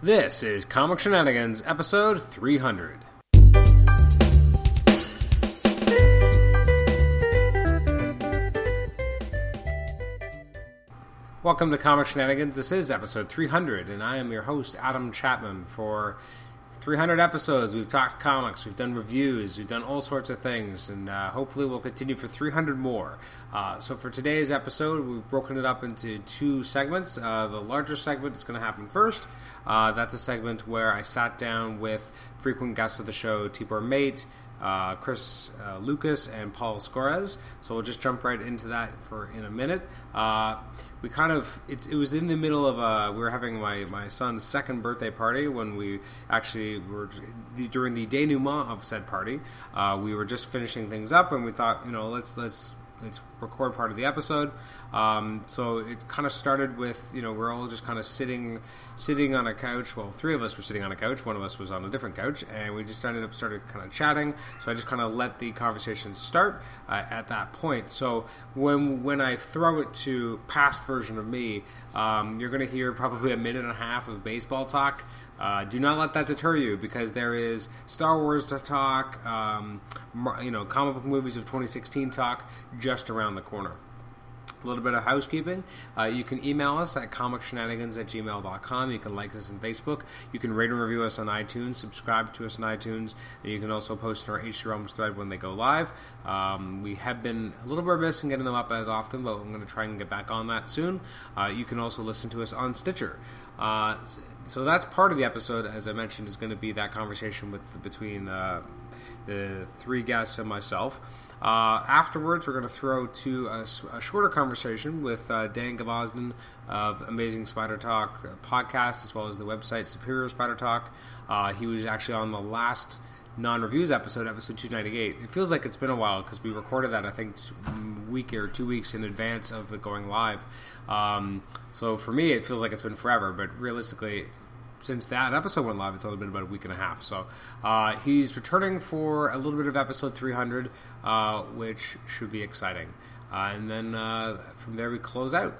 This is Comic Shenanigans, episode 300. Welcome to Comic Shenanigans. This is episode 300, and I am your host, Adam Chapman. For 300 episodes, we've talked comics, we've done reviews, we've done all sorts of things, and uh, hopefully we'll continue for 300 more. Uh, so, for today's episode, we've broken it up into two segments. Uh, the larger segment is going to happen first. Uh, that's a segment where I sat down with frequent guests of the show, Tibor Mate, uh, Chris uh, Lucas and Paul Scores. So we'll just jump right into that for in a minute. Uh, we kind of it, it was in the middle of uh, we were having my, my son's second birthday party when we actually were during the denouement of said party. Uh, we were just finishing things up and we thought you know let's let's let's record part of the episode. Um, so it kind of started with you know we're all just kind of sitting sitting on a couch. Well, three of us were sitting on a couch. One of us was on a different couch, and we just ended up started kind of chatting. So I just kind of let the conversation start uh, at that point. So when when I throw it to past version of me, um, you're going to hear probably a minute and a half of baseball talk. Uh, do not let that deter you because there is Star Wars to talk, um, mar- you know, comic book movies of 2016 talk just around the corner. A little bit of housekeeping. Uh, you can email us at comicshenanigans at gmail.com. You can like us on Facebook. You can rate and review us on iTunes, subscribe to us on iTunes, and you can also post in our HC Realms thread when they go live. Um, we have been a little bit remiss in getting them up as often, but I'm going to try and get back on that soon. Uh, you can also listen to us on Stitcher. Uh, so that's part of the episode, as I mentioned, is going to be that conversation with between uh, the three guests and myself. Uh, afterwards, we're going to throw to a, s- a shorter conversation with uh, Dan Gavosdin of Amazing Spider Talk podcast, as well as the website Superior Spider Talk. Uh, he was actually on the last non-reviews episode, episode 298. It feels like it's been a while because we recorded that I think t- week or two weeks in advance of it going live. Um, so for me, it feels like it's been forever, but realistically. Since that episode went live, it's only been about a week and a half. So uh, he's returning for a little bit of episode 300, uh, which should be exciting. Uh, and then uh, from there, we close out.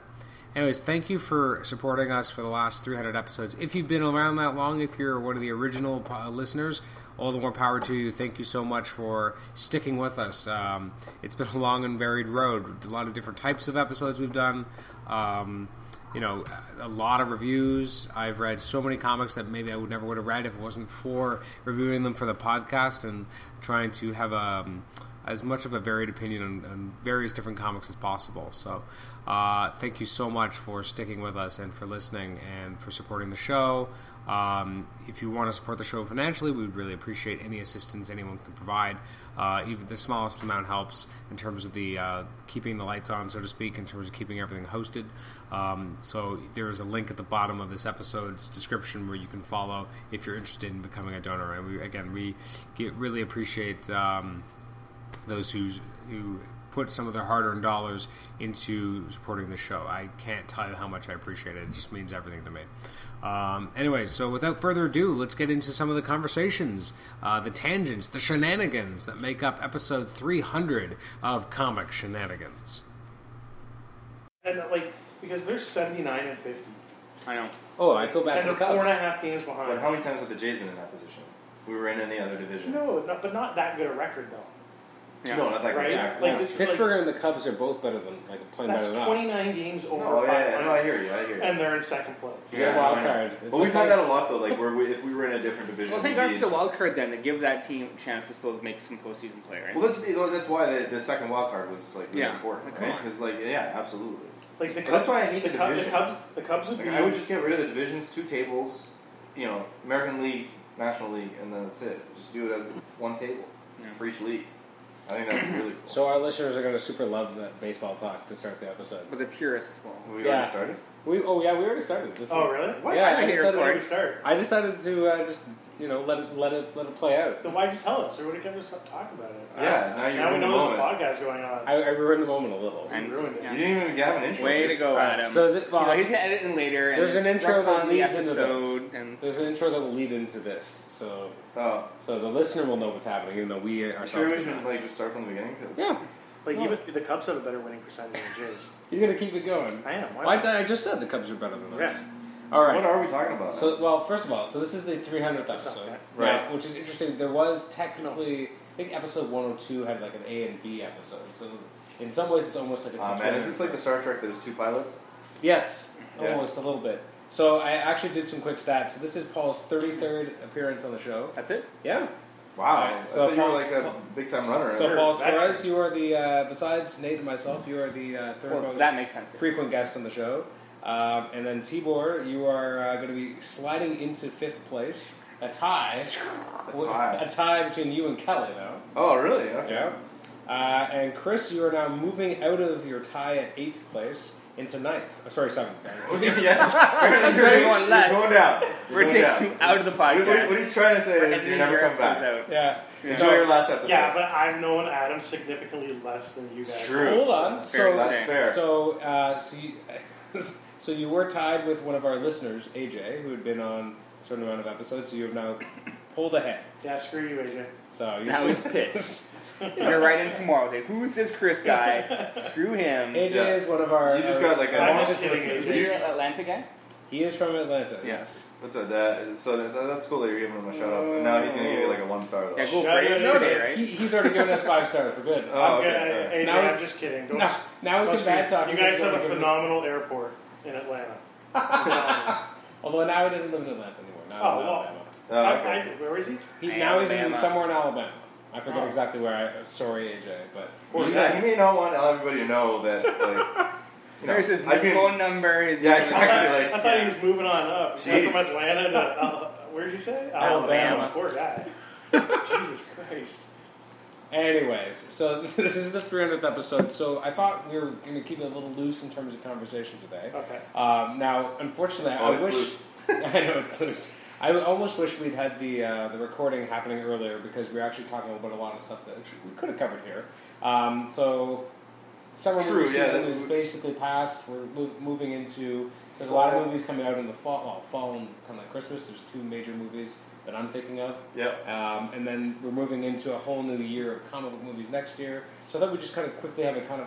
Anyways, thank you for supporting us for the last 300 episodes. If you've been around that long, if you're one of the original uh, listeners, all the more power to you. Thank you so much for sticking with us. Um, it's been a long and varied road. A lot of different types of episodes we've done. Um, you know, a lot of reviews. I've read so many comics that maybe I would never would have read if it wasn't for reviewing them for the podcast and trying to have um, as much of a varied opinion on, on various different comics as possible. So, uh, thank you so much for sticking with us and for listening and for supporting the show. Um, if you want to support the show financially, we would really appreciate any assistance anyone can provide. Uh, even the smallest amount helps in terms of the uh, keeping the lights on, so to speak, in terms of keeping everything hosted. Um, so there is a link at the bottom of this episode's description where you can follow if you're interested in becoming a donor. And we, again, we get, really appreciate. Um, those who who put some of their hard-earned dollars into supporting the show. I can't tell you how much I appreciate it. It just means everything to me. Um, anyway, so without further ado, let's get into some of the conversations, uh, the tangents, the shenanigans that make up episode 300 of Comic Shenanigans. And uh, like because they're seventy nine and fifty, I know. Oh, I feel and they're four and a half games behind. But how many times have the Jays been in that position? We were in any other division. no, not, but not that good a record though. No, not that Right? good. Yeah, Like no, this- Pittsburgh and the Cubs are both better than like playing That's better than twenty us. nine games over no, Oh, yeah, yeah, 500, no, I hear you. I hear you. and they're in second place. You're a wild no, I know. card. It's But we've like had that us. a lot though. Like, where we, if we were in a different division, Well, thank we'd God be for in- the wild card then to give that team a chance to still make some postseason play, right? Well, that's you know, that's why the, the second wild card was like really Yeah, important, like, right? come on. Because like, yeah, absolutely. Like the But that's Cubs, why I hate the, the Cubs, the division. Cubs, the Cubs would Like, be. I would just get rid of the divisions, two tables, you know, American League, National League, and then that's it. Just do it as one table Yeah. for each league. I think that's really cool. So our listeners are going to super love that baseball talk to start the episode. But the purists will. we yeah. already started. We oh yeah, we already started. This oh is- really? What? Yeah, I I hear decided, Where for we start? I decided to uh, just you know let it let it let it play out. Then why'd you tell us? Or would have kept us up talking about it? Yeah, now you're now we in the know there's a moment. podcast going on. I, I ruined the moment a little. You ruined it. yeah. You didn't even have an intro. Way dude. to go, Alright, Adam. so thi- well, you know, he's gonna edit in later. And there's an intro work on that the leads into episode, this. and There's an intro that will lead into this, so Oh, so the listener will know what's happening, even though we I'm ourselves. sure we did should not. like just start from the beginning. Cause yeah, Like No. even the Cubs have a better winning percentage than the Jays. he's gonna keep it going. I am. Why Well, I, not? thought- I just said the Cubs are better than us. Yeah. So All right. What are we talking about? So, well, first of all, so this is the 300th episode, Right. Now, which is interesting. There was technically, I think episode 102 had like an A and B episode, so in some ways it's almost like a. now? Aw, Uh, man, is this like the Star Trek? There's two pilots. Yes, Yeah. almost a little bit. So I actually did some quick stats. So this is Paul's 33rd appearance on the show. That's it. Yeah. Wow, Alright, I so thought you were Paul- like a Paul- big time runner. So Paul veteran. Suarez, you are the uh, besides Nate and myself, you are the uh, third Well, most that makes sense. frequent guest on the show. Um, and then Tibor, you are uh, going to be sliding into fifth place, a tie, That's high. a tie between you and Kelly, though. Oh, really? Okay. Yeah. Uh, and Chris, you are now moving out of your tie at eighth place into ninth. Oh, sorry, seventh. yeah. There's only one You're left. going down. You're We're going taking down. you out of the What, what, podcast. what he's trying to say We're is editing you never your come back. episodes out. Yeah. Enjoy your last episode. Yeah, but I've known Adam significantly less than you guys. It's true. Hold on. Fair so enough. That's fair. So, uh, so, you, so you were tied with one of our listeners, AJ, who had been on a certain amount of episodes. So you have now pulled ahead. Yeah, screw you, AJ. So you're Now he's pissed. You're right in tomorrow. Like, Who's this Chris guy? Screw him. AJ Yeah. is one of our. You just got like a. I'm our just kidding, listeners. Is he an Atlanta guy? He is from Atlanta. Yeah. Yes. What's that? that so that, that's cool that you're giving him a shout out. And now he's gonna give you like a one star. Yeah, go Shut Braves up. today, right? He, he's already given us five stars. We're good. Oh, I'm okay. gonna- alright. AJ, Now- I'm just kidding. Don't, now, now we don't can bad screw- talk. You because guys he's have already a given us- phenomenal airport in Atlanta. Oh, I'm telling you. Although now he doesn't live in Atlanta anymore. Now Oh, he's in well. Alabama. Oh, I- okay. I- where is he? He, now he's in Alabama. somewhere in Alabama. I forget Oh. exactly where. I Sorry, AJ, but course. Yeah, he may not want to let everybody to know that. Like, you know, There's his I've been- phone number. His Yeah, I, exactly. I Like, thought he was moving on up. He went from Jeez. Atlanta to Al- where'd you say? Alabama. Poor guy. Jesus Christ. Anyways, so this is the 300th episode. So I thought we were going to keep it a little loose in terms of conversation today. Okay. Um, now, unfortunately, Oh, I it's wish loose. I know it's loose. I almost wish we'd had the uh, the recording happening earlier because we were actually talking about a lot of stuff that actually we could have covered here. Um, so summer True, movie yeah, season that is would- basically past. We're mo- moving into there's a lot of Fall. movies coming out in the fall, well, fall and kind of like Christmas. There's two major movies that I'm thinking of. yep. Um, and then we're moving into a whole new year of comic book movies next year. So I thought we'd just kind of quickly have a kind of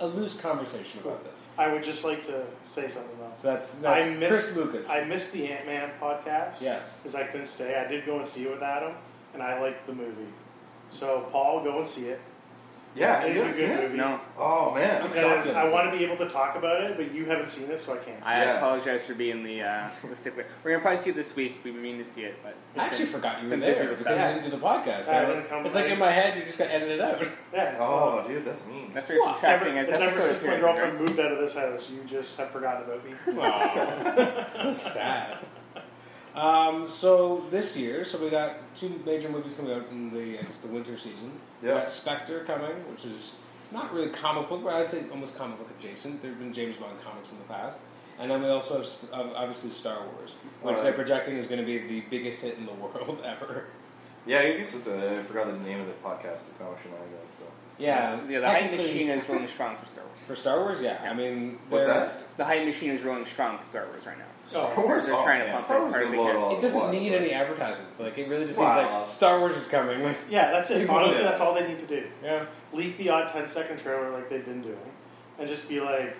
a loose conversation about this. I would just like to say something though. So that's, that's I miss- Chris Lucas. I missed the Ant Man podcast. Yes. Because I couldn't stay. I did go and see it with Adam, and I liked the movie. So Paul, go and see it. Yeah. Have It you haven't is a seen good it? movie. No, Oh man. I'm shocked And you haven't I seen want to be able to talk about it, but you haven't seen it, so I can't. I Yeah. apologize for being the uh, the stickler. We're gonna probably see it this week. We mean to see it, but it's I actually forgot you were been busy there with because stuff. you didn't do the podcast. I So didn't come it's like late. in my head, you just got edited out. Yeah. Oh, dude, that's mean. that's very Well, It's never, subtracting. as it's never episode since my appearances, girlfriend right? moved out of this house. You just have forgotten about me. Aw. so sad. Um, so this year, so we got two major movies coming out in the I guess the winter season. We Yeah. got Spectre coming, which is not really comic book, but I'd say almost comic book adjacent. There have been James Bond comics in the past, and then we also have st- ob- obviously Star Wars, which Alright. they're projecting is going to be the biggest hit in the world ever. Yeah, I guess it's a, I forgot the name of the podcast, the comic shenanigans. So Yeah, Yeah, the hype Um, technically- machine is rolling strong for Star Wars. for Star Wars. Yeah, I mean, what's they're- that? The hype machine is rolling strong for Star Wars right now. Star Wars? Oh, They're trying to man, pump Star it Wars as hard as is gonna they blow can. all It doesn't out of need the any water, advertisements. Like it really just seems Wow. like Star Wars is coming. Like, Yeah, that's it. People Honestly, do that. that's all they need to do. yeah, Leak the odd 10 second trailer like they've been doing, and just be like,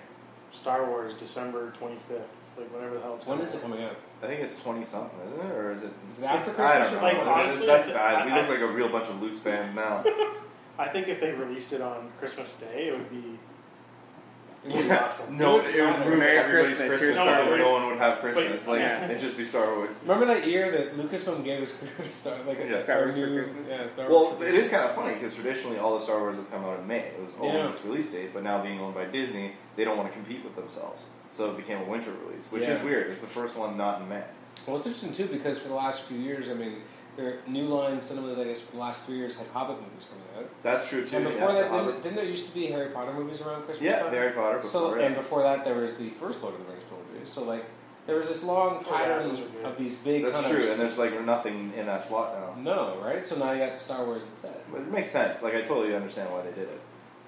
Star Wars, December 25th, like whenever the hell it's when coming is it out. coming out? but- I think it's twenty something, isn't it, or is it? Is it after Christmas? I don't know. Like, That's- honestly, that's I- bad. We I- look like a real bunch of loose fans now. I think if they released it on Christmas Day, it would be. It would be Yeah. awesome. No, It would it would matter. ruin Merry everybody's Christmas, Christmas, here's Star because Wars. no one would have Christmas. But- like yeah. it'd just be Star Wars. Remember that year that Lucasfilm gave us Star, like a Yeah. Star Star our Wars for new Christmas? yeah, Star Wars. Well, it is kind of funny because traditionally all the Star Wars have come out in May. It was always Yeah. its release date, but now being owned by Disney, they don't want to compete with themselves, so it became a winter release, which is Yeah. weird. It's the first one not in May. Well, it's interesting too because for the last few years, I mean, their new line cinemas, I guess, for the last three years had Hobbit movies coming out, That's true too. and before yeah, that, the didn't, Hobbits. didn't there used to be Harry Potter movies around Christmas? yeah, time? Harry Potter. Before So it. and before that, there was the first Lord of the Rings trilogy. So like, there was this long Oh, yeah, pattern those are good. of these big. That's kind true, of and there's like nothing in that slot now. No, right? So now you got Star Wars instead. But it makes sense. Like I totally understand why they did it.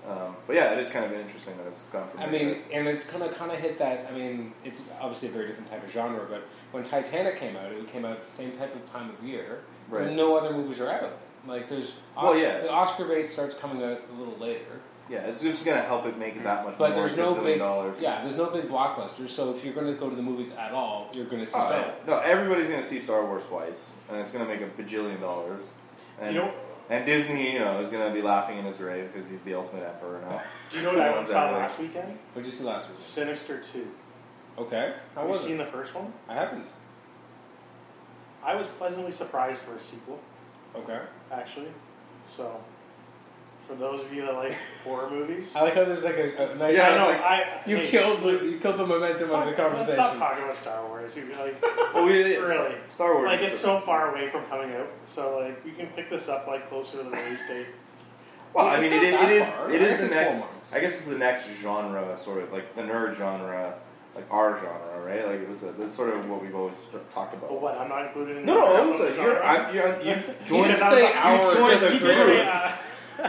Um, but yeah, it is kind of interesting that it's gone from. I mean, and it's kind of kind of hit that. I mean, it's obviously a very different type of genre, but when Titanic came out, it came out at the same type of time of year. Right. And no other movies are out. Like there's, Well, yeah. the Oscar bait starts coming out a little later. Yeah, it's just gonna help it make it that much Mm-hmm. But more. there's no gazillion big dollars. yeah, there's no big blockbusters. So if you're going to go to the movies at all, you're going to see Oh, Star yeah. Wars. No, everybody's gonna see Star Wars twice, and it's gonna make a bajillion dollars. And, You know, and Disney, you know, is gonna be laughing in his grave because he's the ultimate emperor now. do you know what I One's saw out. last weekend? What did you see last week? Sinister Two. Okay, how Have you was seen it? the first one? I haven't. I was pleasantly surprised for a sequel, Okay. actually. So, for those of you that like horror movies, I like how there's like a, a nice. I Yeah, it's know. like- I You hey, killed the, you killed the momentum of the fuck, Let's stop conversation. talking about Star Wars. You like, well, we, it's- Really? Star Wars. like is it's so far away from coming out. So like you can pick this up like closer to the release date. Well, I It's not mean, it is. that It is. far. It I is guess the it's next. four months. I guess it's the next genre, sort of like the nerd genre, like our genre, right? Like it's a, that's sort of what we've always t- talked about. But what? I'm not included in. No, the no, that's it's on a, the you're, genre. I'm, you're, you've joined. didn't I'm say not- our you joined just the You because did say, it's- group. uh,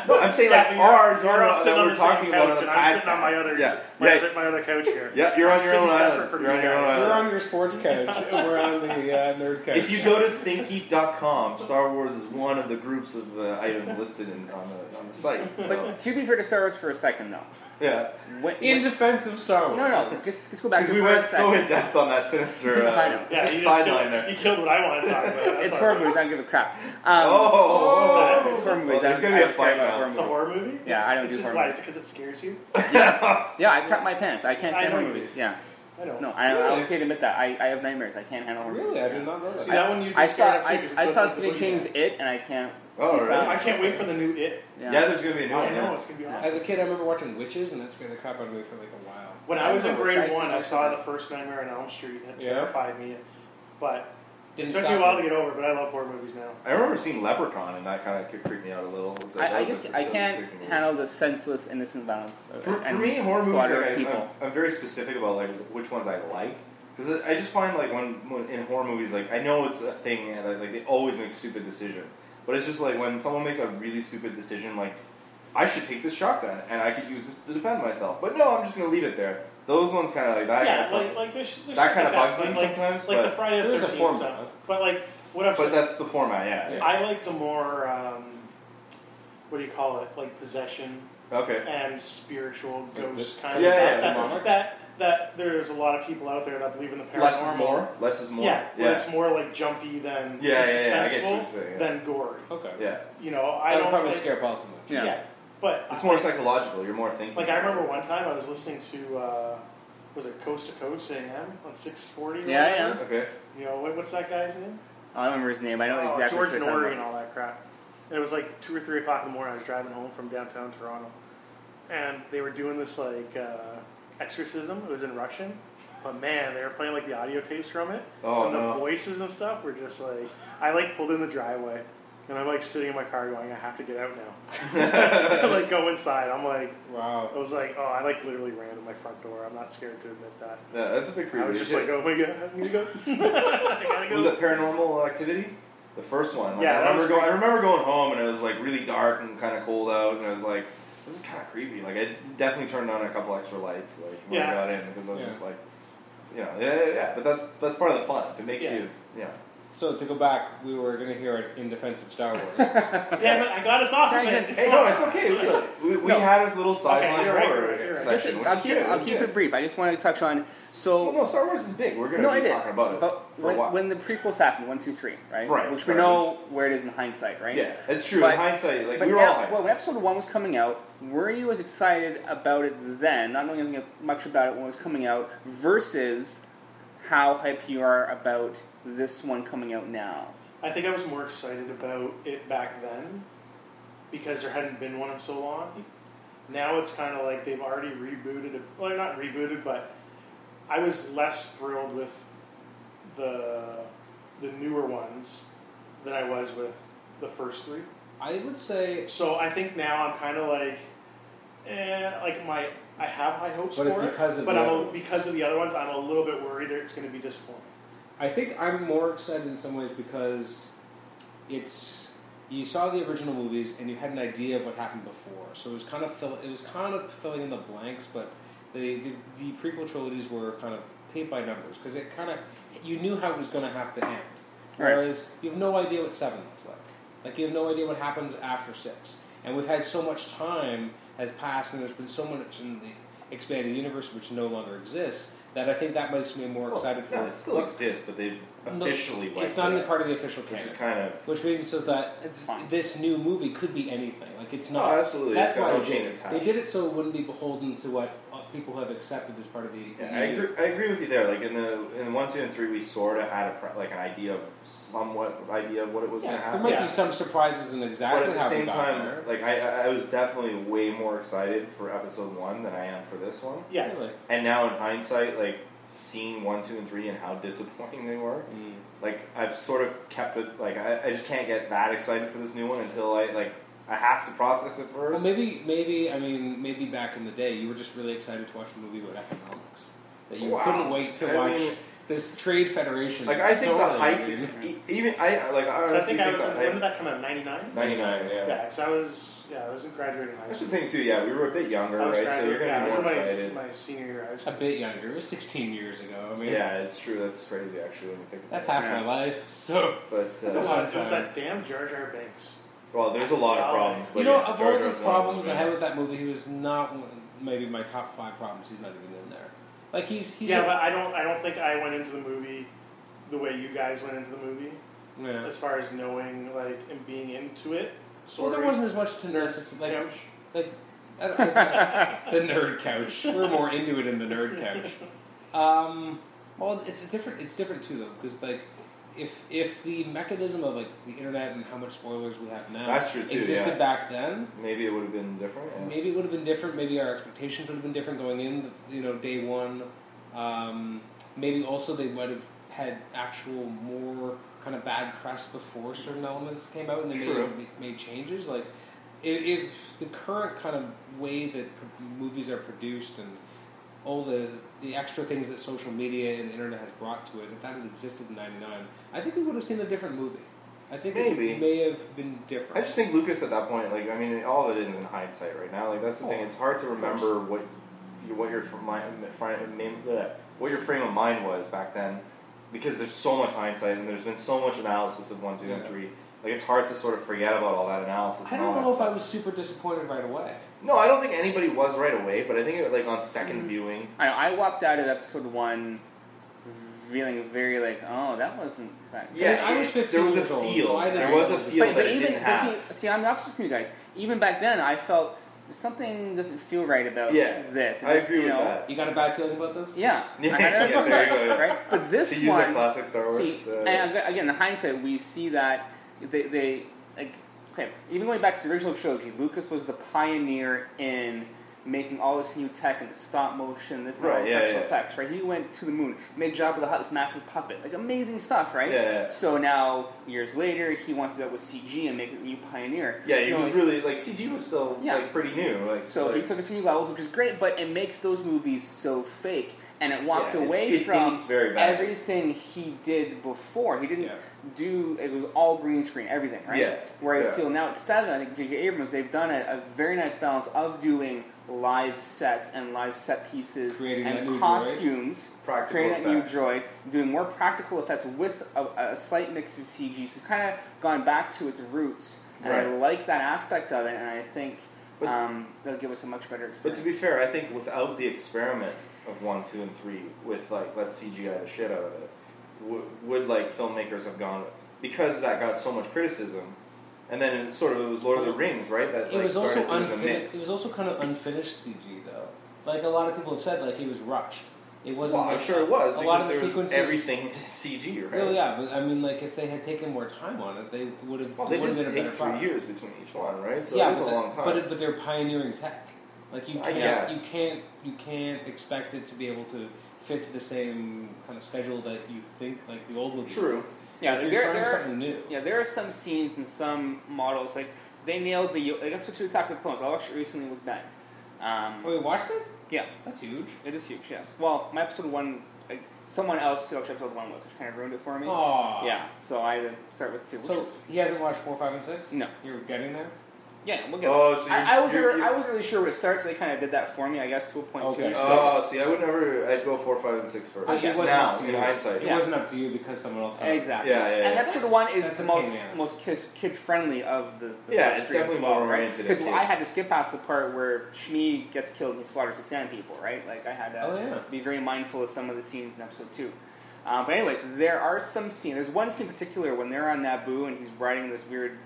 No, I'm saying like yeah, you're- our you're all genre sitting that on we're the same talking about couch, on the and I'm sitting on my podcast. other, Yeah, my, yeah, Other, my other couch here. yeah. You're on your sitting own separate island. from You're on you your own guys. You're island. on your sports couch. We're on the uh, nerd couch. If you go to thinky.com, Star Wars is one of the groups of uh, items listed in, on the on the site. So But to be fair to Star Wars for a second, though. yeah, When, in when- defense of Star Wars, no, no, just, just go back because to we for went a so second. in depth on that sinister I know. uh, Yeah, you just sideline killed- there. You killed what I wanted to talk about. That's It's all horror right. movies. I don't give a crap. Um, Oh, it's it's horror movies. Well, there's I- gonna be I a don't care fight about now. horror It's a movies. horror movie. Yeah, I don't This do is horror why movies. it's because it scares you. Yeah, I crap my pants. I can't I stand know horror you movies. Yeah. I don't. No, I, Really? I'll okay to admit that. I, I have nightmares. I can't handle horror Really, movies. I did not know that. See that one you I just saw scared I, of too, I because saw that's the Stephen King's boogeyman. It, and I can't. Oh, keep really? up. I can't wait for the new It. Yeah. there's gonna be a new I one. know yeah. it's gonna be Yeah. awesome. As a kid, I remember watching Witches, and that scared the crap out of me for like a while. When I was in grade I- one, I saw the first Nightmare on Elm Street, and it Yeah. terrified me. But it Didn't took me a while to get over. But I love horror movies now. I remember seeing Leprechaun, and that kind of creeped me out a little. It's like, I, I that was just a- I that was a can't creepy movie. handle the senseless innocent violence. of- For, for and me, horror movies, slaughter like, of I, people. I'm, I'm very specific about like which ones I like because I just find like when, when in horror movies, like I know it's a thing, and like, like they always make stupid decisions. But it's just like when someone makes a really stupid decision, like I should take this shotgun and I could use this to defend myself. But no, I'm just gonna leave it there. Those ones kind of like that. yeah, kinda like, stuff. like there's, there's That shit kinda like bugs but me like, sometimes, Like but the Friday the there's a 13th format. stuff. But like what I'm but saying, that's the format. Yeah. it's- I like the more um, what do you call it? Like possession okay. and spiritual Like this- ghost kind of Yeah, stuff. yeah, That's- demonic. that that there's a lot of people out there that believe in the paranormal. Less is more. Less is more. Yeah, where Yeah. it's more like jumpy than Yeah, and yeah, yeah, I get what suspenseful you're saying, yeah. than gory. Okay. yeah. You know, I I would don't probably like, scare Paul too much. Yeah. Yeah. but It's more psychological. You're more thinking. Like I remember one time I was listening to uh, was it Coast to Coast A and M on six forty. Yeah, yeah. Okay. You know what, what's that guy's name? I don't remember his name. I don't Oh, exactly. George what you're Norrie talking and about. all that crap. And it was like two or three o'clock in the morning. I was driving home from downtown Toronto, and they were doing this like uh, exorcism. It was in Russian, but man, they were playing like the audio tapes from it. Oh, and the no. voices and stuff were just like I like pulled in the driveway, and I'm like sitting in my car going, I have to get out now. like go inside. I'm like. I Wow. was like, oh, I like literally ran to my front door. I'm not scared to admit that. Yeah, that's a bit creepy. I was just Yeah. like, oh my god, I'm gonna go. I gotta go. was it paranormal activity? The first one. Like, Yeah, I that remember was going. I pretty- remember going home and it was like really dark and kind of cold out, and I was like, "This is kind of creepy." Like I definitely turned on a couple extra lights like when I Yeah. got in because I was Yeah. just like, you know, yeah, yeah, yeah. But that's that's part of the fun. If it makes Yeah. you, you know, So to go back, we were going to hear it in defense of Star Wars. Damn it, I got us off of it. Tangent. hey, no, it's okay. It was a, we we No. had a little sideline you're right, horror you're right, you're right. Just- section. which I'll was keep, good, I'll was keep good. it brief. I just wanted to touch on. So Well, no, Star Wars is big. We're gonna no, be it is. talking about it but for when, a while. when the prequels happened, one, two, three, right? Right, Which we right. know where it is in hindsight, right? yeah, it's true. But- in hindsight, like But we were now, all hyped. well, when episode one was coming out, were you as excited about it then, not knowing anything much about it when it was coming out, versus how hype you are about this one coming out now? I think I was more excited about it back then because there hadn't been one in so long. Now it's kind of like they've already rebooted. It. Well, not rebooted, but I was less thrilled with the the newer ones than I was with the first three. I would say, So I think now I'm kind of like, eh, like my I have high hopes But for it's it, because of but the I'm other a, ones. because of the other ones, I'm a little bit worried that it's going to be disappointing. I think I'm more excited in some ways because it's you saw the original movies and you had an idea of what happened before, so it was kind of fill, it was kind of filling in the blanks, but the the, the prequel trilogies were kind of paint by numbers because it kind of you knew how it was going to have to end, Right. whereas you have no idea what seven looks like, like you have no idea what happens after six, and we've had so much time has passed, and there's been so much in the expanded universe which no longer exists that I think that makes me more Well, excited for no, it. it still exists, but they've no, officially wiped it's not it even out, part of the official canon, which is kind of which means so that It's fine. this new movie could be anything. Like it's not. Oh, absolutely. That's It's got why no they chains did it. attached. They did it so it wouldn't be beholden to what uh, people have accepted as part of the. Yeah, I agree, I agree with you there. Like in the in one, two, and three, we sort of had a pro- like an idea of somewhat idea of what it was going Yeah, to there happen. might Yeah. be some surprises in But exactly at the how we same got time, there. like I, I- I was definitely way more excited for episode one than I am for this one. Yeah. Really. And now in hindsight, like seeing one, two, and three, and how disappointing they were, like I've sort of kept it. Like I, I just can't get that excited for this new one until I like I have to process it Well, first. maybe, maybe I mean, maybe back in the day, you were just really excited to watch a movie about economics that you Wow. couldn't wait to I watch mean- this trade federation. like I think the story. hype, I mean, e- even I like I So honestly I think I was. the When hype- did that come out? Ninety nine. ninety nine. Yeah, because I was. Yeah, I was graduating high That's the school. thing too. Yeah, we were a bit younger, I was right? So graduating. you're gonna Yeah, be I more was excited. my, my senior year. of high a school. bit younger. It was 16 years ago. I mean, Yeah, it's true. That's crazy, actually, when you think about that's half Yeah. my life. So it. But It was, uh, lot. that, it was that damn Jar Jar Banks. well, there's a lot of problems. But you know, yeah, of Jar all Jar's the one of them, problems I yeah. had with that movie, he was not one- maybe my top five problems. He's not even in there. Like he's he's yeah, a- but I don't. I don't think I went into the movie the way you guys went into the movie, yeah. as far as knowing like and being into it. well, Sort there of. wasn't as much to nurse. Like Couch. Like, I don't, the nerd couch. We're more into it in the nerd couch. Um, well, it's a different. It's different too, though, because like, if if the mechanism of like the internet and how much spoilers we have now That's true, too, existed yeah. back then, Maybe it would have been different. yeah. maybe it would have been different. Maybe our expectations would have been different going in. You know, day one. Um, maybe also they might have had actual more kind of bad press before certain elements came out, and they True. made, made changes. Like if, if the current kind of way that pr- movies are produced and all the the extra things that social media and the internet has brought to it, if that had existed in '99, I think we would have seen a different movie. I think Maybe. it may have been different. I just think Lucas at that point, like I mean, all of it is in hindsight right now. Like that's the thing; Oh, it's hard to remember what you, what your fr- mind, fri- mim- bleh, what your frame of mind was back then, because there's so much hindsight and there's been so much analysis of one, two, and Yeah. three. Like it's hard to sort of forget about all that analysis. I and all don't that know if stuff. I was super disappointed right away. No, I don't think anybody was right away, but I think it was like on 2nd Mm. viewing. I, I walked out of episode one feeling very like, oh, that wasn't that. good. Yeah, I was it- 15 there was a years old, feel. so I there didn't was a know. feel but, that but it even but didn't have. See, see, I'm the opposite from you guys. Even back then, I felt something doesn't feel right about Yeah, this. I agree you with know? that. You got a bad feeling about this? Yeah, Yeah, I had another yeah, problem, there you go, yeah. right? But this To use one, that classic Star Wars. See, uh, and ag- again, the hindsight, we see that they, they like okay, even going back to the original trilogy, Lucas was the pioneer in making all this new tech and the stop motion, this and all Right, the yeah, special yeah. effects, right? He went to the moon, made Jabba the Hutt this massive puppet, like amazing stuff, right? Yeah, yeah. So now years later, he wants to go with CG and make a new pioneer. yeah, he You know, was like- really like CG was still Yeah. like pretty new. Like so like, he took it to new levels, which is great, but it makes those movies so fake. And it walked Yeah, it- away it from dates very badly. everything he did before. He didn't Yeah. do it was all green screen, everything, right? Yeah, Where yeah. I feel now at seven, I think J.J. Abrams they've done a, a very nice balance of doing live sets and live set pieces Creating that and new droid. costumes, Practical creating that new effects. droid, doing more practical effects with a, a slight mix of CG. So it's kind of gone back to its roots, and I Right. like that aspect of it, and I think But- um, they'll give us a much better But experience. to be fair, I think without the experiment of one, two, and three, with like let's CGI the shit out of it, w- would like filmmakers have gone because that got so much criticism, and then it sort of it was Lord of the Rings, right? That It like, was also started into the unfinished. mix. It was also kind of unfinished CG though. Like a lot of people have said, like it was rushed. It wasn't. well, I'm like- sure it was A because lot of the there was sequences. everything is CG, right? Well, yeah, but I mean, like if they had taken more time on it, they would have. Well, they would have did been a take better three product. years between each one, right? So yeah, it was a but long that- time. But it, but they're pioneering tech. Like you I can't, guess. you can't, you can't expect it to be able to fit to the same kind of schedule that you think like the old ones. True. yeah, Like, there, you're there, trying there- something new. yeah, there are some scenes and some models like they nailed the like episode two of Attack of the Clones. I watched it recently with Ben. Um, Oh, you watched it? yeah, That's huge. it is huge. Yes. Well, my episode one, like, someone else who watched episode one was, which kind of ruined it for me. Aw. Yeah, so I had to start with two. Which Oh. So is, he hasn't watched four, five, and six. No. you're getting there. Yeah, we'll get. Oh, there. so I, you're- I was you're- never- I you're- wasn't really sure where it starts. They kind of did that for me, I guess, to a point Okay. too. Oh, see, I would never. I'd go four, five, and six first. I think it wasn't now, up to in you. hindsight, It Yeah. wasn't up to you because someone else. it. Exactly. Yeah, Oh, yeah, And yeah. episode one is That's the a most pain in the ass. most kids, kid friendly of the. the Yeah, first it's three as definitely well, more right? oriented at Because I kids. had to skip past the part where Shmi gets killed and he slaughters the sand people, right? Like I had to Oh, yeah. be very mindful of some of the scenes in episode two. Uh, but anyways, there are some scenes. There's one scene in particular when they're on Naboo and he's riding this weird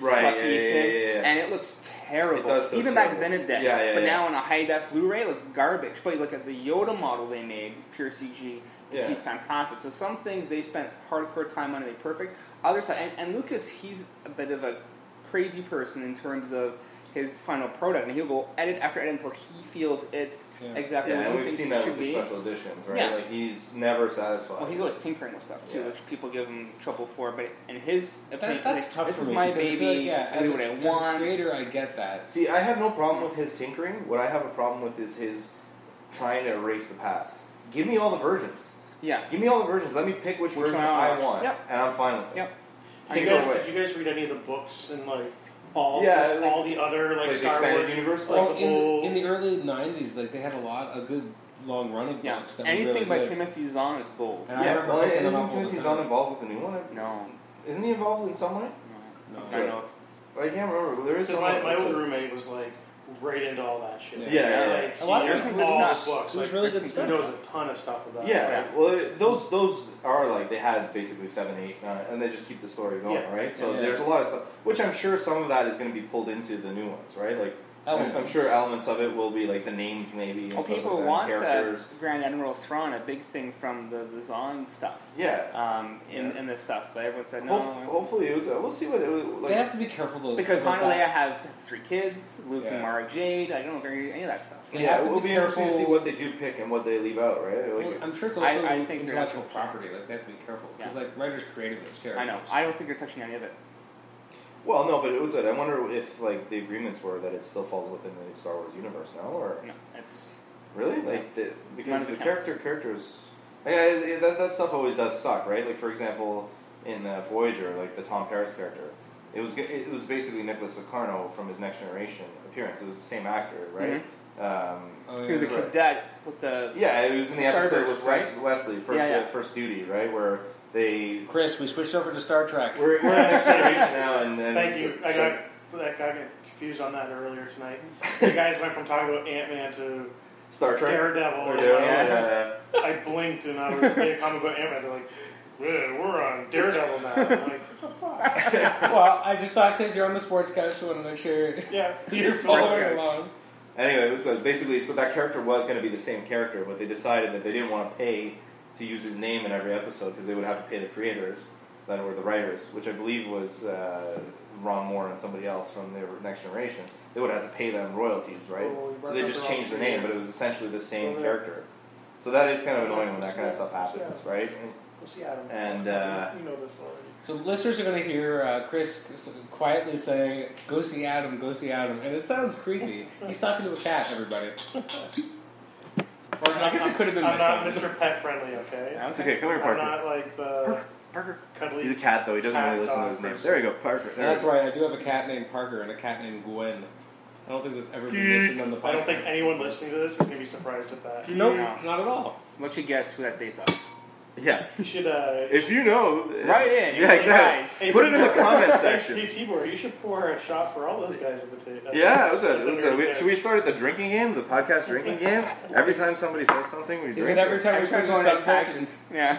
right? Yeah, fluffy yeah, yeah, thing, yeah, yeah. and it looks terrible. It does look Even back terrible. then it did. Yeah, yeah, but yeah. now on a high def Blu-ray, it looked garbage. But you look at the Yoda model they made, pure CG. Yeah. He's fantastic. So some things they spent hardcore time on and they perfect. Other side, and, and Lucas, he's a bit of a crazy person in terms of his final product, and he'll go edit after edit until he feels it's Yeah. exactly Yeah, what and he we've thinks seen it that should with the be. special editions, right? Yeah. Like he's never satisfied. Well, he's always tinkering with stuff too, Yeah. which people give him trouble for. But in his opinion, That, that's like, tough this for is me. my because I feel baby. Like, yeah, I do as, what a, I as a want. creator, I get that. See, I have no problem with his tinkering. What I have a problem with is his trying to erase the past. Give me all the versions. yeah, Give me all the versions. Let me pick which, Which version one I I want. want, Yep. and I'm fine with it. Yep. Did you, Tinker guys, away. did you guys read any of the books and like all Yeah, this- like- all the other like, Like the Star expanded Wars universe? Like Well, the in, whole, Oh. the, in the early '90s, like they had a lot, a good long run of Yeah, books. That anything were really by good. Timothy Zahn is gold. And I yeah, remember well, picking them up isn't all the Timothy time. Zahn involved with the new one? No, Isn't he involved in some way? no, No. I So- know. I can't remember. There is So some. my, my old roommate was like right into all that shit. Yeah. Yeah, yeah, like A lot he of knows it was all nuts. the books. It was like, really good he stuff. knows a ton of stuff about. Yeah, it. Yeah. well, it, those those are like they had basically seven, eight, nine, and they just keep the story going, Yeah. right? So Yeah. there's a lot of stuff, which I'm sure some of that is going to be pulled into the new ones, right? Like I'm- I'm, Elements. Oh, sure elements of it will be like the names, maybe, and Well, stuff people like that, want and uh, characters. Grand Admiral Thrawn, a big thing from the, the Zahn stuff, Yeah, um, in, Yeah. in this stuff, but everyone said no. Hof- hopefully it's, uh, we'll see what it will- they like. have to be careful though because about finally I that. have three kids, Luke Yeah. and Mara Jade, I don't know very any of that stuff. They yeah, have it to will be be interesting to see careful. what they do pick and what they leave out, right? Like, Well, I'm sure it's also I- I think they're intellectual actually- property. Like they have to be careful because Yeah. like writers created those characters. I know. I don't think they're touching any of it. well, no, but it was. I wonder if like the agreements were that it still falls within the Star Wars universe now, or No, it's Really? Like the, None because of the it character characters, like, I, I- that that stuff always does suck, right? Like for example, in uh, Voyager, like the Tom Paris character, it was g- it was basically Nicholas Locarno from his Next Generation appearance. It was the same actor, right? Um, Oh, yeah. here's a Right. cadet with the yeah, it was in the Starburst, episode with Wes, right? Wesley, first Yeah, yeah. Uh, first duty, right, where they Chris, we switched over to Star Trek. we're, we're in Next Generation now, and, and Thank it's you. like- I so- got that guy got confused on that earlier tonight. You guys went from talking about Ant Man to Star Trek. Daredevil. Or or Daredevil, something. yeah, yeah, yeah. I blinked and I was making a comment about Ant Man. They're like, "Yeah, we're on Daredevil now. I'm like, what the fuck? well, I just thought because you're on the sports couch, I want to make sure Yeah, you're Peter's following couch. along. Anyway, so basically, so that character was going to be the same character, but they decided that they didn't want to pay to use his name in every episode because they would have to pay the creators that were the writers, which I believe was uh, Ron Moore and somebody else from their Next Generation. They would have to pay them royalties, right? Oh, you brought so they up just the changed wrong their name, creator. but it was essentially the same Oh, yeah. character. So that is kind of annoying when that kind of stuff happens, right? We'll see Adam. And, uh, you know this already. So listeners are going to hear uh, Chris quietly saying, "Go see Adam, go see Adam," and it sounds creepy. He's talking to a cat, everybody. Or I guess it could have been I'm my not son. Mr. Pet friendly, okay? That's okay. Come here, I'm Parker. not like the Parker. cuddly. He's a cat, though. He doesn't Cat really listen to dog his name. person. There you go, Parker. And There that's you go. right. I do have a cat named Parker and a cat named Gwen. I don't think that's ever been mentioned on the podcast. I don't think anyone listening to this is gonna be surprised at that. Nope, No. not at all. Let you guess who that's based off. Yeah. You should uh, If you know, Write in. Yeah, exactly. Guys. Hey, Put it in the comment section. Hey, Tibor, you should pour a shot for all those guys at the table. Yeah, it was a, it was a, we, should we start at the drinking game, the podcast drinking game? Every time somebody says something, we drink. Is it every time we Every time switch we go a on that subject? tangent. Yeah.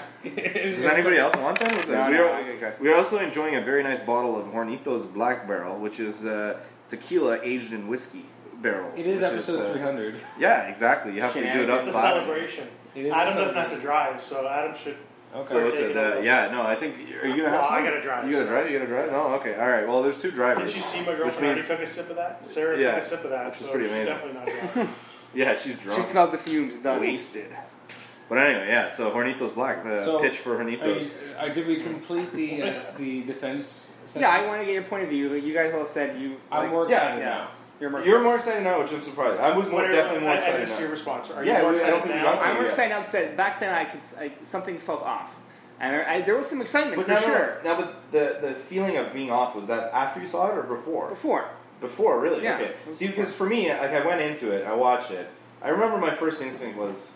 Is Does anybody else want that? What's that? No, we no, are, I got- we're also enjoying a very nice bottle of Hornitos Black Barrel, which is uh, tequila aged in whiskey barrels. It is which episode uh, 300. Yeah, exactly. You have to do it up It's a classy. celebration. It is a Adam doesn't have celebration. to drive, so Adam should. Okay. So it's Taking a, uh, it. yeah, no, I think, are you going to have Well, I some? gotta drive, You going so- to drive? You going to drive? No, okay, all right. Well, there's two drivers. Didn't you see my which girlfriend means- already took a sip of that? Sarah Yeah, took a sip of that, which is so pretty she's amazing. definitely not driving. Yeah, she's She drunk. smelled the fumes. Done. wasted. But anyway, yeah. So Hornitos Black, the So, pitch for Are you, Hornitos. uh, did we complete the uh, s- the defense? Sentence? Yeah, I want to get your point of view. Like you guys all said, you. I'm like, more Yeah, excited yeah. now. You're more. You're more excited now, which I'm surprised. I was more, What are- definitely more I- I excited missed your now. response. Are Yeah, you more we- I excited don't think we now? got to. I'm more Yeah. excited now because back then I could I, something felt off, and I, I, there was some excitement But for now, sure now, but the the feeling of being off was that after you saw it or before? before. Before, really? Yeah. Okay. See, because for me, like, I went into it, I watched it. I remember my first instinct was,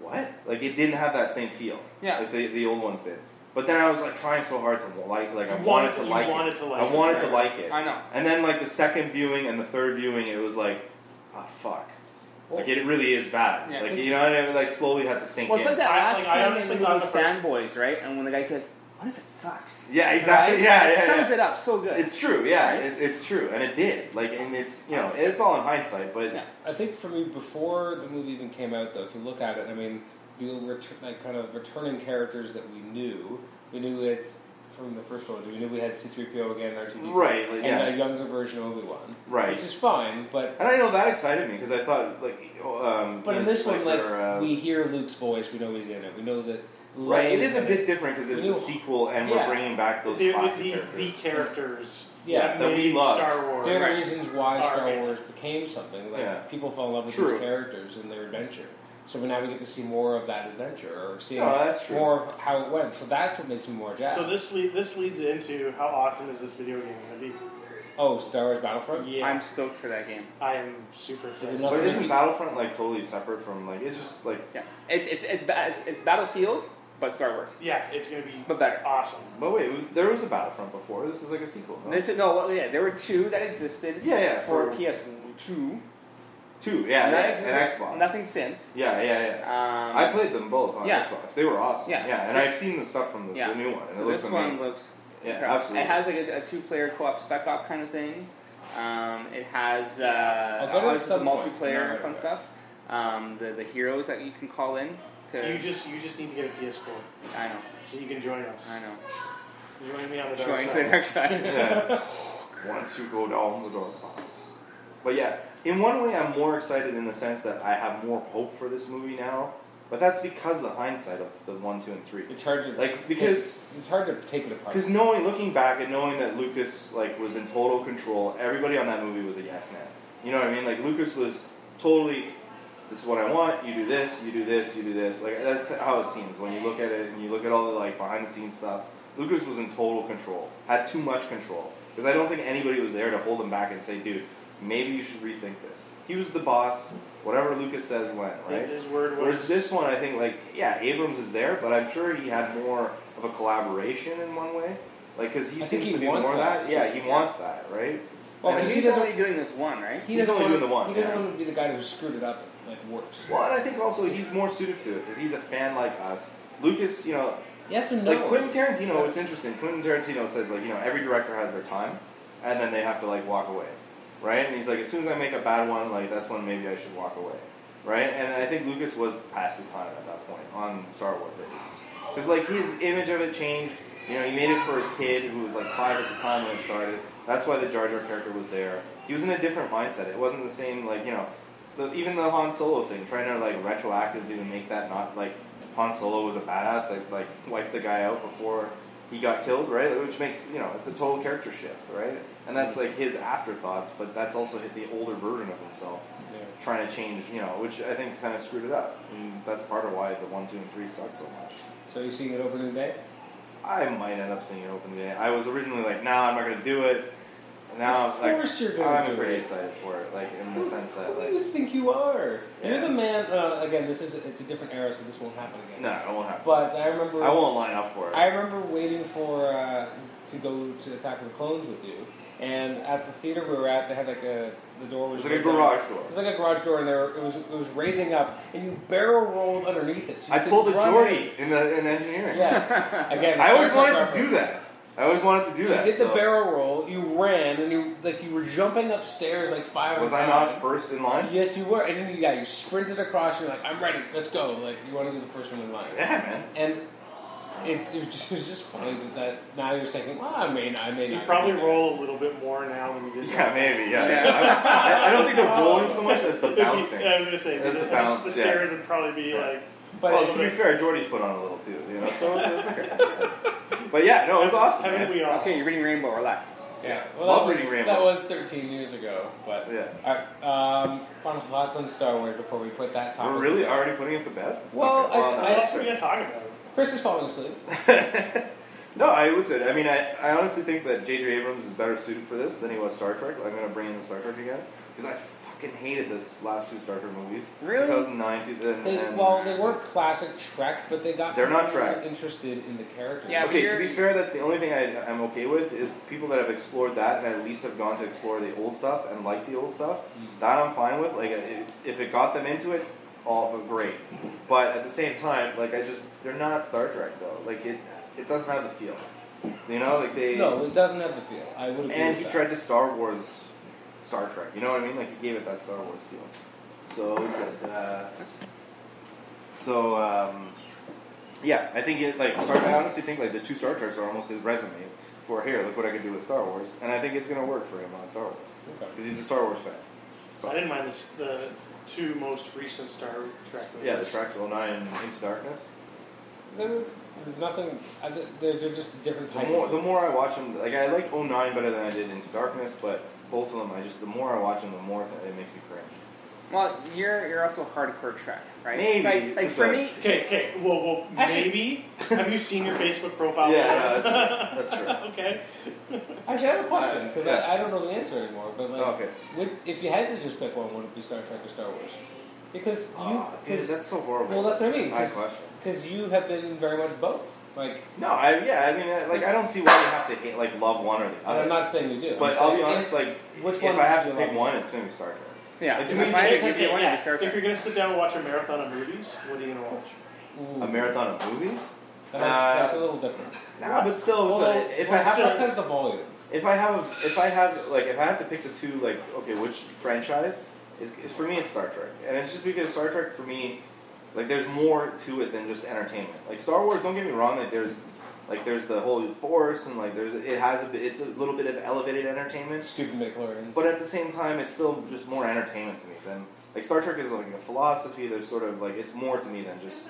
what? Like, it didn't have that same feel. Yeah. Like the, the old ones did. But then I was like trying so hard to like, like I You wanted wanted- to you like wanted it. to like I it, wanted to right. like it. I know. And then like the second viewing and the third viewing, it was like, ah, fuck. Like it really is bad. Yeah. Like you know, what I mean? like slowly had to sink Well, in. it's like that I- last like, I honestly scene in the thought movie the first- Fanboys, right? And when the guy says, "What if it sucks?" Yeah, exactly. Right? Yeah, It yeah, sums yeah. it up so good. It's true. Yeah, Right? it, it's true, and it did. Like, and it's you know, it's all in hindsight, but Yeah. I think for me, before the movie even came out, though, if you look at it, I mean, you retu- like kind of returning characters that we knew. We knew it's from the first one. We knew we had C-3PO again, R2D2, Right, like, and yeah. a younger version of Obi Wan, Right. which is fine. But And I know that excited me because I thought like, um, but in this one, like we're, uh, we hear Luke's voice, we know he's in it. We know that. right, it Leia- is a bit different because it's a New- sequel, and Yeah. we're bringing back The, those the, classic the, the characters. characters Yeah, that we made love. Star Wars. There are reasons why Alright. Star Wars became something. Like Yeah. people fell in love with True. these characters and their adventure. So now we get to see more of that adventure, or seeing No, that's true. more of how it went. So that's what makes me more jazzed. So this lead, this leads into how awesome is this video game going oh, Star Wars to Battlefront. be? Yeah, I'm stoked for that game. I am super excited. not- But Okay. isn't Battlefront like totally separate from like it's just like Yeah, it's it's it's, ba- it's, it's Battlefield, but Star Wars, Yeah, it's going to be but better. awesome. but wait there was a Battlefront before this is like a sequel no? This is no, well, yeah, there were two that existed. yeah yeah for PS2. two yeah, yeah Nothing- and Xbox Nothing since. yeah yeah yeah Um, I played them both on Yeah. Xbox they were awesome Yeah. and I've seen the stuff from the, Yeah. the new one and So it looks this one amazing looks. Yeah, incredible. absolutely. It has like a, a two-player co-op spec op kind of thing. Um, it has uh, I'll go to it obviously the some point. multiplayer No, fun no. stuff. Um, the the heroes that you can call in to. You just you just need to get a PS4 I know, so you can join us. I know. Join me on the dark Join to the side. dark side. Yeah. Once you go down the dark path. But yeah, in one way, I'm more excited in the sense that I have more hope for this movie now. But that's because the hindsight of the one, two, and three. It's hard to Like because it's hard to take it apart. because knowing, looking back and knowing that Lucas like was in total control. Everybody on that movie was a yes man. You know what I mean? Like Lucas was totally. This is what I want. You do this. You do this. You do this. Like that's how it seems when you look at it and you look at all the like behind the scenes stuff. Lucas was in total control. Had too much control because I don't think anybody was there to hold him back and say, "Dude, maybe you should rethink this." He was the boss. Whatever Lucas says went right. His word was. Whereas this one, I think, like, yeah, Abrams is there, but I'm sure he had more of a collaboration in one way. Like, because he I think seems he to be wants more that. that. Yeah, he wants that, right? well, and because he He's doesn't. only doing this one, right? He he's doesn't only want, doing the one, He doesn't yeah. want to be the guy who screwed it up like worse. Well, and I think also he's more suited to it, because he's a fan like us. Lucas, you know, Yes and no. like Quentin Tarantino, it's interesting. Quentin Tarantino says, like, you know, every director has their time, and then they have to, like, walk away, right? And he's like, as soon as I make a bad one, like, that's when maybe I should walk away, right? And I think Lucas was past his time at that point, on Star Wars at least. Because, like, his image of it changed. You know, he made it for his kid, who was, like, five at the time when it started. That's why the Jar Jar character was there. He was in a different mindset. It wasn't the same, like, you know, the, even the Han Solo thing, trying to, like, retroactively make that not, like, Han Solo was a badass that like wiped the guy out before he got killed, right? Which makes you know it's a total character shift, right? And that's like his afterthoughts, but that's also the older version of himself Yeah. trying to change, you know, which I think kind of screwed it up. And that's part of why the one, two, and three suck so much. So you seeing it opening day? I might end up seeing it open today. I was originally like, nah, I'm not gonna do it. And now, Of like, course you're gonna I'm do pretty it. excited for it, like in the Who- sense that Who like, do you think you are? Yeah. You're the man. Uh, again, this is it's a different era, so this won't happen again. no, it won't happen. But I remember I won't line up for it. I remember waiting for uh, to go to Attack of the Clones with you, and at the theater we were at, they had like a the door it was was right like a down- garage door. It was like a garage door, and there were- it was it was raising up, and you barrel rolled underneath it. So I you could pulled a run- Jordy in the in engineering. Yeah, again, I always Star Trek wanted to do reference. that. I always wanted to do So that. You did so- the barrel roll, you ran, and you like you were jumping upstairs like five. Was or I five. not first in line? Yes, you were, and then you, yeah, you sprinted across. And you're like, I'm ready, let's go. Like you want to be the first one in line. Yeah, man. And it's it was just, it's just funny that, that now you're thinking, well, I may not, I may You not. probably be roll a little bit more now than you did. Yeah, maybe. Yeah. Yeah. I, I don't think the rolling so much as the If you- bouncing. I was going to say, That's the the, bounce, the yeah. stairs would probably be Yeah. like. there. But Well, it's to be fair, Jordy's put on a little too, you know. So it's okay. It's okay. But yeah, no, it was awesome. Haven't man. we all? Okay, you're reading Rainbow. Relax. yeah, Love well, that reading was, Rainbow. that was 13 years ago. But Yeah. all right, um, final thoughts on Star Wars before we put that topic. We're really already putting it to bed. Well, I- Okay, no, I- What that's else are we fair. going to talk about? Chris is falling asleep. no, I would say. I mean, I, I honestly think that J.J. Abrams is better suited for this than he was Star Trek. I'm gonna bring in the Star Trek again because I fucking hated this last two Star Trek movies. Really? 2009 to then. They, and, well, they were classic Trek, but they got They're not people Trek. interested in the character. Yeah, Okay, but to be you're- fair, that's the only thing I, I'm okay with is people that have explored that and at least have gone to explore the old stuff and like the old stuff. Mm. That I'm fine with. Like, if, if it got them into it, all but great. But at the same time, like, I just they're not Star Trek though. Like, it it doesn't have the feel. You know, like they. No, it doesn't have the feel. I would agree And with he that. tried to Star Wars, Star Trek. You know what I mean? Like he gave it that Star Wars feel. So it's a, uh, so um, yeah, I think it like Star. I honestly think like the two Star Treks are almost his resume for here. Look what I can do with Star Wars, and I think it's gonna work for him on Star Wars Okay. because he's a Star Wars fan. I So didn't mind the, the two most recent Star Trek movies. yeah, the Treks 09 and Into Darkness. They're nothing. I th- They're, they're just different The type. more, of the more I watch them, like I like 09 better than I did Into Darkness, but both of them, I just the more I watch them, the more it makes me cringe. Well, you're you're also hardcore Trek, right? Maybe. Like, like It's for a- me, Okay, okay. Well, well Actually- maybe. Have you seen your Facebook profile? Yeah, no, that's true. That's true. okay. Actually, I have a question because Yeah. Oh. I, I don't know the answer anymore. But like, Okay. would, if you had to just pick one, would it be Star Trek or Star Wars? Because you, Oh, dude, cause, that's so horrible. well, that's what I mean, High 'cause- question. 'cause you have been very much both. Like, No, I yeah, I mean, I- like I don't see why you have to hate, like love one or the and other. I'm not saying you do. Uh, but I'm I'll saying be if- honest, like which if one I have would to you pick like? one, it's gonna be Star Trek. yeah. Like, If to me, I had to Star pick Trek- Okay, one, it'd yeah. be Star If Trek. you're gonna sit down and watch a marathon of movies, what are you gonna watch? Ooh, A marathon of movies? that's, uh, that's a little different. Nah, but still, it's a- Although, if well, I have Star to, Trek has the volume. if I have, if I have, like if I have to pick the two, like okay, which franchise? Is for me, it's Star Trek, and it's just because Star Trek for me, like there's more to it than just entertainment. Like Star Wars, don't get me wrong, like there's. Like there's the whole force, and like there's it has a bit, it's a little bit of elevated entertainment, Stupid midichlorians. But at the same time, it's still just more entertainment to me than like Star Trek is like a philosophy. There's sort of like it's more to me than just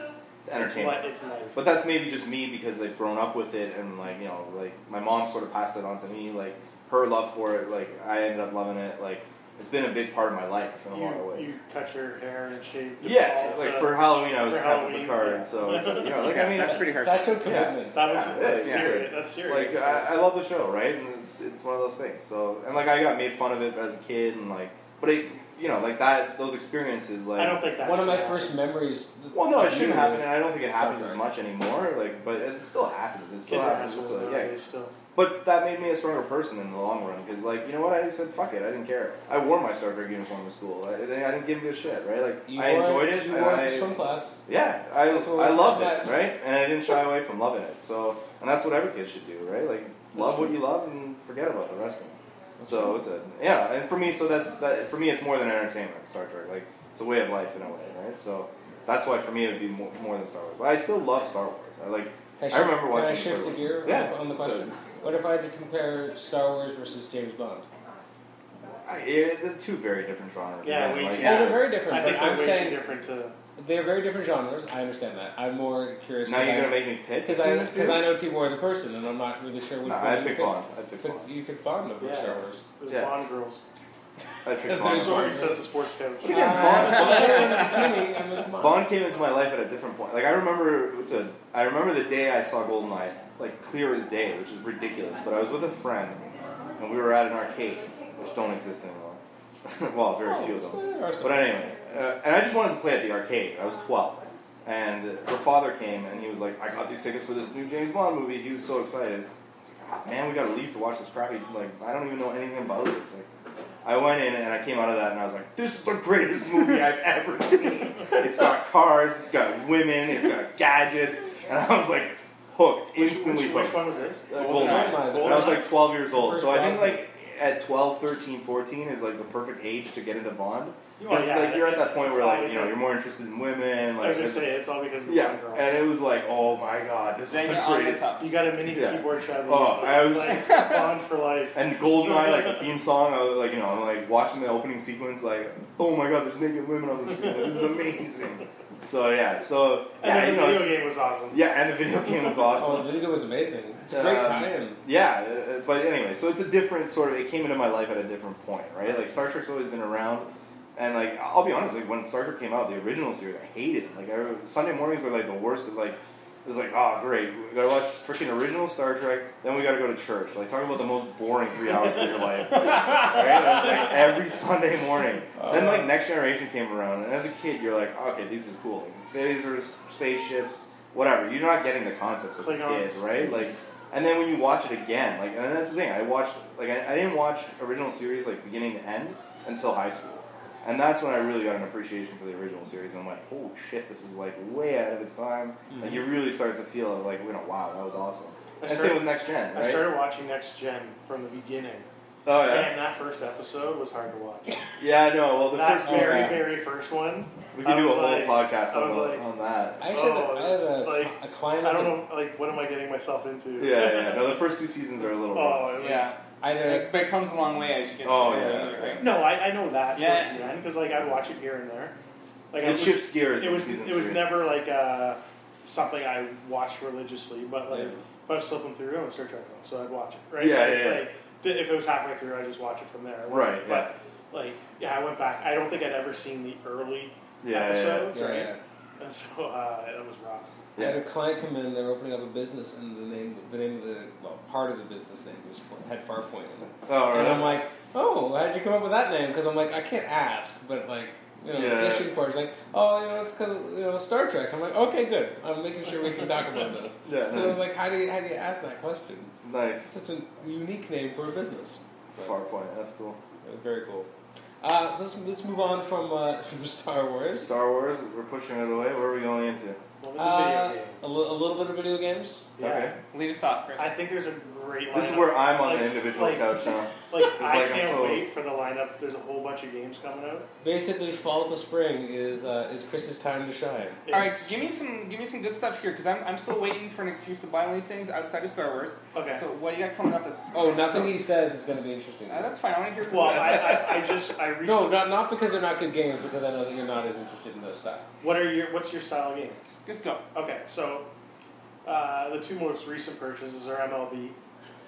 entertainment. It's, li- it's life. But that's maybe just me because I've grown up with it, and like you know, like my mom sort of passed it on to me. Like her love for it, like I ended up loving it. Like it's been a big part of my life in a lot of You, ways. you cut your hair and shave. your yeah, balls uh, like up. for Halloween, I was for Captain Halloween, Picard, yeah. so it's like, you know, like I mean, That's pretty hard. That's your Yeah. commitment. that was yeah, that's, yeah. serious. That's serious. like I, I love the show, right? And it's it's one of those things. So and like I got made fun of it as a kid, and like, but it, you know, like that those experiences, like I don't think that. One of my should happen. first memories. Well, no, it of you shouldn't happen, was and I don't think it Star happens as Trek. much anymore. Like, but it still happens. It still Kids are happens. assholes so, yeah. nowadays still. But that made me a stronger person in the long run because, like, you know what? I just said, "Fuck it," I didn't care. I wore my Star Trek uniform to school. I, I didn't give a shit, right? Like, You I wore- enjoyed it. You and wore it I, to swim class. yeah, I, That's what I we're loved talking it, about. right? And I didn't shy away from loving it. So, and that's what every kid should do, right? Like, love what you love and forget about the rest of it. So it's a yeah, and for me, so that's that. For me, it's more than entertainment. Star Trek, like it's a way of life in a way, right? So that's why for me it would be more, more than Star Wars. But I still love Star Wars. I like. Can I remember watching. Can I shift Star the Wars. gear Yeah. on the so, question? What if I had to compare Star Wars versus James Bond? I, it, they're two very different genres. Yeah, man. we- like, Yeah. Those are very I different. but think they're I'm way saying too different to. they're very different genres. I understand that. I'm more curious. Now you're gonna make me pick because I between the two? because I know Timor as a person, and I'm not really sure which Nah, one. I you pick pick. Bond. I pick Bond. But you pick Bond over Yeah. Star Wars. There's Yeah. Bond girls. I pick Because Bond. there's always- Sorry, says the sports coach. Again, Bond- Uh, Bond- I mean, I mean, come on. Bond came into my life at a different point. Like I remember, it's a. I remember the day I saw Goldeneye, like clear as day, which is ridiculous. But I was with a friend, and we were at an arcade, which don't exist anymore. well, Oh, very few of them. There are some. But anyway, uh, and I just wanted to play at the arcade. I was 12. And her father came and he was like, I got these tickets for this new James Bond movie. He was so excited. I was like, "Ah, man, we gotta leave to watch this crappy. Like, I don't even know anything about this. Like, I went in and I came out of that and I was like, this is the greatest movie I've ever seen. It's got cars, it's got women, it's got gadgets. And I was like, hooked, instantly Which, which hooked. one was this? Like, Goldeneye. Goldeneye. Goldeneye. And I was like 12 years old. First So I think, Bond. like, at 12, 13, 14 is like the perfect age to get into Bond. Oh, Because yeah, like you're at that point where it's like all you know because- you're more interested in women. I Like was gonna there's- say it's all because of the yeah, Bond girls. and it was like oh my god, this is Then the you're on the greatest. top. You got a mini Yeah. keyboard shadow. Oh, I was- like Bond for life. And Goldeneye, like the theme song, I was like you know I'm like watching the opening sequence, like oh my god, there's naked women on the screen. This is amazing. So yeah, so And yeah, then you the know, video it's- game was awesome. yeah, and the video game was Oh, awesome. the video was amazing. It's a great Um, time. Yeah, uh, but anyway, so it's a different sort of. It came into my life at a different point, right? Like Star Trek's always been around, and like I'll be honest, like when Star Trek came out, the original series, I hated it. Like I, Sunday mornings were like the worst of like. It was like, oh, great. We gotta watch freaking original Star Trek, then we gotta go to church. Like, talk about the most boring three hours of your life. right? And it's like every Sunday morning. then, like, Next Generation came around, and as a kid, you're like, okay, these are cool. These are s- spaceships, whatever. You're not getting the concepts as a kid, Klingons. right? Like, and then when you watch it again, like, and that's the thing, I watched, like, I, I didn't watch original series, like, beginning to end until high school. And that's when I really got an appreciation for the original series. I'm like, oh shit, this is, like, way out of its time. Like, you really start to feel it, like, you know, wow, that was awesome. Mm-hmm. I and started- same with Next Gen, right? I started watching Next Gen from the beginning. oh, yeah. Man, that first episode was hard to watch. Yeah, I know. Well, the that first very, season, very first one. we could I do a was whole like- podcast I on, was the- like- on that. I actually had, a, I had a, oh, like, a client. I at don't the- know, like, what am I getting myself into? Yeah, yeah. No, the first two seasons are a little rough. oh, it was. Yeah. I had a, It- But it comes a long way as you get Oh, older, yeah. right? No, I, I know that Yeah. towards the end because like I'd watch it here and there. Like I it was- shifts gears. It in was season it was three. never like uh, something I watched religiously, but like Yeah. if I was flipping through, I'm a Star Trek film, so I'd watch it. Right? Yeah, like, yeah, yeah. Like, th- if it was halfway through, I would just watch it from there. Right, But like, yeah, I went back. I don't think I'd ever seen the early Yeah, yeah, yeah. episodes, yeah, right? yeah. And so uh, that was rough. I had a client come in. They're opening up a business, and the name, the name of the well, part of the business name was had Farpoint in it. Oh, And I'm right. like, oh, how'd you come up with that name? Because I'm like, I can't ask, but like, you know, Yeah. fishing for it. It's like, oh, you know, it's because you know Star Trek. I'm like, okay, good. I'm making sure we can talk about this. Yeah, And I was nice. like, how do you how do you ask that question? nice. It's such a unique name for a business. But Far point. That's cool. It was very cool. Uh, let's let's move on from uh, from Star Wars. Star Wars. We're pushing it away. Where are we going into? Well, then Uh, video a, games. li- a little bit of video games. Yeah. Okay. Leave us off, Chris. I think there's a great. This is lineup. where I'm on like, the individual like, couch now. Like I like I'm can't so- wait for the lineup. There's a whole bunch of games coming out. Basically, Fall to Spring is uh, is Chris's time to shine. All right, It's- give me some give me some good stuff here because I'm, I'm still waiting for an excuse to buy one of these things outside of Star Wars. Okay. So what do you got coming up? That's Oh, nothing he says is going to be interesting. Uh, that's fine. I want to hear. Well, I, I, I just I recently. No, not, not because they're not good games, because I know that you're not as interested in those stuff. What are your What's your style of game? Just- just go. Okay, so uh, the two most recent purchases are MLB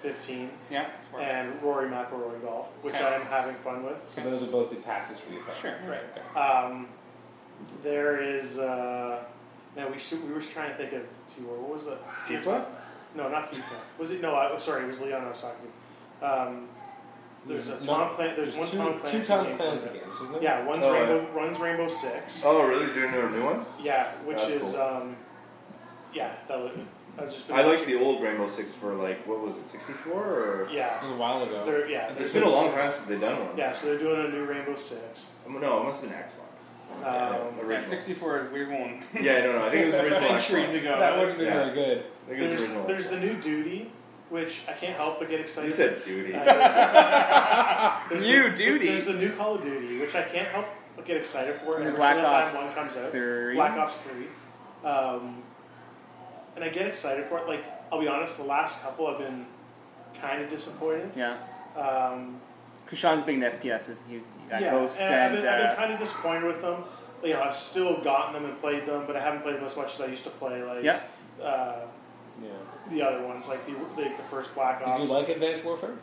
15 Yeah. it's worth it. and Rory McIlroy Golf, which Okay. I am having fun with. So those would both be passes for you. Pat. Sure. Right. Okay. Um, there is uh, now we su- we were trying to think of two more. What was the FIFA? No, not FIFA. Was it? No, I, sorry, it was Leon Osaki. Um, there's a Tom Not- Clan- There's one two, Tom Clancy. two Tom game Clancy coming games, out. isn't it? Yeah, one's Oh, Rainbow. One's Rainbow Six. Oh, really? Doing a new one? Yeah, which That's is cool. um, yeah. That was, I was just. I like the old Rainbow Six for like what was it, sixty four? Or A Yeah, little while ago. they're yeah. it's they're- been a long time since they've done one. Yeah, so they're doing a new Rainbow Six. Um, No, it must have been Xbox. Um, Yeah, Yeah, original. 64 is a weird one. Yeah, no, no. I think it was original. Centuries Xbox. ago. that would have been Yeah. very good. I think it was there's, original. there's the Xbox. new Duty, which I can't help but get excited. You said duty. There's New the, Duty? There's the new Call of Duty, which I can't help but get excited for. Is it every Black single Ops time one comes out. Three? Black Ops Three, um, and I get excited for it. Like I'll be honest, the last couple I've been kind of disappointed. Yeah. Um, Because Sean's big into FPSs. He's got yeah, Ghosts and I've and, been, I've been uh, kind of disappointed with them. You know, I've still gotten them and played them, but I haven't played them as much as I used to play. Like Yep. uh, Yeah. the other ones, like the like the first Black Ops. Did you like Advanced Warfare?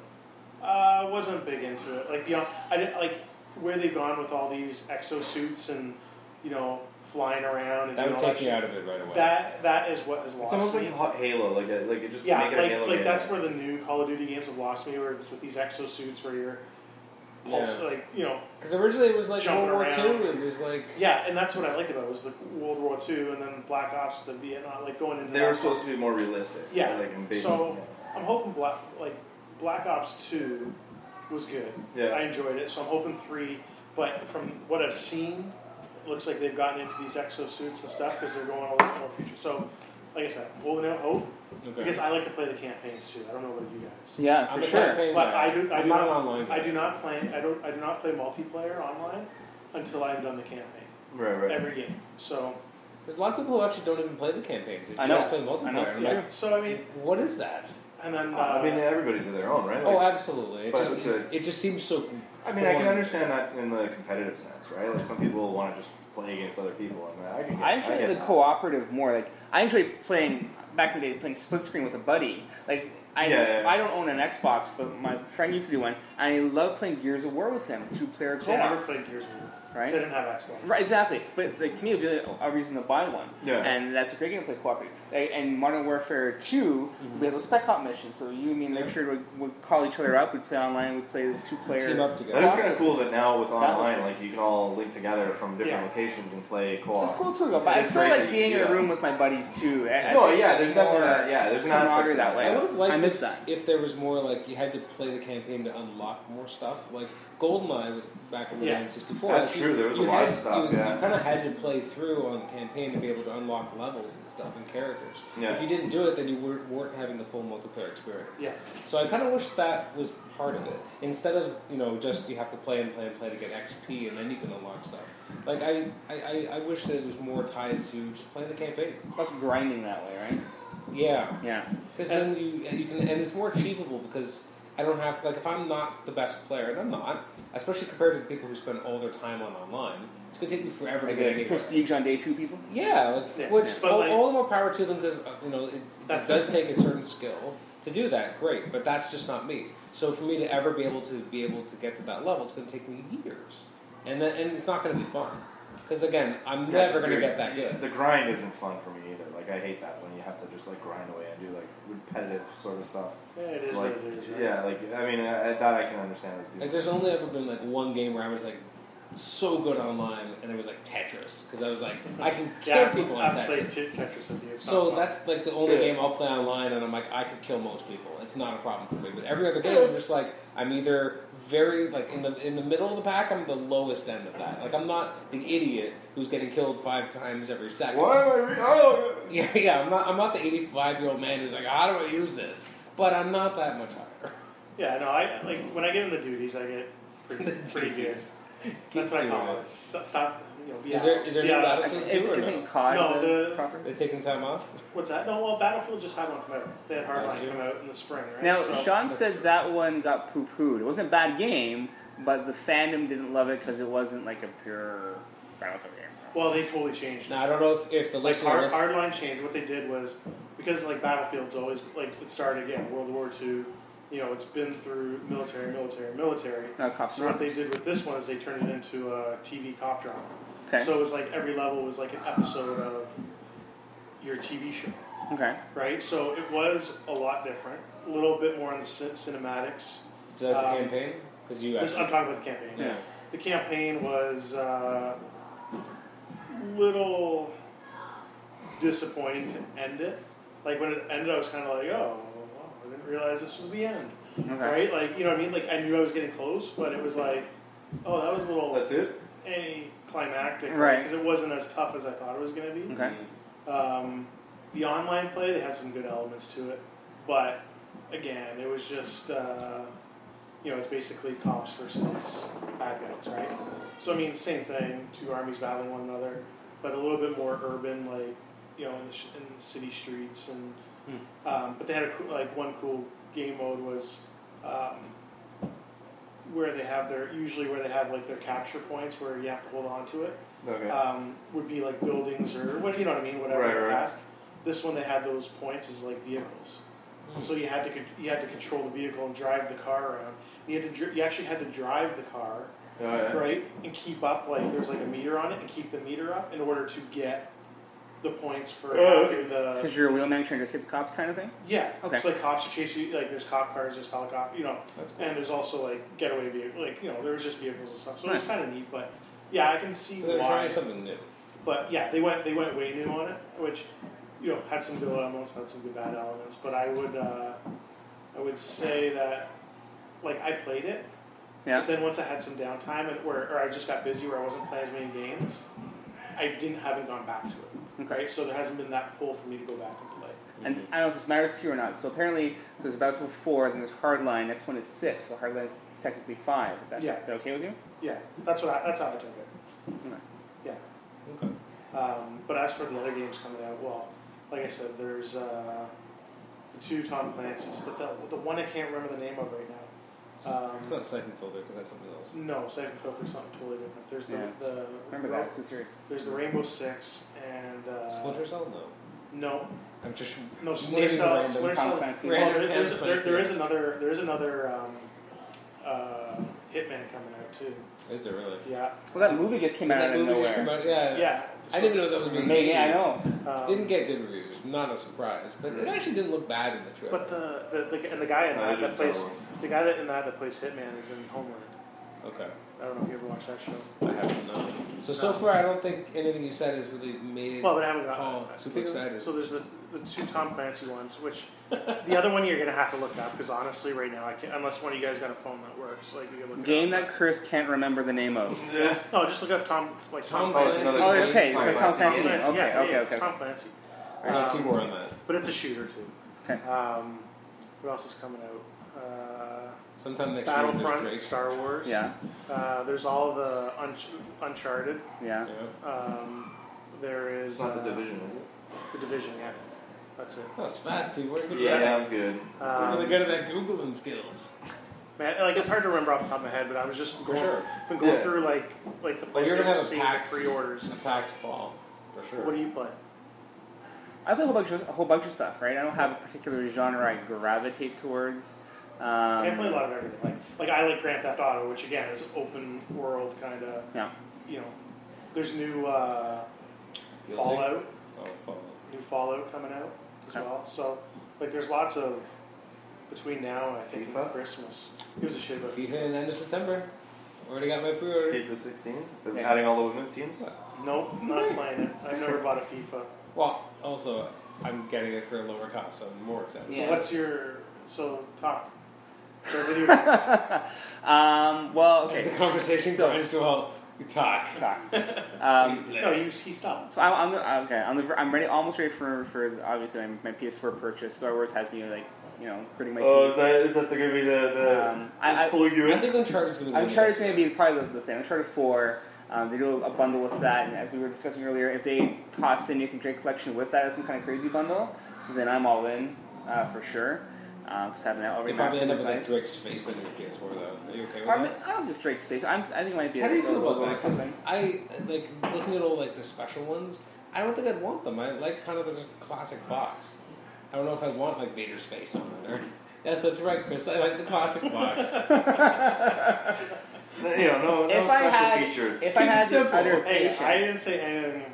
Uh, wasn't big into it. Like you know, I didn't like where they've gone with all these exosuits and you know flying around and That doing would all take you shit. out of it right away. That that is what has It's lost almost me. like hot Halo, like a, like it just yeah, make it a like, Halo like game. that's where the new Call of Duty games have lost me, where it's with these exosuits where you're pulse, Yeah. like you know, Because originally it was like Jumping World War around. II. It was like yeah, and that's what I liked about it was the World War II and then Black Ops, the Vietnam, like going into they that were supposed to be more realistic. Yeah. Like and based So- yeah. I'm hoping Black like Black Ops Two was good. Yeah. I enjoyed it, so I'm hoping three. But from what I've seen, it looks like they've gotten into these exosuits and stuff because they're going all over more future. So, like I said, holding out hope okay. because I like to play the campaigns too. I don't know about you guys. yeah, I'm for a sure. campaign But guy. I do- I I'm do not an not- online. Guy. I do not play. I don't. I do not play multiplayer online until I've done the campaign Right, right. every game. So, There's a lot of people who actually don't even play the campaigns. They I just know. play multiplayer. I know. I'm like, so I mean, what is that? and then uh, I mean, everybody to their own, right? oh, Like, absolutely. It but just it's a- it just seems so. I mean, I can foreign. understand that in the competitive sense, right? Like some people want to just play against other people, and that I can. Get, I I enjoy get the that. cooperative more. Like I enjoy playing back in the day, playing split screen with a buddy. Like I, Yeah, yeah. I don't own an Xbox, but my friend used to do one. I love playing Gears of War with him, two player so I never co-op. played Gears of War. right? They didn't have X one. Right, exactly. But like to me, it'd be like, a reason to buy one. Yeah. And that's a great game to play cooperative. Like, and Modern Warfare 2 we had those spec op missions. So you and me and Richard would, would call each other up. We'd play online. We'd play this two player. Team up That together. is kind of cool that now with was online, cool. like you can all link together from different Yeah. locations and play co-op. It's cool too, though, but I It is still great that like you being can in a do that. room with my buddies too. I- I No, think yeah, it's there's definitely more- that. Yeah, there's an aspect camaraderie to that that. way. yeah. I would have liked I if- missed that. if there was more like you had to play the campaign to unlock more stuff, like Goldeneye back in the Yeah. 1964. That's like, true, there was a you lot of had- stuff, You, yeah. kind of had to play through on the campaign to be able to unlock levels and stuff and characters. Yeah. If you didn't do it, then you weren't, weren't having the full multiplayer experience. Yeah. So I kind of wish that was part of it instead of you know just you have to play and play and play to get XP and then you can unlock stuff. Like I, I, I- I wish that it was more tied to just playing the campaign. That's grinding that way, right? Yeah. Yeah. Because then you uh, you can and it's more achievable because I don't have like if I'm not the best player and I'm not, especially compared to the people who spend all their time on online, it's gonna take me forever to Like get a anywhere. prestige on day two people. Yeah, like, uh, Yeah, which but all, like- all the more power to them because uh, you know it, it That's- does take a certain skill to do that. Great, but that's just not me. So for me to ever be able to be able to get to that level, it's gonna take me years, and then, and it's not gonna be fun because again, I'm Yeah, never because gonna you're- get that good. The grind isn't fun for me either. Like I hate that when you have to just like grind away and do like repetitive sort of stuff. Yeah, it is like, what it is. Right? yeah, like I mean uh, that I can understand as being Like, there's only ever been like one game where I was like so good online, and it was like Tetris because I was like, I can kill Yeah, people on I've Tetris. played Tet- Tetris with you. It's So not fun. that's like the only Yeah. game I'll play online, and I'm like, I could kill most people. It's not a problem for me. But every other game, I'm just like, I'm either very like in the in the middle of the pack, I'm the lowest end of that. Like, I'm not the idiot who's getting killed five times every second. Why am I? Re- oh, Yeah, yeah. I'm not. I'm not the 85 year old man who's like, how do I use this? But I'm not that much higher. Yeah, no, I like when I get in the duties, I get pretty, pretty good. That's what I call doing it. Stop, stop you know, be Is out. there- is there Be no out. battle- Like, So is, two or no? isn't COD No, the the- proper? They're taking time off. What's that? No, well, Battlefield just had one come out. They had Did you? Hardline come out in the spring, right? Now, So- Sean that's said true. that one got poo pooed. It wasn't a bad game, but the fandom didn't love it because it wasn't like a pure Battlefield game. well, they totally changed. it. Now I don't know if, if the Like listener hard, list- Hardline changed. What they did was because like Battlefield's always like it started again World War II. You know, it's been through military, military, military. No, cops. So what they did with this one is they turned it into a TV cop drama. okay. So it was like every level was like an episode of your TV show. okay. right? So it was a lot different, a little bit more on the cin- cinematics. Is that the Um, campaign? Because you This, actually. I'm talking about the campaign. Yeah. The campaign was uh, little disappointing to end it. Like when it ended, I was kind of like, oh, well, I didn't realize this was the end, Okay. right? Like you know what I mean? Like I knew I was getting close, but it was like, oh, that was a little that's it. anticlimactic, Right. Because it wasn't as tough as I thought it was going to be. Okay. Um, the online play, they had some good elements to it, but again, it was just uh, you know it's basically cops versus bad guys, right? So I mean, same thing, two armies battling one another, but a little bit more urban, like you know, in the, sh- in the city streets, and um, but they had a cool, like one cool game mode was. Um, where they have their usually where they have like their capture points where you have to hold on to it Mm-hmm. Okay. um, would be like buildings or what you know what I mean, whatever Right, in the right. past. This one they had those points as like vehicles, Hmm. so you had to con- you had to control the vehicle and drive the car around. You had to dr- you actually had to drive the car Alright. right and keep up like there's like a meter on it and keep the meter up in order to get the points for Oh, having the Because you're a wheelman trying to escape the cops kind of thing? yeah. Okay. So like cops are chasing you, like there's cop cars, there's helicopter, you know, That's and there's also like getaway vehicle, like you know there was just vehicles and stuff. So it was Nice. kind of neat, but yeah, I can see So they're why. trying something new. But yeah, they went they went way new on it, which you know had some good elements, had some good bad elements. But I would uh, I would say that like I played it, Yeah. but then once I had some downtime and where or I just got busy where I wasn't playing as many games, I didn't haven't gone back to it. Okay. Right, so there hasn't been that pull for me to go back and play. And I don't know if this matters to you or not. So apparently, so there's Battlefield 4, then there's Hardline. Next one is 6, so Hardline's technically 5. Is that, Yeah. is that okay with you? Yeah, that's what I, that's how I took it. Okay. Yeah, Okay. um, but as for the other games coming out, well, like I said, there's uh, the two Tom Clancy's, but the the one I can't remember the name of right now. Um, It's not siphon filter because that's something else. No, Siphon Filter's something totally different. There's the, Yeah. the Remember that. It's good series. There's the Rainbow Six and uh, Splinter Cell, no. no, I'm just no Splinter naming Cell. random. Splinter Final Cell. Fantasy. Well, there, Random there's, Final there, there is Fantasy. another. There is another um, uh, Hitman coming out too. Is there really? Yeah, Well, that movie just came out that out of movie just came nowhere. out. Yeah. yeah. Uh, I didn't know that was being Made, made. yeah, I know. Um, Didn't get good reviews. Not a surprise, but it actually didn't look bad in the trailer. But the, the, the and the guy in No, that they that did sell plays one. the guy that in that that plays Hitman is in Homeland. okay, I don't know if you ever watched that show. I haven't known. So so far, I don't think anything you said has really made Um, Well, but I haven't Paul gotten. super excited. So there's the, the two Tom Clancy ones, which the other one you're gonna have to look up because honestly, right now I can't. Unless one of you guys got a phone that works, like you can look it Game up. that Chris can't remember the name of. Yeah. No, just look up Tom like Tom. Tom Oh, it's Clancy. another Oh, okay, so Sorry, it's Tom Clancy. Clancy. Clancy. Okay, yeah, yeah, okay, it's okay. Tom Clancy. I need um, two more on that. But it's a shooter too. Okay. Um, what else is coming out? Uh, Sometime next year, Battlefront, there's Drake. Star Wars. Yeah, Uh, there's all the Unch- Uncharted. yeah. Yeah. Um, there is It's not the uh, division, is it? The division, yeah. That's it. That was fast, dude. Where did Yeah, I'm good. You're Um, really good at that googling skills. man, like it's hard to remember off the top of my head, but I was just For going, sure. been going Yeah. through like like the But you're gonna PlayStation have a scene, packed the pre-orders. a packed fall for sure. What do you play? I play a whole bunch of a whole bunch of stuff, right? I don't have a particular genre I gravitate towards. Um, I play a lot of everything. Like like I like Grand Theft Auto, which again is open world kind of. Yeah. You know, there's new uh, DLC? Fallout, Oh, Fallout. new Fallout coming out as Okay. well. So like there's lots of between now and I think FIFA? Christmas. It was a shit about FIFA and end of September. Already got my pre-order. FIFA 16. They're Yeah. adding all the women's teams. Nope, not playing it. I've never bought a FIFA. Well, also I'm getting it for a lower cost, so I'm more excited. Yeah. So what's your so talk? So video games. um, well, As the okay. conversation So- grinds to a halt, we talk. Sorry. Um, We no, play. you, he stopped. So I'm, I'm okay. I'm, the, I'm ready, almost ready for for obviously my, my PS4 purchase. Star Wars has me like you know gritting my Oh, teeth. is that is that gonna be the the? Um, I- it's I- pulling you I in. think Uncharted's gonna be. I'm sure it's going to be probably the, the thing. I'm sure it's four. Um, they do a bundle with that, and as we were discussing earlier, if they toss in Nathan Drake collection with that as some kind of crazy bundle, then I'm all in uh, for sure. Because having that You already probably end up remastered with is like nice. Drake's face on your PS4 though. Are you okay with Or, I mean, that? I don't think Drake's face. I'm, I think it might be How a do you feel logo about that? or 'Cause something. I like looking at all like the special ones. I don't think I'd want them. I like kind of the just classic box. I don't know if I'd want like Vader's face on it. Or... Yes, that's right, Chris. I like the classic box. You know, no, no If I special had- features. If I had the Simple. utter Hey, patience, I didn't say anything.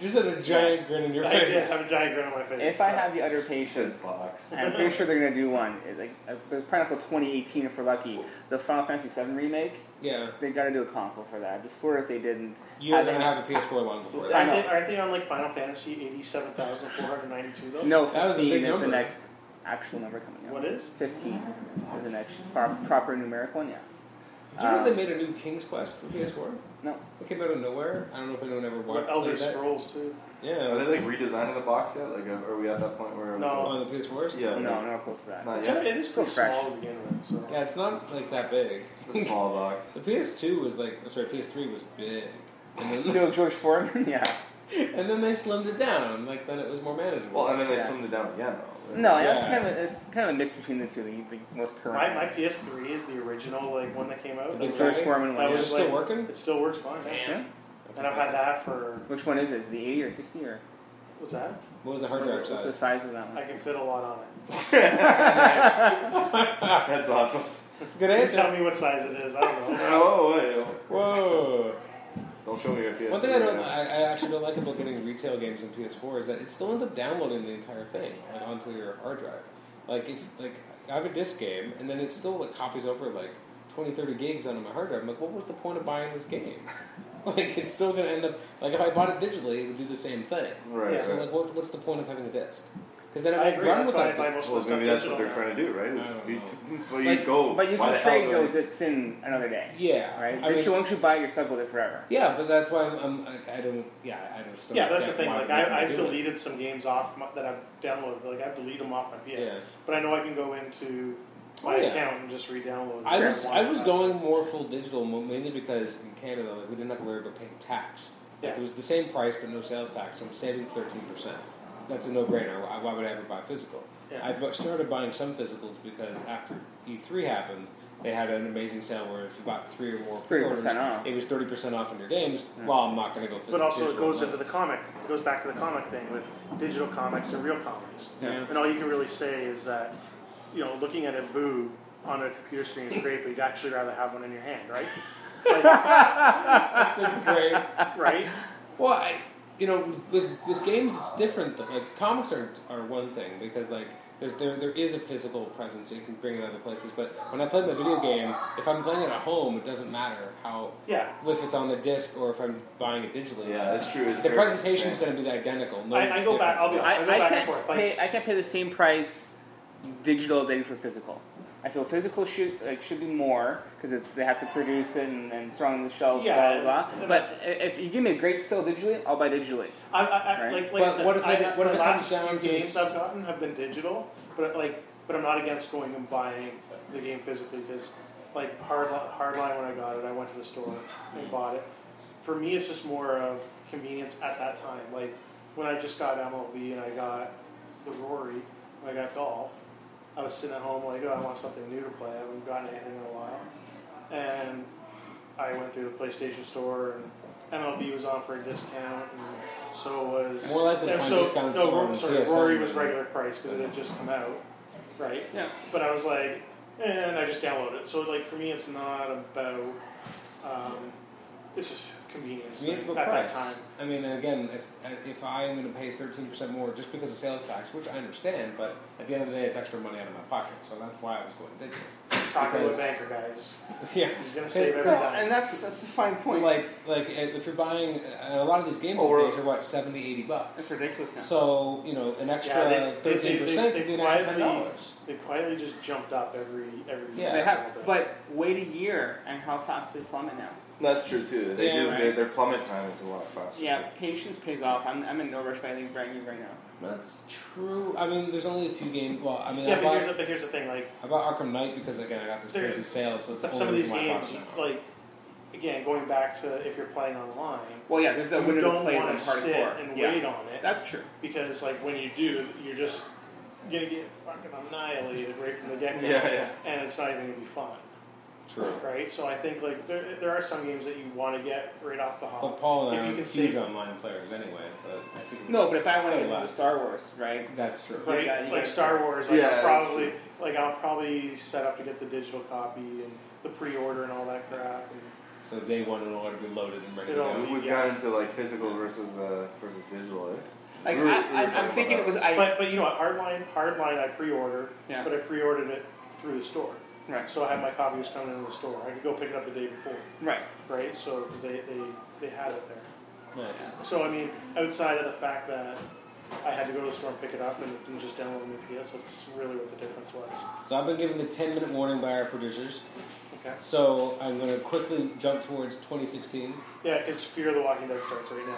Just had a giant grin in your I face. did have a giant grin on my face. if I had the utter you patience, said box. I'm pretty sure they're going to do one. It, like, uh, it's probably not till 2018 if we're lucky. The Final Fantasy VII remake, Yeah, they got to do a console for that. Before, if they didn't, you were had gonna they- have a PS4 long before that. aren't they, aren't they on like Final Fantasy eighty-seven thousand four hundred ninety-two though? No, That was a 15 big is number. the next actual number coming out. What is? 15 is the next pro- proper numeric one, yeah. Did you know Um, they made a new King's Quest for PS4? No. It came out of nowhere. I don't know if anyone ever watched With Elder played that. Scrolls too. Yeah, Are they like redesigning the box yet? Like, are are we at that point where? No. on the PS4s. Yeah. No, not close to that. Not It's, yet. it is pretty Still fresh. small to begin with. So Yeah, it's not like that big. It's a small box. The PS2 was like, oh, sorry, PS3 was big, and You then, know George Foreman? yeah. and then they slimmed it down. Like then it was more manageable. Well, and then they Yeah. slimmed it down again. Though. No, Yeah. It's, kind of a, it's kind of a mix between the two, the, the most current. my, my PS3 is the original like one that came out. The big George Right? Foreman That Is one. it was still like- working. It still works fine. yeah. yeah. That's And I've had impressive. that for Which one is it? Is it the 80 or 60 or? what's that? What was the hard drive What's the size? size of that I one? can fit a lot on it. That's awesome. That's a good You tell answer. me what size it is. I don't know. Oh wait, Whoa. don't show me your PS. One thing I don't, I, I actually don't like about getting retail games on PS4 is that it still ends up downloading the entire thing like onto your hard drive. Like if like I have a disc game and then it still like copies over like 20, 30 gigs onto my hard drive. I'm like, what was the point of buying this game? like it's still gonna end up like if I bought it digitally, it would do the same thing. Right. Yeah. So right. like, what, what's the point of having a disc? Because then I it would agree. run That's why I without. buy the- most Well, of the maybe that's what they're stuff digital now. trying to do, right? I don't Is- so you Like, go. But you why can the hell trade do I- those discs in another day, Yeah. right? I But mean, you won't you buy your stuff with it forever? yeah, but that's why I'm, I'm like, I don't. Yeah, I just don't. Yeah, that's the get thing. why Like people I, I've do it. deleted some games off my, that I've downloaded. Like I've deleted them off my PS, Yeah. but I know I can go into my Oh, yeah. account and just re-download. I Sure. was I was going more full digital mo- mainly because in Canada like, we didn't have to worry about paying tax. Like, Yeah. It was the same price but no sales tax, so I'm saving thirteen percent. That's a no-brainer. Why, why would I ever buy physical? Yeah. I bu- started buying some physicals because after E3 happened, they had an amazing sale where if you bought three or more 30% pre-orders, off. it was thirty percent off on your games. Well, I'm not going to go. But also, it goes digital. into the comic. It goes back to the comic thing with digital comics and real comics. Yeah. And all you can really say is that, you know, looking at a boo on a computer screen is great, but you'd actually rather have one in your hand, right? Like, That's a great. right? Well, I, you know, with, with games it's different. Though. Like comics are, are one thing because like there's there, there is a physical presence you can bring in other places. But when I play my video game, if I'm playing it at home, it doesn't matter how Yeah. if it's on the disc or if I'm buying it digitally. Yeah, that's true. It's The very presentation's interesting. going to be identical. No I- I go back- I'll be difference. honest. I, So go I back and can't forth, like- pay. I can't pay the same price digital than for physical. I feel physical should like should be more because they have to produce it and, and it's thrown on the shelves. Yeah, blah blah. and blah. But i- if you give me a great sale digitally, I'll buy digitally. I, I, I Right. like, like I But said, what if I, it- what the if it comes last down few to s- games I've gotten have been digital, but like, but I'm not against going and buying the game physically because, like, hard hardline when I got it, I went to the store and bought it. For me, it's just more of convenience at that time. Like when I just got MLB and I got the Rory, when I got golf, I was sitting at home like, oh, I want something new to play. I haven't gotten anything in a while, and I went through the PlayStation Store and MLB was on for a discount, and so was More likely to and find so, discounts no, on Ro- sorry, PSN. Rory was regular price because it had just come out, right? Yeah. But I was like, and I just downloaded it. So like for me, it's not about, um, it's just convenience I mean, it's at about that price. time. I mean, again, if if I am going to pay thirteen percent more just because of sales tax, which I understand, but at the end of the day, it's extra money out of my pocket, so that's why I was going digital. Talking to a Because- banker, guys, yeah, he's gonna save every No, dime. and that's that's a fine point. like like eh, if you're buying a lot of these games Or- these days are what 70, 80 that's bucks. ridiculous now. So you know, an Yeah, extra they- they- they- thirteen percent they- could be an they extra ten quietly- dollars. They quietly just jumped up every every Yeah. they year. have, but wait a year and how fast they plummet now. That's true too. They Yeah, do. right. Their, their plummet time is a lot faster. Yeah, too. patience pays off. I'm, I'm in no rush by anything brand new right now. That's true. I mean, there's only a few games. Well, I mean, yeah, I, but bought, here's the, but here's the thing, like. I bought Arkham Knight because again, I got this There- crazy sale, so it's the But only some of these reason why I games, bought it now. like again, going back to if you're playing online, Well, yeah, because the you window to don't play want them to sit hardcore. and yeah, wait on it that's true. because like when you do, you're just gonna get fucking annihilated right from the get go, Yeah, yeah. and it's not even gonna be fun, True. right? So I think like there, there are some games that you want to get right off the But hop. Paul and If I you are can huge save- online players anyway, so I think No, but if I want to Play get into less. Star Wars, right? that's true. Right, gotta- you like gotta- Star Wars, like Yeah, I'll that's probably true. like I'll probably set up to get the digital copy and the pre-order and all that crap. And So day one it'll already be loaded and ready to It'll- go. We- We've Yeah. gotten into like physical versus uh, versus digital. Eh? Like We were- I, I, we were talking I'm about thinking it that. was I but but you know what, Hardline, Hardline, I pre-order, Yeah. but I pre-ordered it through the store. right, So I had my copy was coming into the store. I could go pick it up the day before, right. right? So because they, they they had it there. Nice. So I mean, outside of the fact that I had to go to the store and pick it up and it didn't just download on the PS, that's really what the difference was. So I've been given the 10 minute warning by our producers. Okay. So I'm going to quickly jump towards 2016. Yeah, because Fear of the Walking Dead starts right now,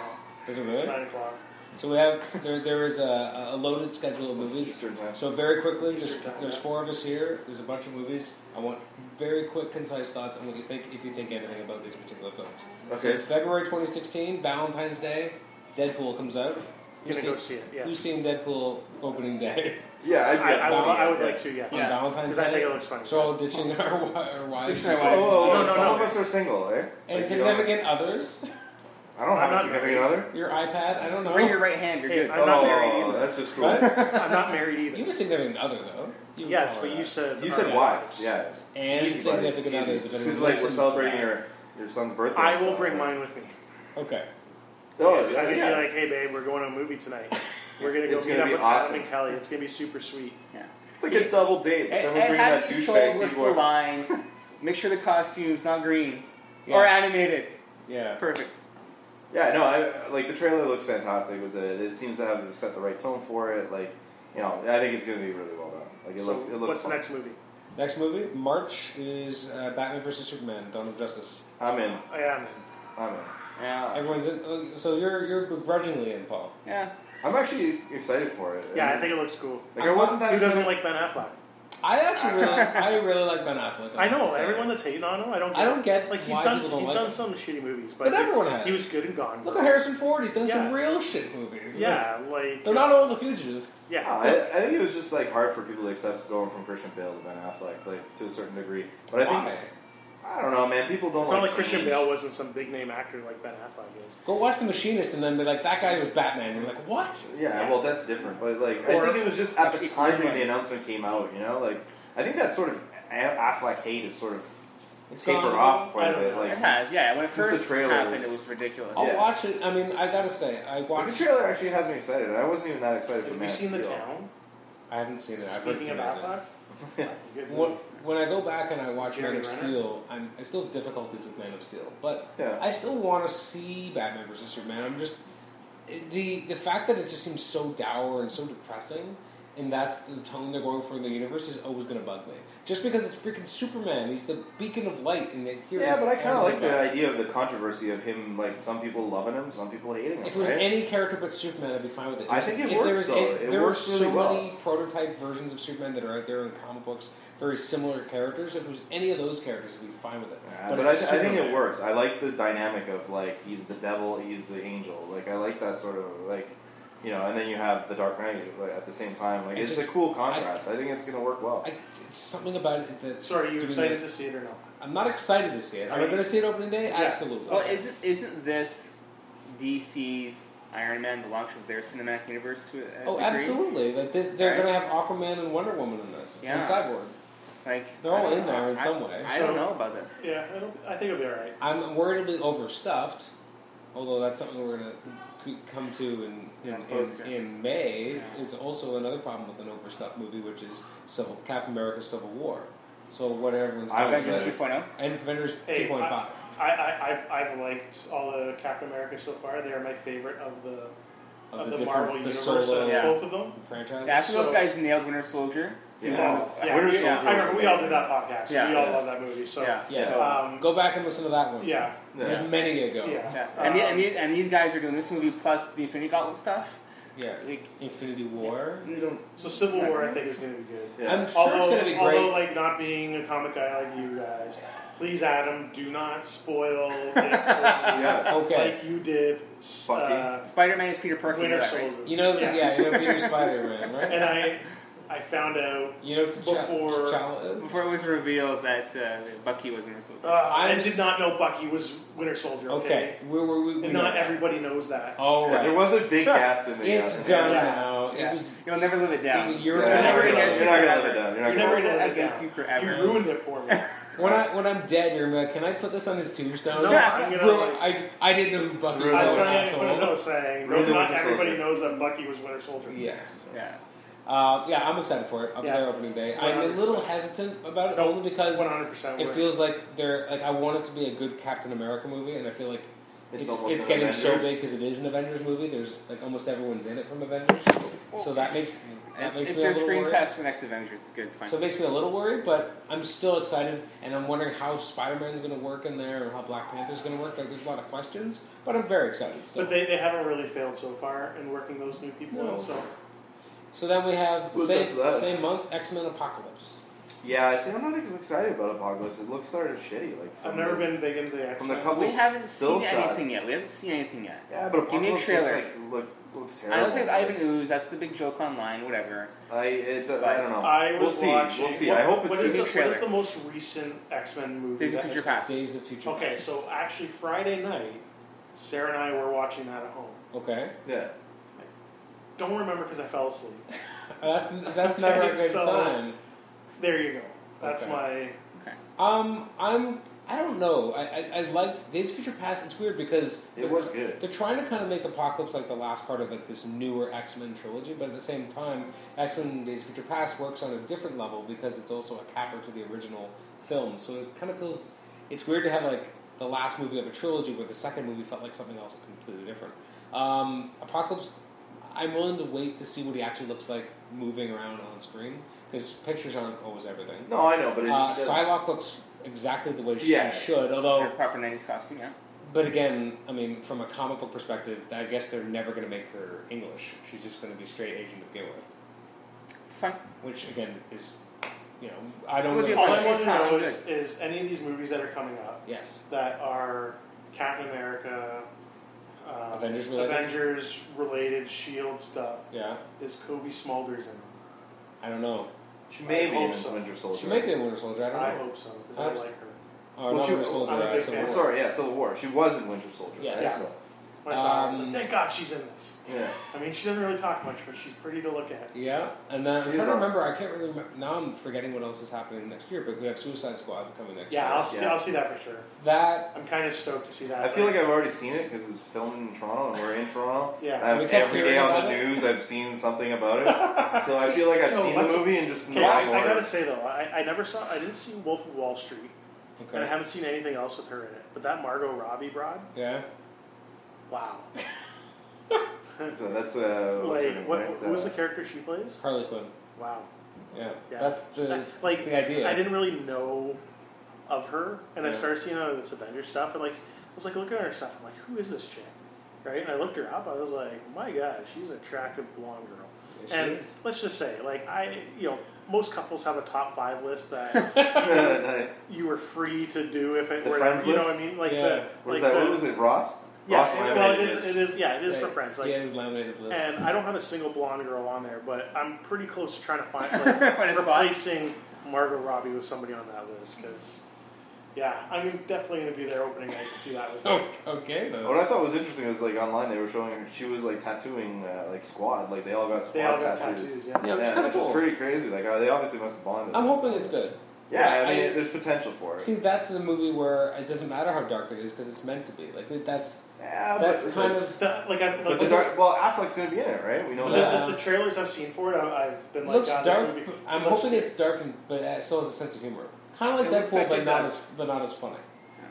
Is it It's really? nine o'clock. So we have there, there is a, a loaded schedule of It's movies. Eastern time. So very quickly, there's, Eastern time, there's yeah. four of us here. There's a bunch of movies. I want very quick, concise thoughts on what you think, if you think anything about these particular films. Okay. So February 2016, Valentine's Day, Deadpool comes out. I'm gonna seen, go see it. Yeah, Who's seen Deadpool opening day? Yeah, I'd I, be I, up would, for I would that. like to. Yeah, On Valentine's because I Day? think it looks fun. So ditching our, wi- our wives Ditching our Oh, oh, No, oh, no, some no. of us are single, eh? and Like, you don't- significant others. I don't have I'm a not significant married. other. Your iPad. I don't know. Bring your right hand. You're Hey, good. I'm not married oh, either. that's just cruel. What? I'm not married either. you have a significant other though. You yes, but would you call said You said Hardline. wives, yeah. that. and Easy, buddy. significant Easy. others. if Just 'cause, anyone like we're listens to celebrating that. your your son's birthday. I and will stuff, bring right? mine with me. Okay. Oh, I yeah, could yeah. be like, hey babe, we're going to a movie tonight. We're gonna go It's meet gonna up be with awesome. Adam and Kelly. It's gonna be super sweet. Yeah. it's like a double And, date. Then and we're bringing have that it sold douchebag with T the boy. line. Make sure the costume's not green Yeah. or animated. Yeah. Perfect. Yeah, no, I, like the trailer looks fantastic. It, was a, it seems to have set the right tone for it. Like, you know, I think it's going to be really well done. Like, it so looks, it looks. what's fun. the next movie? Next movie, March is uh, Batman vs Superman: Dawn of Justice. I'm in. I am. I'm in. Ah. Yeah. Everyone's in. oh, So you're you're begrudgingly in, Paul. Yeah. I'm actually excited for it. Yeah, I think it looks cool. Like, I wasn't that Who doesn't excited. like Ben Affleck? I actually really I really like Ben Affleck. I know Sorry. everyone that's hating on him. I don't. Get I don't it. get like he's why done. people don't He's like done him. some shitty movies, but, But everyone has. he was good in Gone. Look at Harrison Ford. He's done some Yeah. real shit movies. Yeah, like They're not all the fugitive. Yeah, Yeah, Oh, I, I think it was just like hard for people to accept going from Christian Bale to Ben Affleck, like to a certain degree. But I think Why? I don't know, man. People don't it's like not like Christian change. Bale wasn't some big name actor like Ben Affleck is. Go watch The Machinist and then be like, that guy was Batman. You're like, what? Yeah, Yeah. well, that's different. But like, Or- I think it was just at the Actually, time when yeah. the announcement came out. You know, like I think that sort of A- Affleck hate is sort of It's gone tapered well. off quite I a don't bit. know. Like It since- has, yeah. When it since the first trailers- happened, it was ridiculous. I'll Yeah. watch it. I mean, I gotta say, I Like, the watched. trailer actually has me excited. I wasn't even that excited for Have you Man of seen the Steel. town? I haven't seen it. I've heard Speaking it's of amazing. Affleck, good When, movie. when I go back and I watch Man Jeremy of Renner? Steel, I'm, I still have difficulties with Man of Steel, but Yeah. I still want to see Batman vs Superman. I'm just the the fact that it just seems so dour and so depressing, and that's the tone they're going for in the universe is always going to bug me. Just because it's freaking Superman, he's the beacon of light, and yet here. Yeah, he's but I kind of all like the about- idea of the controversy of him. Like some people loving him, some people hating him. If it was right? any character but Superman, I'd be fine with it. I think it if there works, was though. any- It there works are really so well. many prototype versions of Superman that are out there in comic books, very similar characters. If it was any of those characters, I'd be fine with it. Yeah, but I, it's I think it Superman. works. I like the dynamic of like he's the devil, he's the angel. Like I like that sort of like you know. And then you have the Dark Knight like, at the same time. Like I it's just- a cool contrast. I, think it's gonna work well. I, it's something about it that. Sorry, are you doing excited that- to see it or not? I'm not excited to see it. Am I Are you- going to see it opening day? Yeah. Absolutely. Well, isn't isn't this DC's Iron Man the launch of their cinematic universe to a oh, degree? absolutely. Like they, they're Right. going to have Aquaman and Wonder Woman in this. Yeah. And Cyborg. Like They're all I don't in know. there in I- some way. I don't So- know about this. Yeah, it'll, I think it'll be all right. I'm worried it'll be overstuffed. Although that's something we're going to come to in in, Poster. in, in May Yeah. is also another problem with an overstuffed movie, which is Civil Captain America: Civil War. So what everyone's I was Avengers excited. 3.0. and Avengers Hey, 2.5. I, I, I, I've, I've liked all the Captain America so far. They are my favorite of the of, the, different- Marvel the universe. uh, solo of Yeah. Both of them. franchise. Yeah, after those So- guys nailed Winter Soldier. Yeah. Oh, yeah, Winter we- Soldier I remember was we all amazing. did that podcast. Yeah. we all Yeah. love that movie. So yeah. Yeah. So, um, Go back and listen to that one. yeah, There's many ago. yeah. yeah. And, the, and, Um, these, and these guys are doing this movie plus the Infinity Gauntlet stuff. Yeah. Like, Infinity War. You don't- so Civil War, I think, is going to be good. Yeah. I'm sure although, it's going to be great. although, like not being a comic guy like you guys, please, Adam, do not spoil it for me yeah. okay. like you did. Uh, Bucky. Spider-Man is Peter Parker. Winter right? Soldier. you know, yeah. you know Peter Spider Man, right? and I, I found out. You know T'Challa Before- T'Challa is. Before it was revealed that uh, Bucky was Winter Soldier. Uh, I I'm- did not know Bucky was Winter Soldier. Okay. Okay, we were we, we And not everybody knows that. Oh, Yeah, there was a big gasp in the It's uh, done Yeah. now. It Yeah. was. You'll never live it down. It was a Yeah, year you're ago. You're not never gonna gonna live it down. You're get not gonna it live it down. You're You not never gonna. gonna live it against down. you forever. You ruined it for me. When I when I'm dead, you're gonna be like, can I put this on his tombstone? No, I'm gonna, Bro, like- I I didn't know who Bucky Ruin I the was. was Winter trying to put a asshole. note saying Ruin the not Winter everybody Soldier. knows that Bucky was Winter Soldier. Yes. Yeah. Uh, yeah, I'm excited for it. I'll be Yeah. there opening day. I'm a little 100%. hesitant about it No, only because 100% it word. feels like they're like I want it to be a good Captain America movie, and I feel like It's it's, almost it's an getting so Avengers. big because it is an Avengers movie. There's like almost everyone's in it from Avengers, so that makes that It's, makes it's me a their little screen worried. test for next Avengers. It's good. It's fine. So it makes me a little worried, but I'm still excited, and I'm wondering how Spider-Man's going to work in there, or how Black Panther's going to work. Like, there's a lot of questions, but I'm very excited. Still. But they, they haven't really failed so far in working those new people No. in. So so then we have What's up same, for that? same month X-Men Apocalypse. Yeah, I see. I'm not as excited about Apocalypse. It looks sort of shitty. Like from I've never the- been big into the X from the Men. couple we haven't still seen shots. anything yet. We haven't seen anything yet. Yeah, but Give me a Apocalypse looks trailer. like look, looks I terrible. don't think Ivan Ooze. That's the big joke online. Whatever. I it, I But don't know. I was we'll see. watching. We'll see. What, I hope it's what good. is, the, what Trailer. is the most recent X Men movie? Days of that Future has- Past. Days of Future. Okay, Past. so actually Friday night, Sarah and I were watching that at home. Okay. yeah. Don't remember because I fell asleep. Uh, That's that's never a good so- sign. There you go. That's Okay. my. Um, I'm. I don't know. I, I, I liked Days of Future Past. It's weird because It was good. They're trying to kind of make Apocalypse like the last part of like this newer X Men trilogy, but at the same time, X Men Days of Future Past works on a different level because it's also a capper to the original film. So it kind of feels it's weird to have like the last movie of a trilogy where the second movie felt like something else completely different. Um, Apocalypse, I'm willing to wait to see what he actually looks like moving around on screen because pictures aren't always everything. No, I know, but it, Uh, it does- Psylocke looks exactly the way she Yeah. should, Oh. although Proper '90s costume. Yeah. but again, I mean, from a comic book perspective, I guess they're never going to make her English. She's just going to be straight Asian to begin with, Fine. which again is, you know, I don't Olivia know. All I She's want to not know is, is any of these movies that are coming up Yes, that are Captain America, um, Avengers related? Avengers related Shield E stuff. yeah, Is Kobe Smulders in them? I don't know. she may I be hope in so. Winter Soldier. She might be a Winter Soldier. I don't I know. hope so because I Abs- like her. Or Well, not she- Winter Soldier. I'm a uh, big Civil fan. Oh, War. sorry, yeah, Civil War. She was in Winter Soldier. Yeah. right? Yeah. So, My son was Um, like, thank God she's in this. Yeah. I mean, she doesn't really talk much, but she's pretty to look at. Yeah, and then I'm She's trying to awesome. remember. I can't really remember. Now I'm forgetting what else is happening next year, but we have Suicide Squad coming next Yeah, year. I'll see. Yeah. I'll see that for sure. That I'm kind of stoked to see that. I feel like I've already seen it because it was filmed in Toronto and we're in Toronto. Yeah. And I've- We kept every day hearing on the about it. news, I've seen something about it. so I feel like I've No, seen the let's- movie and just Okay, not I, I aware. gotta say though, I, I never saw. I didn't see Wolf of Wall Street, and I okay. haven't seen anything else with her in it. But that Margot Robbie broad, Yeah, wow. So that's uh, what's her like, name, what, right? who was Uh, the character she plays? Harley Quinn. Wow. Yeah, Yeah. that's the I- like like, the idea. I didn't really know of her, and I Yeah. started seeing her in this Avenger stuff, and like I was like looking at her stuff, I'm like, who is this chick, right? And I looked her up, I was like, my god, she's an attractive blonde girl. Yeah, she And is. let's just say, like I, you know, most couples have a top five list that Uh, nice. you were free to do if it The were, friends you know list? what I mean? Like Yeah. the, What like is that? the, What was it? Ross? Yeah, Ross it, well, it laminated is, it is, yeah, it is for Like, friends. Like, yeah, his laminated list. and I don't have a single blonde girl on there, but I'm pretty close to trying to find like, replacing Margot Robbie with somebody on that list because, yeah, I'm definitely gonna be there opening night to see that with. oh, okay then. What I thought was interesting was like online they were showing her she was like tattooing uh, like squad like they all got squad They all got tattoos. tattoos. Yeah. Yeah, which is Yeah, kind of which cool. is pretty crazy. Like uh, they obviously must have bonded. I'm hoping it's good. Yeah, Yeah, I mean, I- there's potential for it. See, that's the movie where it doesn't matter how dark it is because it's meant to be. Like that's yeah, that's but, it's kind like- of The, like I, But the dark. Well, Affleck's gonna be in it, right? We know the, that. Yeah. the, the trailers I've seen for it, I, I've been like, looks God, dark. this movie. but I'm looks hoping it's dark, and, but it still has a sense of humor. Kind of It like looks Deadpool, like but it not does. as but not as funny.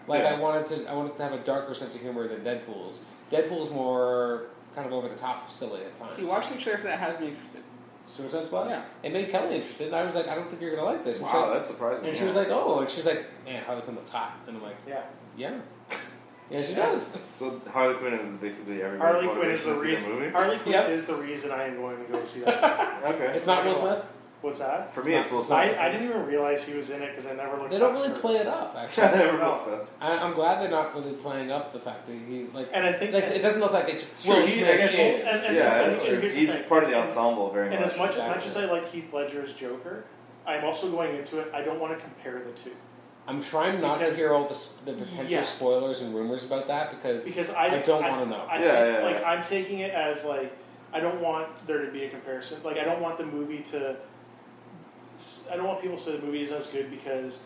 Like Yeah. I wanted to, I wanted to have a darker sense of humor than Deadpool's. Deadpool's more kind of over the top, silly at times. See, watching the trailer for that has me interested. Suicide Squad. Yeah. It made Kelly interested, and I was like, I don't think you're gonna like this. And she's Wow, like- that's surprising. and she yeah. was like, Oh, and she's like, Man, Harley Quinn looks hot, and I'm like, Yeah, Yeah, yeah, she Yeah. does. so Harley Quinn is basically everybody's Harley Quinn is motivation the to see reason. movie. Harley Quinn Yep. is the reason I am going to go see that. Okay. It's not Will Smith. What's that? For me, it's Will it's Smith. not- I, I didn't even realize he was in it because I never looked. They don't up really for- play it up. Actually, Never No. mind, that's- I, I'm glad they're not really playing up the fact that he's like. And I think Like that- it doesn't look like it's It's true, Will he- I Smith guess he- is. and- and- Yeah, and that's here's true. the He's thing. part of the And- ensemble very And much. as much as much Exactly. as I like Heath Ledger's Joker, I'm also going into it. I don't want to compare the two I'm trying not Because- to hear all the, s- the potential Yeah. spoilers and rumors about that because because I, I don't I, wanna know. I Yeah, think, yeah, like yeah. I'm taking it as like I don't want there to be a comparison. Like I don't want the movie to. I don't want people to say the movie isn't as good because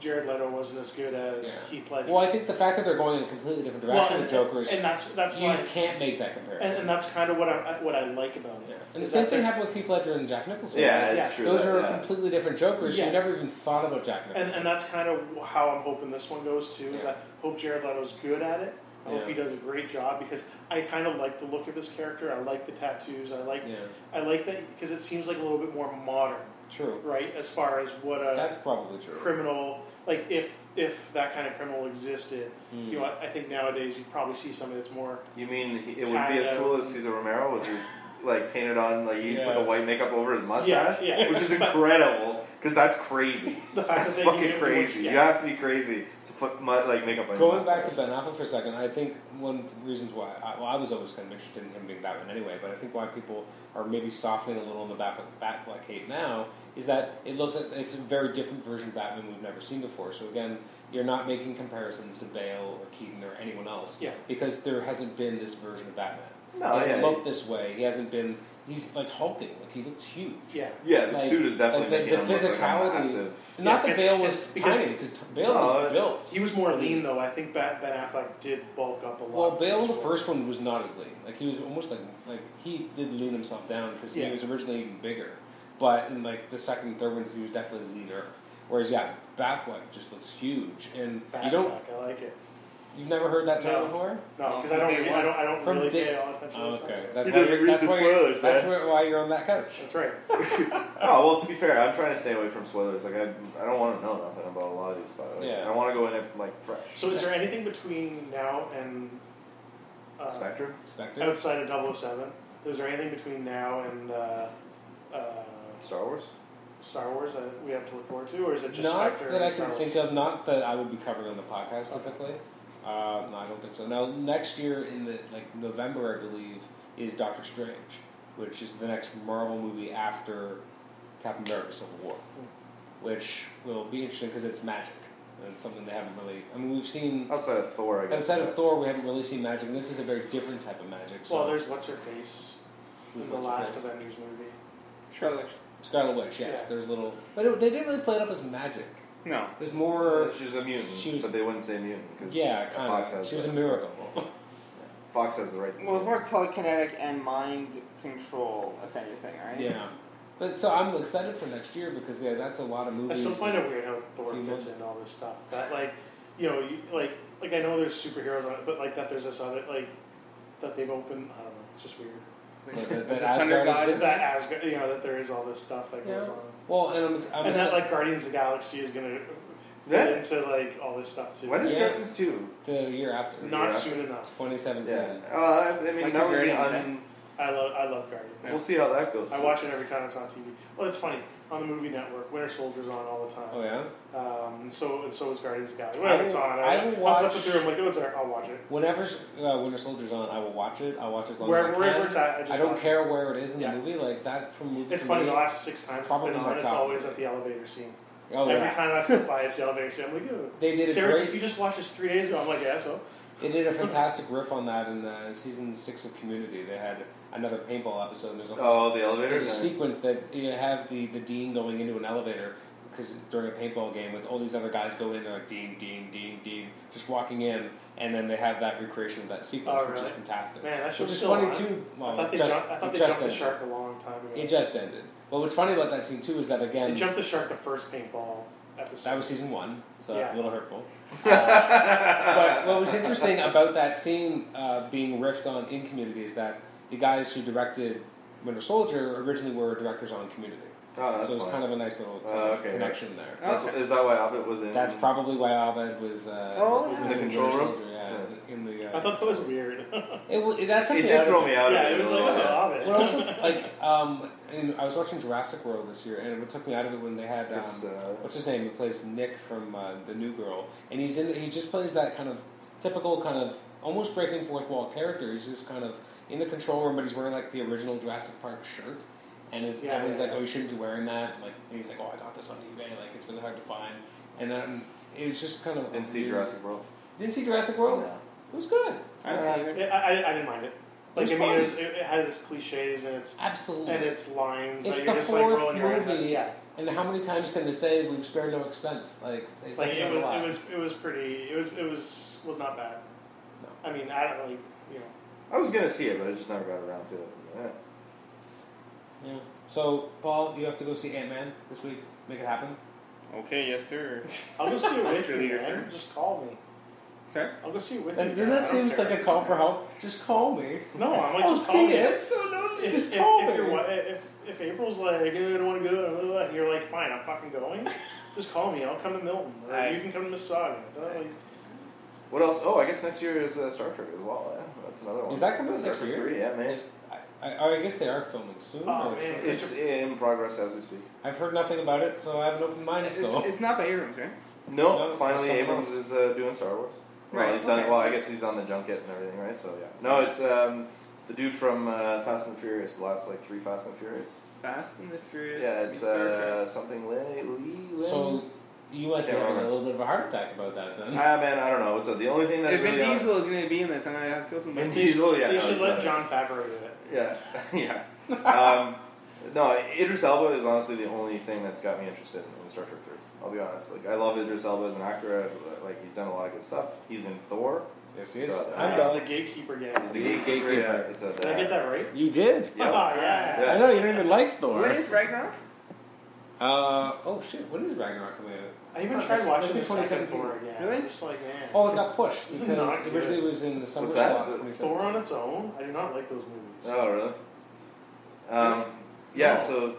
Jared Leto wasn't as good as Yeah. Heath Ledger. well, I think the fact that they're going in a completely different Well, direction and, with Joker is and that's that's you why, can't make that and, comparison. and that's kind of what I what I like about it. yeah. and the Is same that thing they're- happened with Heath Ledger and Jack Nicholson. yeah, it's Yeah. true. those that, are yeah. completely different Jokers. Yeah. You never even thought about Jack Nicholson. And, and that's kind of how I'm hoping this one goes too. Is Yeah. I hope Jared Leto's good at it. I hope Yeah. he does a great job because I kind of like the look of his character. I like the tattoos. I like yeah, I like that because it seems like a little bit more modern, true. right? As far as what a That's probably true. criminal like if if that kind of criminal existed, Hmm. you know, I, I think nowadays you'd probably see something that's more You mean he, it would Tied be as up. cool as Cesar Romero with his like painted on like he Yeah. put the white makeup over his mustache, yeah yeah. which is But incredible because that's crazy. the fact That's that they can fucking get more- crazy. You yeah. have to be crazy to put mu- like makeup on. your Going back to mustache. Ben Affleck for a second, I think one of the reasons why, I, well, I was always kind of interested in him being Batman anyway, but I think why people are maybe softening a little on the Bat- Batfleck hate now is that it looks like it's a very different version of Batman we've never seen before. So again, you're not making comparisons to Bale or Keaton or anyone else Yeah. Oh, because there hasn't been this version of Batman. No, he hasn't yeah. looked this way. He hasn't been. He's like hulking. Like he looks huge. yeah. yeah, the like- suit is definitely like the- making the him look like a physicality- massive. Not that because- Bale was it's- because- tiny because Bale No, was built. He was more lean though. I think Ben Ben Affleck did bulk up a lot. Well, for Bale this in the role. first one was not as lean. Like he was almost like like he did lean himself down because Yeah. he was originally even bigger. But in like the second, and third ones, he was definitely leaner. Whereas yeah, Batfleck just looks huge, and Batfleck, you don't I like it. you've never heard that term No. before. No, because From I don't. day Really, one. I don't. I don't From really day- pay all attention. Oh, to this okay, stuff, that's He why doesn't you're, read that's the why you're- spoilers, that's man. where- why you're on that couch. so- That's right. Oh well, to be fair, I'm trying to stay away from spoilers. Like I, I don't want to know nothing about a lot of these stuff. Like, Yeah. I want to go in it like fresh. So, is there anything between now and uh, Spectre. Spectre. outside of 007? Is there anything between now and uh, uh, Star Wars. Star Wars that we have to look forward to, or is it just not Spectre? that and I Star can Wars? think of. Not that I would be covering on the podcast Okay. typically. Uh, no, I don't think so. Now next year in the like November, I believe, is Doctor Strange, which is the next Marvel movie after Captain America: Civil War, which will be interesting because it's magic. It's something they haven't really. I mean, we've seen Outside of Thor, Oh, I guess. outside of Thor, we haven't really seen magic. and This is a very different type of magic. So Well, there's what's her face in the last Avengers movie. Charlotte. Scarlet Witch. Yes, Yeah. there's little, but it, they didn't really play it up as magic. No. There's more. she was a mutant, She was- but they wouldn't say mutant because Yeah, kind Fox of. has She was a the, miracle. Fox has the rights. to Well, it's more mutants. telekinetic and mind control, if anything, right? yeah, but so I'm excited for next year because yeah, that's a lot of I movies. still find it weird how Thor Few fits months. in all this stuff. That like, you know, you, like like I know there's superheroes on it, but like that there's this other like that they've opened. I don't know. It's just weird. Like that- There's that a thunder Asgard god. exists? That Asgard, you know, that there is all this stuff that goes Yeah. on, Well, and I'm, I'm and that excited- like Guardians of the Galaxy is gonna Yeah. fit into like all this stuff too. When is Yeah. Guardians two? the year after, Not Yeah. soon enough. 2017. Yeah, uh, I mean Like that was Guardians, the eh? un. I love I love Guardians. We'll see how that goes. I too. watch it every time it's on TV. Well, it's funny on the movie network. Winter Soldier's on all the time. Oh yeah. Um, and so and so is Guardians of the Galaxy. Whenever it's will- on, I I, will I'll flip watch- it through. I'm like, oh, it's there. I'll watch it. Whenever uh, Winter Soldier's on, I will watch it. I will watch it as long Wherever, as I wherever can. it's at, I just I don't watch it. care where it is in the Yeah. movie. Like that from movie. It's to funny. The movie- last six times it's Probably been my on, it's top. always at the elevator scene. Oh Every yeah. time I flip by, it's the elevator scene. I'm like, oh. They did a seriously, great. you just watched this three days ago. I'm like, yeah, so They did a fantastic riff on that in uh, season six of Community. They had another paintball episode. And there's a Oh, the elevator. There's a sequence that you have the, the dean going into an elevator because during a paintball game with all these other guys go in, they're like dean, dean, dean, dean, just walking in, and then they have that recreation of that sequence, Oh, which really? is fantastic. man, that Which show's is still funny on. too. Well, I thought they, it just, jumped, I thought it they just jumped the ended. shark a long time ago. It just ended. Well, what's funny about that scene too is that they again, jumped the shark the first paintball episode. that was season one, so Yeah. it's a little hurtful. Uh, but what was interesting about that scene uh, being riffed on in Community is that the guys who directed Winter Soldier originally were directors on Community. oh, that's so it's fine. kind of a nice little Uh, kind of okay, connection there. That's, Okay. Is that why Abbott was in? That's probably why Abed was. Uh, Oh, was yeah. in The control Winter room? Soldier, Yeah, in the. Uh, I thought that was weird. it, w- that took It me did out throw of me it. out. yeah, of it was a like, little oh, bit. Hobbit. Well, also, like, um, and I was watching Jurassic World this year, and it took me out of it when they had um, Chris, uh, what's his name? He plays Nick from uh, The New Girl, and he's in. He just plays that kind of typical kind of almost breaking fourth wall character. He's just kind of in the control room, but he's wearing like the original Jurassic Park shirt, and it's Yeah, everyone's yeah, like, yeah. "Oh, you shouldn't be wearing that." And, like and he's like, "Oh, I got this on eBay. Like it's really hard to find." And then it's just kind of Didn't see weird- Jurassic World. Didn't see Jurassic World. It was good. I don't see either. It- I, I, I didn't mind it. Like It was I mean, fun. it, was, it, it had its cliches and its Absolutely. and its lines. that It's you're the just like fourth rolling your eyes at. movie. Yeah, And how many times can they say we've spared no expense? Like, they Like they it do was, a lot. it was, it was pretty. It was, it was, was not bad. No. I mean, I don't like, you know. I was gonna see it, but I just never got around to it. Yeah. Yeah. So, Paul, you have to go see Ant Man this week. Make it happen. Okay, yes, sir. I'll go see it That's with you, really good, man. Just call me. Sir? I'll go see it with you. That, man. I that don't seems care. like a call for help. Just call me. No, I'm like, I'll just call see me. it. So no, If, just if, call if, you're me. wa- if, if April's like, eh, I don't want to go, blah, blah, blah, and you're like, fine, I'm fucking going. Just call me. I'll come to Milton, or Right. you can come to Mississauga. Don't, Like, What else? Oh, I guess next year is uh, Star Trek as well. Yeah, that's another one. Is that coming out Star next Trek year? Three, yeah, man. Is- I, oh, I, I guess they are filming soon. Oh, or man. something. It's in progress as we speak. I've heard nothing about it, so I have an open mind It's, still. it's not by Abrams, right? No, No, finally that's something Abrams is uh, doing Star Wars. Well, Right, he's done. okay. Well, I guess he's on the junket and everything, right? So yeah. No, it's um, the dude from uh, Fast and the Furious, the last like three Fast and the Furious. Fast and the Furious. yeah, it's meets Star Trek. uh, something Lee. Lee Lin? so you must be Can't having a remember. little bit of a heart attack about that ah then. man, I don't know. It's uh, the only thing that If Vin really. Diesel is going to be in this, I'm going to have to kill somebody. Vin Diesel, yeah. they no, should he's let John not- Favreau do it. Yeah, yeah. um, no, Idris Elba is honestly the only thing that's got me interested in Star Trek Three. I'll be honest. Like, I love Idris Elba as an actor. I- Like, he's done a lot of good stuff. He's in Thor. yes, yes. So, I'm uh, He's done. the gatekeeper game. He's the He's gatekeeper. gatekeeper. Yeah, it's a, Did I get that right? You did. Yeah. Ah, yeah. Yeah. I know you don't even like Thor. When is Ragnarok? Uh, oh shit, when is Ragnarok coming out? I It's even not tried next- watching maybe the second 2017. Thor again. Really? I'm just like, man. Oh, it got pushed This is because not good. originally it was in the summer What's that? slot. The 2017. Thor on its own? I do not like those movies. Oh, really? Um, yeah. No. So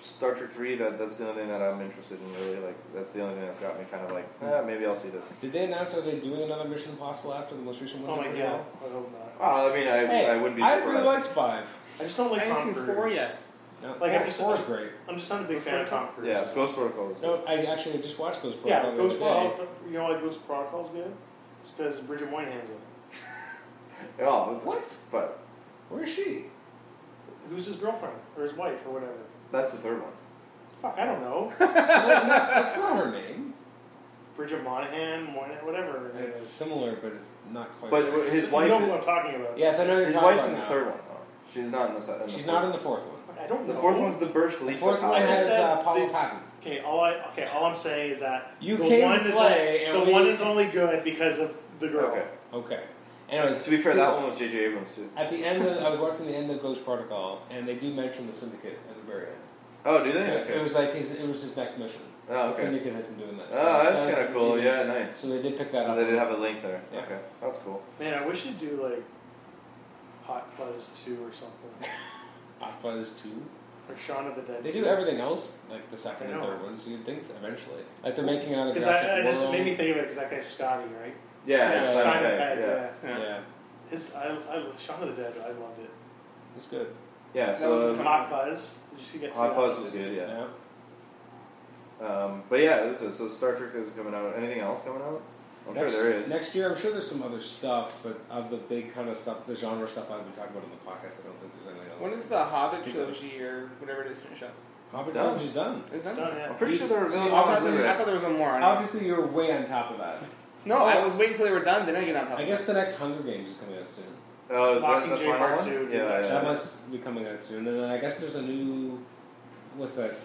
Star Trek Three. That that's the only thing that I'm interested in. Really, like that's the only thing that's got me kind of like, eh, maybe I'll see this. Did they announce are they doing another Mission Impossible after the most recent one? Oh my that god, came out? I hope not. Well, Uh, I mean, I, Hey, I wouldn't be I surprised. really liked five. I just don't I like haven't Tom seen Cruise. four yet. No, Like, four, I'm just- four is great. I'm just not a big fan of Tom Cruise. yeah, Ghost Protocol is No, I actually just watched Ghost yeah, Protocol. the Ghost other day. Protocol. You know why Ghost Protocol's good? It's because Bridget Moynihan's in it. good. Oh, it's, What? but Where is she? Who's his girlfriend or his wife or whatever? that's the third one. Fuck, I don't know. That- that's, that's not her name. Bridget Monahan, Moynihan, whatever. her name It's is. similar, but it's not quite. But his wife, you know who I'm talking about. yes, I know you're his talking wife's about in the now. third one though. She's not in the second. She's not in the fourth one. I don't The know. fourth one's the Burj Khalifa Fourth Tower. one has uh, said Paula the- Patton. Okay, all I okay, all I'm saying is that You the came to one is play, only, and the one we- is only good because of the girl. Okay. Okay. Anyways, To be fair, that one was J.J. Abrams too. At the end, of, I was watching the end of Ghost Protocol, and they do mention the Syndicate at the very end. Oh, do they? It Okay. was like his, it was his next mission. Oh, The okay. Syndicate has been doing that. so Oh, that's that kind was- of cool. Yeah, nice. So they did pick that So up. they did have a link there. Yeah. Okay, that's cool. Man, I wish they'd do like Hot Fuzz Two or something, Hot Fuzz two. or Shaun of the Dead. They do everything else, like the second I and know. third ones. So you'd think so, eventually, like they're making another Because Jurassic I, I World. just it made me think of it because that guy's Scotty, right? Yeah, Yeah, it's Simon Simon Simon Pegg, Pegg, yeah. yeah. yeah. His, I, I, Shaun of the Dead, I loved it. it's good. so was a Hot Fuzz, did you see get Um, Hot Fuzz was good, yeah. Yeah. Um, but yeah, that's it. so Star Trek is coming out. Anything else coming out? I'm next, sure there is. Next year, I'm sure there's some other stuff, but of the big kind of stuff, the genre stuff I've been talking about on the podcast, I don't think there's anything else. When is the Hobbit trilogy or whatever it is finish up? Hobbit It's done. trilogy's done. Is It's that? done, I'm yeah. pretty sure there were See, really I, thought ones there, I there. thought there was one more. I know. Obviously, you're way on top of that. No, I was waiting until they were done. Then I get on top. I of guess the next Hunger Games is coming out soon. Oh, is that the Mockingjay final Part one? Two, Yeah, yeah. That yeah. must be coming out soon. And then I guess there's a new, what's that?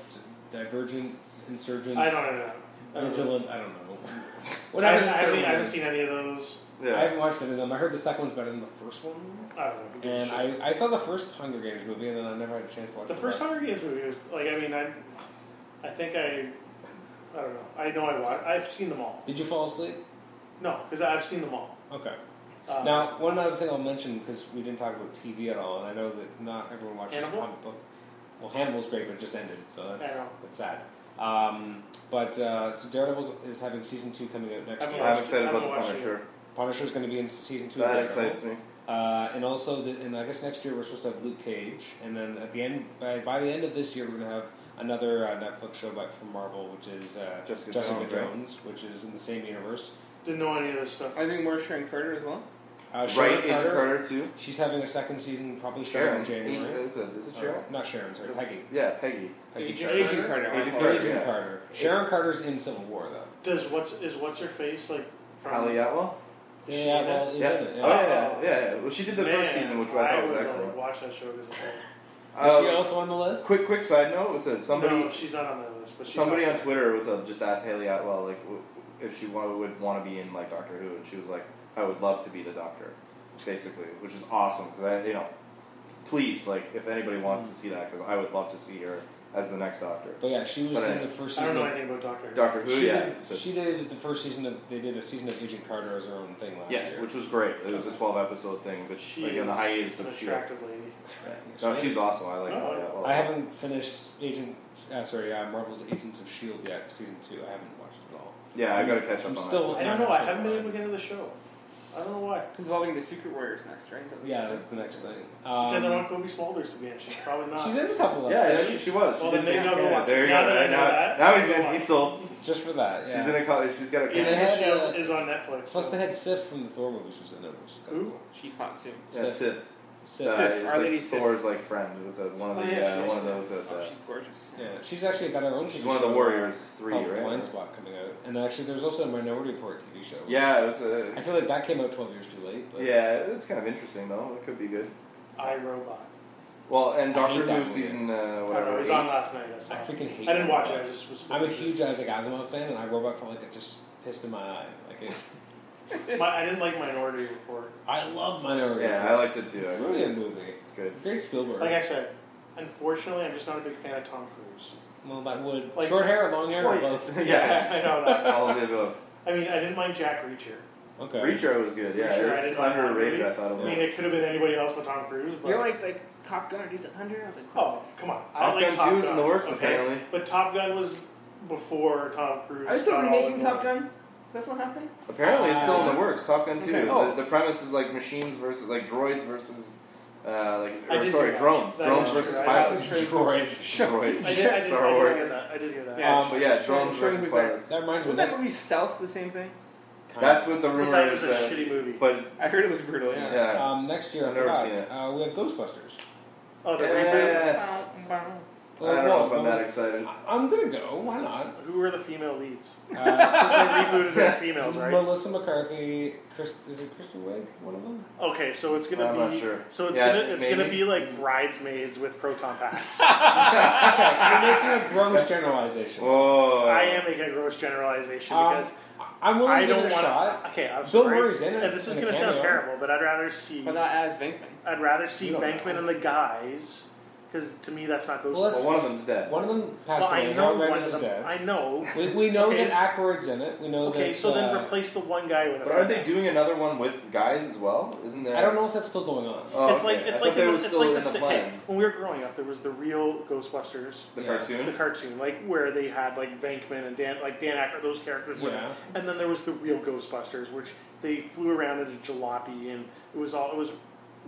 Divergent, Insurgent, I don't know. I don't know. Vigilant. I don't know. I, What I, happened to the haven't, third I one haven't is- seen any of those. I yeah. haven't watched any of them. I heard the second one's better than the first one. I don't know. Who gives a And shit? I, I saw the first Hunger Games movie, and then I never had a chance to watch The rest. first Hunger Games movie was like I mean I, I think I, I don't know. I know I watched. I've seen them all. Did you fall asleep? No, because I've seen them all. Okay. Um, Now, one other thing I'll mention because we didn't talk about TV at all, and I know that not everyone watches Hannibal? comic book. Well, Hannibal's great, but it just ended, so that's I know. that's sad. Um, but uh, so Daredevil is having season two coming out next I'm year. gonna- I'm excited about I the haven't watched Punisher. Punisher's going to be in season two. of That Daredevil. excites me. Uh, and also, the, and I guess next year we're supposed to have Luke Cage, and then at the end, by, by the end of this year, we're going to have another uh, Netflix show back from Marvel, which is uh, Jessica Jones, right? Jones, which is in the same universe. Didn't know any of this stuff. I think more Sharon Carter as well. Uh, Sharon Right, Agent Carter, Carter too. She's having a second season, probably starting Sharon. in January. Is it is it Sharon? Not Sharon, sorry, It's- Uh, Peggy. Yeah, Peggy. Peggy Agent- Carter. Agent Carter. I Agent Or apologize. Agent yeah. Carter. Sharon Carter's in Civil War though. Does what's is what's her face like? from- Hallie Atwell? Is she yeah, in well, it? is Yeah. in it? Oh, Yeah. yeah, yeah, yeah. Well, she did the first Man, season, which I thought was would excellent. Watch that show because it's like- Is she Uh, also on the list? Quick, quick side note. What's it? Somebody, No, she's not on my list, but she's somebody on, on Twitter was up just asked Haley Atwell like w- if she wa- would want to be in like Doctor Who, and she was like, "I would love to be the Doctor," basically, which is awesome because I, you know, please, like, if anybody wants to see that, because I would love to see her as the next Doctor. But yeah, she was But in I- the first I season. don't know of- anything about Doctor. Who. Doctor Who, she, yeah, did, so- she did the first season of. They did a season of Agent Carter as her own thing last yeah, year. which was great. It was a twelve episode thing, but She like, in the is hiatus an of she. attractive Oh, lady. No, she's awesome. I like. No, Haley I- Atwell. I haven't finished Agent. Uh, sorry, uh, Marvel's Agents of Shield yet, season two. I haven't watched it all. Yeah, I gotta catch up I'm on still- that. I too. don't know. I haven't been able to get into the show. I don't know why. Because it's all going to be the Secret Warriors next, right? Is that what- Yeah, that's the next thing. Because I Um, want Kobe Smolders to be in. She's probably not. she's in a couple of Yeah, episodes, she, she was. Well, she then did maybe make I'll go it. watch it. There you Now go. that I Right know now, that, now I'll he's go in. watch He's it. sold. just for that. Yeah. She's in a college. She's got a. And And they cancer. had, Shield uh, is on Netflix. Plus, so- they had Sif from the Thor movies was in it, which is kind Who? of cool. She's hot too. Yeah, Sif. Sith. Sif. Uh, Sith, it's Our like Lady Sith. Thor's like friend. It was uh, one of Oh, the yeah, uh, she is. one of those. At, Oh, uh, she's gorgeous. Yeah, she's actually got her own. she's TV one of the show uh, Warriors three, oh, called Blind right? Spot coming out, and actually, there's also a Minority Report TV show. Yeah, it's I a. feel like that came out 12 years too late. But Yeah, it's kind of interesting though. It could be good. I Robot. Well, and I Doctor hate that Who movie. season uh, I don't know, whatever. it was on eight. last night. I saw. I it. freaking hate. I didn't watch Robot. it. I just was. I'm a huge Isaac Asimov fan, and I Robot felt like it just pissed in my eye. Like it, My, I didn't like Minority Report. I love Minority. Yeah, I Report. liked it too. I- Brilliant movie. It's good. Great Spielberg. Like I said, unfortunately, I'm just not a big fan of Tom Cruise. well, that would Like- short hair or long hair or Well, both. yeah, yeah. I know that. all of the above. I mean, I didn't mind Jack Reacher. Okay. Reacher was good. Yeah, Reacher, I it was didn't like that underrated. movie. I thought it I was. mean, it could have been anybody else but Tom Cruise. But You're like like Top Gun or Days of Thunder. I was like, oh, come on. I Top like Gun Top 2 is in Gun. the works, okay? apparently. But Top Gun was before Tom Cruise. Are they still got all remaking in one. Top Gun? That's not happening. Apparently, it's still in Uh, the works. Top Gun Two. okay. Oh. The, the premise is like machines versus like droids versus uh, like I or, did sorry hear that. drones. That drones was versus true. I- that pilots. was true. Droids. Droids. I did, I did, I Star did Wars. hear that. I did hear that. Yeah. Um, but yeah, drones Drones versus with that. pilots. That reminds me. Wasn't of that movie Stealth the same thing? That's what the But rumor that is. uh, was a That, shitty Uh, movie. but I heard it was brutal. Yeah. yeah, Um, next year, I've I never forgot. seen it. Uh, we have Ghostbusters. oh, the Yeah. reboot. Bow, bow. I don't know if I'm that excited. I- I'm gonna go. Why not? Who are the female leads? Uh, Because they rebooted as females, right? Melissa McCarthy, Chris, is it Kristen Wiig? One of them. Okay, so it's gonna I'm be not sure. so it's Yeah, gonna it's gonna maybe. be like bridesmaids with proton packs. Okay, you're making a gross generalization. Whoa. I am making a gross generalization Um, because I'm willing I to give don't it a want shot. Okay, I'm Bill sorry. Murray's in it, And this is in a gonna sound cameo. terrible, but I'd rather see but not as Venkman. I'd rather see You don't Bankman know. and the guys because to me that's not Well, Ghostbusters. let's- Well, one of them's dead. One of them passed Well, away. I know Harold one Ramis of is them. dead. I know. We, we know Okay. that Ackroyd's in it. We know Okay, that. so then uh, replace the one guy with. a But aren't they female. doing another one with guys as well? Isn't there? I don't know if that's still going on. Oh, it's like okay. it's I like thought the, they were it's still like in the, the si- plan. hey, when we were growing up, there was the real Ghostbusters, The Yeah. the cartoon. cartoon, like where they had like Venkman and Dan, like Dan Aykroyd, those characters. were in it. Yeah. And then there was the real Ghostbusters, which they flew around in a jalopy, and it was all it was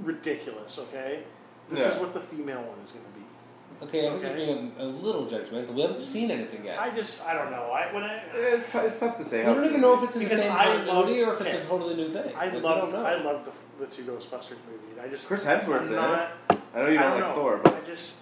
ridiculous. Okay, this is Yeah. what the female one is going to be. Okay, I think Okay. you're being a, a little judgmental. We haven't seen anything yet. I just I don't know. I when I It's, it's tough to say. we how don't it's even gonna know if it's in the Because same I continuity love- or if it's a okay. totally new thing. I Like, we love don't know. I love the, the two Ghostbusters movies. I just Chris Hemsworth's I'm in not, be. I know you I don't, don't like know. Thor, but I just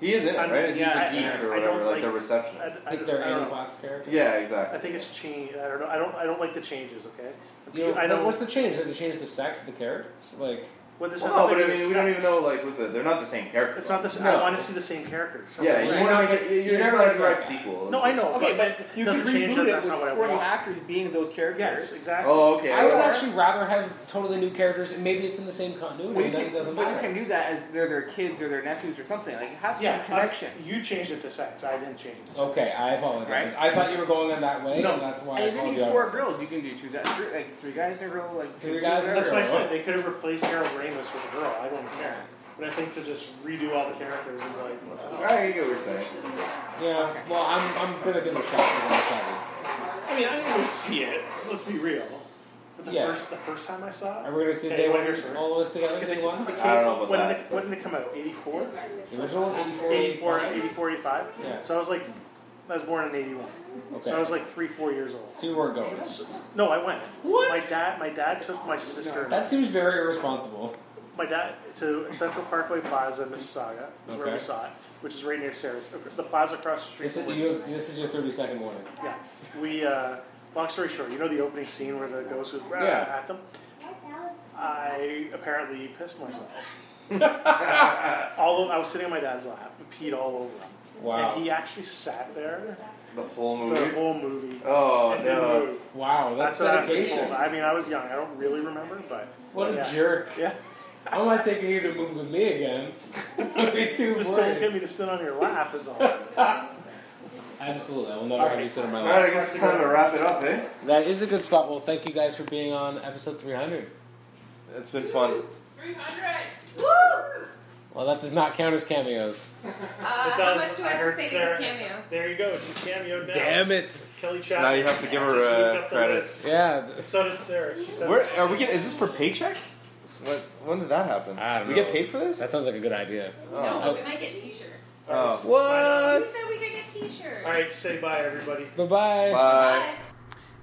he is in it, I'm- right? He's yeah, the I- geek I- or I don't whatever, like, like- the I, I, receptionist. I, Like their I don't Annie know. Fox character. Yeah, exactly. I think it's changed. I don't know. I don't. I don't like the changes. Okay. You know, I like, know. what's the change? Did they change the sex of the characters? Like, Well, this Well, has no, but I nothing to do mean, we with don't even sex. know like what's it. They're not the same character. It's not the. same. No. I want to see the same characters. That's Yeah, what I'm you saying. want to make it. You're You're never not on a direct gonna- sequel. No, I know. Okay, but, it you can doesn't change reboot that it that's with not what I four want. actors being those characters. Yes, exactly. Oh, okay. I would Or- actually rather have totally new characters, and maybe it's in the same continuity. We and then can, it doesn't but you matter. can do that as they're their kids or their nephews or something. Like have yeah, uh, some connection. I- you changed it to sex. I didn't change it. to Oh. Okay, sex. I apologize. I thought you were going in that way, No. and that's why and I if you called need you. four out. girls, you can do two that three, like three guys in a row, like Three two guys in a That's why I girl. said they could have replaced Harold Ramis with a girl. I don't Yeah. care. But I think to just redo all the characters is like. I get what you're saying. Yeah. Okay. Well, I'm, I'm gonna give it a shot. For one second. I mean, I didn't go see it. Let's be real. But the Yeah. first the first time I saw it. Are we gonna see Okay, day what one? year, sir? All of us together. Because Day it- one. it I don't know came- about when that, Did it, but- when did it come out? 84? The original 84. 84, 84, 85? Yeah. So I was like, I was born in 81. Okay. So I was like three, four years old. So you weren't going. No, I went. What? My dad, my dad took my sister, and That seems very irresponsible. my dad to Central Parkway Plaza, Mississauga, is where we Okay. saw it, which is right near Sarah's, the plaza across the street. This is, from you where- have, this is your 30 second warning. Yeah. We, uh, long story short, you know the opening scene where the ghost was uh, Yeah. at them? I apparently pissed myself. all over, I was sitting on my dad's lap, and peed all over him. Wow. And he actually sat there The whole the movie. whole movie. Oh and didn't no. move. Wow, that's, That's what I've been dedication. told. I mean, I was young. I don't really remember, but what a yeah. jerk. Yeah, I'm not taking you to move with me again. I'd be too just don't worried. get me to sit on your lap is all. All Absolutely, I will never have you sit on my All lap. right, I guess it's time to wrap it up, eh? That is a good spot. Well, thank you guys for being on episode 300. It's been fun. 300! Woo! Well, that does not count as cameos. Uh, how does. much do I, I have heard to say Sarah- to your cameo? there you go. She's cameoed now. Damn it! Kelly Chapman. Now you have to give her, Just looked uh, up the credit. list. Yeah. So did Sarah. She says Where are we getting? Is this for paychecks? When, when did that happen? I don't we know. get paid for this? That sounds like a good idea. No, Oh. but we might get t-shirts. All right, Oh. sign off. You said we could get t-shirts. All right, Uh, say bye, everybody. Bye bye. Bye. Bye.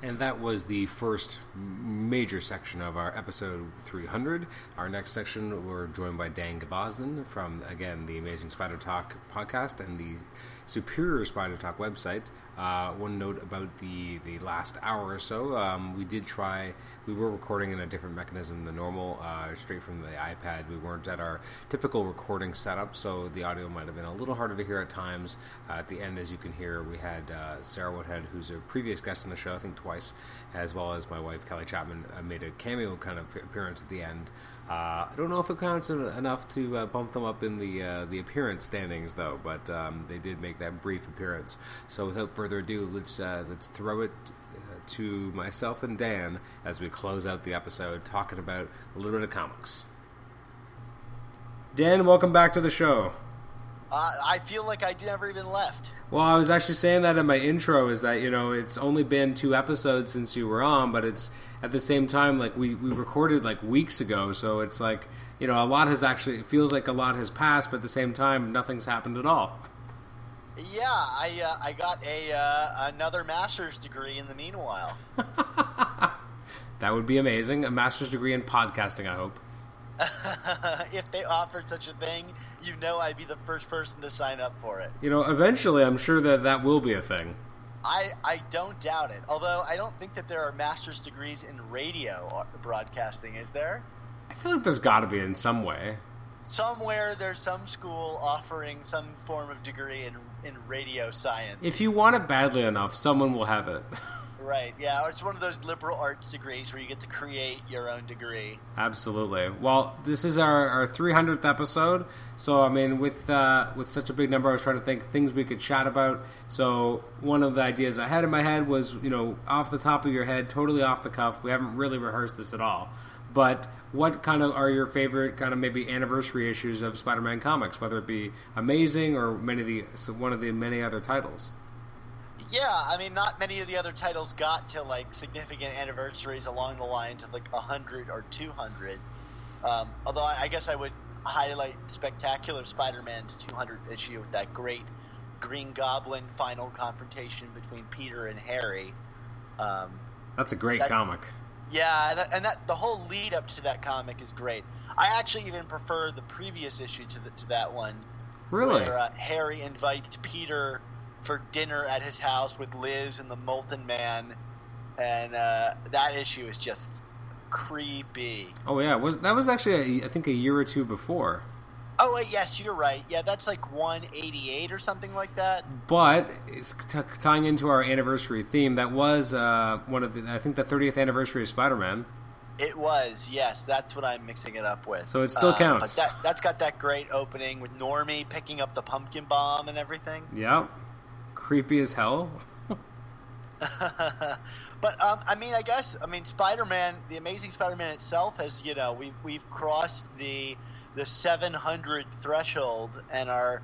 And that was the first major section of our episode 300. Our next section, we're joined by Dan Gabosnan from, again, the Amazing Spider Talk podcast and the Superior Spider Talk website. Uh, one note about the, the last hour or so, um, we did try, we were recording in a different mechanism than normal, uh, straight from the iPad. We weren't at our typical recording setup, so the audio might have been a little harder to hear at times. Uh, at the end, as you can hear, we had uh, Sarah Woodhead, who's a previous guest on the show, I think twice, as well as my wife Kelly Chapman, uh, made a cameo kind of appearance at the end. Uh, I don't know if it counts en- enough to uh, bump them up in the uh, the appearance standings, though. But um, they did make that brief appearance. So without further ado, let's uh, let's throw it uh, to myself and Dan as we close out the episode, talking about a little bit of comics. Dan, welcome back to the show. Uh, I feel like I never even left. Well, I was actually saying that in my intro is that, you know, it's only been two episodes since you were on, but it's at the same time, like, we, we recorded like weeks ago, so it's like, you know, a lot has actually, it feels like a lot has passed, but at the same time, nothing's happened at all. Yeah, I uh, I got a uh, another master's degree in the meanwhile. That would be amazing. A master's degree in podcasting, I hope. if they offered such a thing, you know I'd be the first person to sign up for it. You know, eventually, I'm sure that that will be a thing. I, I don't doubt it. Although I don't think that there are master's degrees in radio or- broadcasting, is there? I feel like there's got to be in some way. Somewhere there's some school offering some form of degree in, in radio science. If you want it badly enough, someone will have it. Right, yeah, or it's one of those liberal arts degrees where you get to create your own degree. Absolutely. Well, this is our, our 300th episode, so I mean, with uh, with such a big number, I was trying to think things we could chat about. So one of the ideas I had in my head was, you know, off the top of your head, totally off the cuff. We haven't really rehearsed this at all. But what kind of are your favorite kind of maybe anniversary issues of Spider-Man comics, whether it be Amazing or many of the so one of the many other titles? Yeah, I mean, not many of the other titles got to like significant anniversaries along the lines of like hundred or two hundred. Um, although I, I guess I would highlight Spectacular Spider-Man's two hundred issue with that great Green Goblin final confrontation between Peter and Harry. Um, That's a great That- comic. yeah, and that, and that the whole lead up to that comic is great. I actually even prefer the previous issue to the, to that one Really? where uh, Harry invites Peter for dinner at his house with Liz and the Molten Man, and uh, that issue is just creepy. Oh yeah, was that was actually a, I think a year or two before. Oh wait, yes, you're right. Yeah, that's like 188 or something like that. Hmm. But it's t- tying into our anniversary theme, that was uh, one of the, I think the 30th anniversary of Spider-Man. It was yes, that's what I'm mixing it up with. So it still Uh, counts. But that, that's got that great opening with Normie picking up the pumpkin bomb and everything. Yep, creepy as hell. but um, I mean, I guess I mean Spider-Man, the Amazing Spider-Man itself has you know we've we've crossed the the 700 threshold and are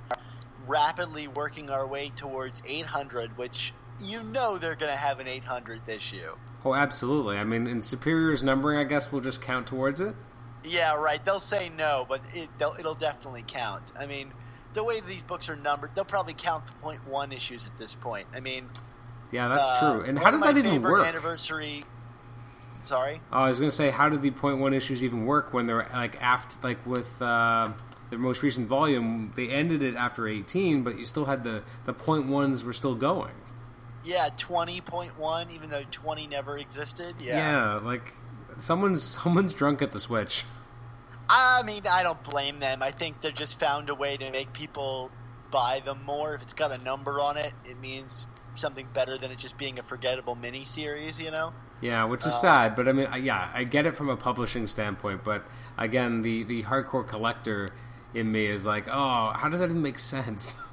rapidly working our way towards 800, which you know they're going to have an 800th issue. Oh, absolutely. I mean, in Superior's numbering, I guess we'll just count towards it. Yeah, right. They'll say no, but it, they'll, it'll definitely count. I mean, the way these books are numbered, they'll probably count the point one issues at this point. I mean, Yeah, that's uh, true. And one how of does my that even favorite work? Anniversary. Sorry. Oh, I was going to say, how did the point one issues even work when they're like after, like with uh, the most recent volume, they ended it after 18, but you still had the the point ones were still going. Yeah, twenty point one, even though twenty never existed. Yeah. yeah like someone's someone's drunk at the switch. I mean, I don't blame them. I think they just found a way to make people buy them more. If it's got a number on it, it means something better than it just being a forgettable miniseries, you know? Yeah, which Uh, is sad, but I mean, I- yeah, I get it from a publishing standpoint, but again, the the hardcore collector in me is like, oh, how does that even make sense?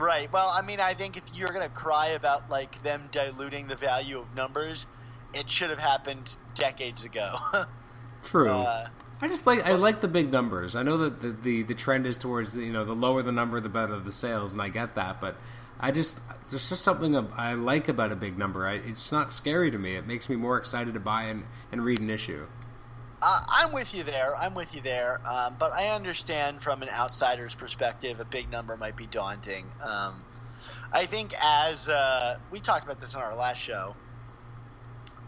Right. Well, I mean, I think if you're gonna cry about like them diluting the value of numbers, it should have happened decades ago. True. Uh, I just like I like the big numbers. I know that the, the, the trend is towards you know the lower the number, the better the sales, and I get that. But I just there's just something ab- I like about a big number. I, it's not scary to me. It makes me more excited to buy and, and read an issue. uh, I'm with you there. I'm with you there. Um, but I understand from an outsider's perspective, a big number might be daunting. Um, I think as uh, we talked about this on our last show,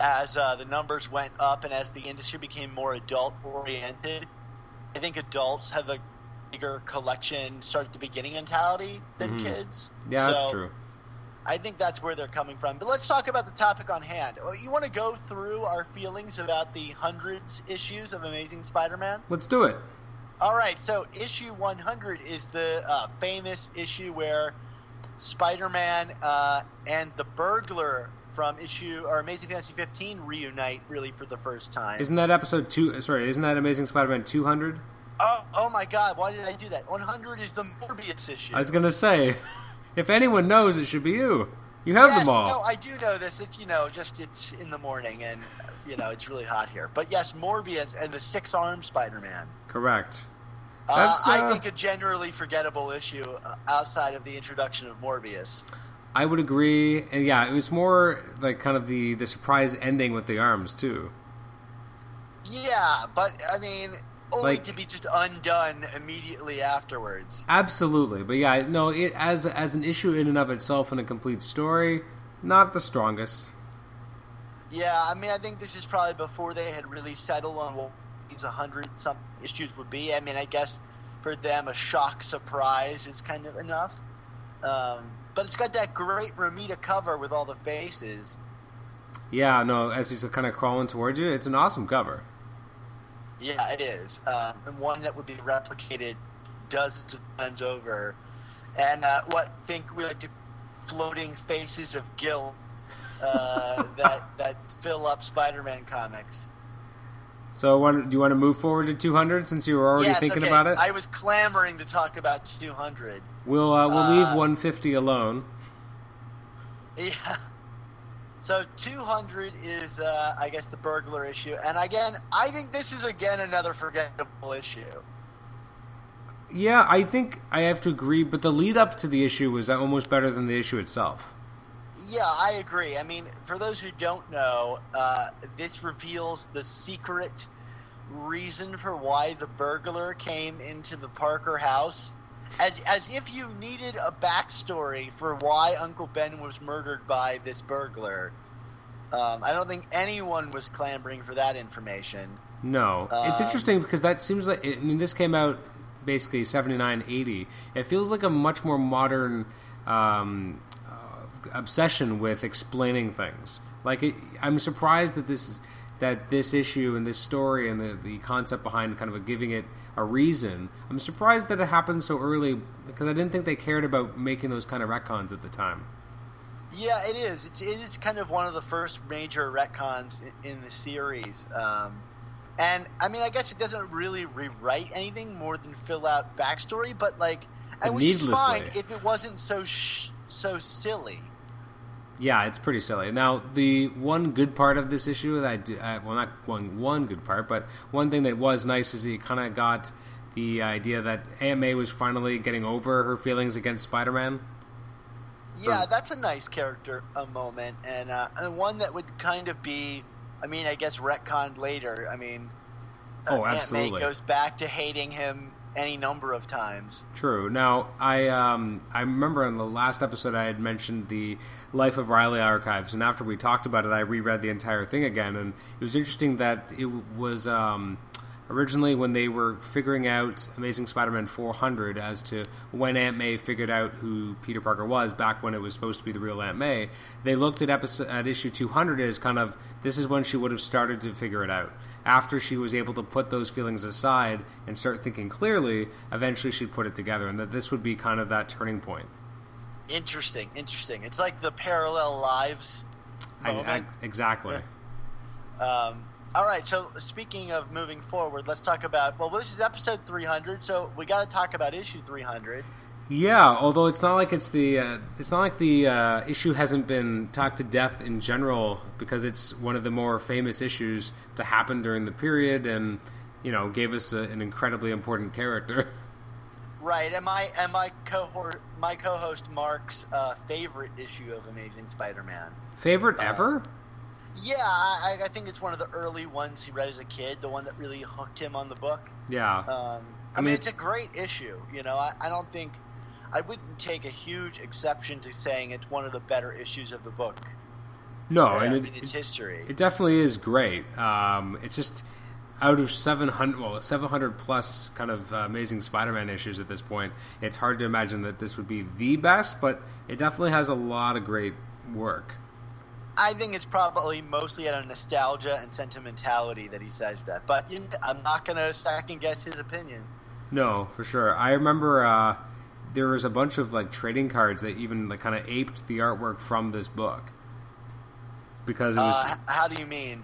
as uh, the numbers went up and as the industry became more adult oriented, I think adults have a bigger collection start at the beginning mentality than Mhm. kids. Yeah, that's So true. I think that's where they're coming from. But let's talk about the topic on hand. Oh, You want to go through our feelings about the hundreds issues of Amazing Spider-Man? Let's do it. All right, so issue 100 is the uh, famous issue where Spider-Man uh, and the burglar from issue or Amazing Fantasy 15 reunite really for the first time. Isn't that episode two? Sorry, isn't that Amazing Spider-Man 200? oh, oh my God! Why did I do that? 100 is the Morbius issue. I was gonna say, if anyone knows, it should be you. You have yes, them all. no, I do know this. It's you know, just it's in the morning and you know it's really hot here. But yes, Morbius and the six-armed Spider-Man. Correct. Uh, That's, uh, I think a generally forgettable issue uh, outside of the introduction of Morbius. I would agree, and yeah, it was more like kind of the the surprise ending with the arms too. Yeah, but I mean, only Like- to be just undone immediately afterwards. Absolutely, but yeah, no, it as as an issue in and of itself in a complete story, not the strongest. Yeah, I mean, I think this is probably before they had really settled on what these 100 some issues would be. I mean, I guess for them, a shock surprise is kind of enough. Um, but it's got that great Ramita cover with all the faces. Yeah, no, as he's kind of crawling towards you, it's an awesome cover. Yeah, it is. Um, and one that would be replicated dozens of times over. And uh, what I think we like to floating faces of guilt uh, that, that fill up Spider Man comics. So, what, do you want to move forward to 200 since you were already Yes, thinking okay. about it? I was clamoring to talk about 200. we'll uh, we'll leave uh, 150 alone. Yeah. So 200 is, uh, I guess, the burglar issue. And again, I think this is, again, another forgettable issue. Yeah, I think I have to agree, but the lead up to the issue was almost better than the issue itself. Yeah, I agree. I mean, for those who don't know, uh, this reveals the secret reason for why the burglar came into the Parker house. As, as if you needed a backstory for why Uncle Ben was murdered by this burglar. Um, I don't think anyone was clamoring for that information. No, it's Um, interesting because that seems like I mean this came out basically 79, 80. It feels like a much more modern um, uh, obsession with explaining things. Like it, I'm surprised that this that this issue and this story and the, the concept behind kind of giving it a reason. I'm surprised that it happened so early because I didn't think they cared about making those kind of retcons at the time. Yeah, it is. It's, it is kind of one of the first major retcons in, in the series. Um, and I mean, I guess it doesn't really rewrite anything more than fill out backstory, but like, and which is fine Needlessly. if it wasn't so sh- so silly. Yeah, it's pretty silly. Now, the one good part of this issue that I do, uh, well, not one one good part, but one thing that was nice is that you kind of got the idea that AMA was finally getting over her feelings against Spider-Man. Yeah, that's a nice character a moment, and uh, and one that would kind of be, I mean, I guess retconned later. I mean, Oh, Aunt absolutely. May goes back to hating him any number of times. True. Now, I um, I remember in the last episode I had mentioned the Life of Riley archives, and after we talked about it, I reread the entire thing again, and it was interesting that it was um, originally when they were figuring out Amazing Spider-Man 400 as to when Aunt May figured out who Peter Parker was back when it was supposed to be the real Aunt May. They looked at episode at issue 200 as kind of this is when she would have started to figure it out after she was able to put those feelings aside and start thinking clearly, eventually she'd put it together, and that this would be kind of that turning point. Interesting, interesting. It's like the parallel lives I, I, Moment. exactly. Um, all right. So speaking of moving forward, let's talk about. Well, this is episode 300, so we got to talk about issue 300. Yeah, although it's not like it's the uh, it's not like the uh, issue hasn't been talked to death in general because it's one of the more famous issues to happen during the period, and you know gave us a, an incredibly important character. Right. And my and my cohort, my co-host Mark's uh, favorite issue of Amazing Spider-Man. Favorite ever? Yeah, I, I think it's one of the early ones he read as a kid, the one that really hooked him on the book. Yeah. Um, I, I mean, mean, it's a great issue. You know, I, I don't think I wouldn't take a huge exception to saying it's one of the better issues of the book no, uh, Oh, and in it, its history. It definitely is great. Um, it's just out of 700, well, 700 plus kind of uh, amazing Spider Man issues at this point, it's hard to imagine that this would be the best, but it definitely has a lot of great work. I think it's probably mostly out of nostalgia and sentimentality that he says that. But you I'm not going to second guess his opinion. No, for sure. I remember uh, there was a bunch of like trading cards that even like kind of aped the artwork from this book because it Uh, was h- how do you mean?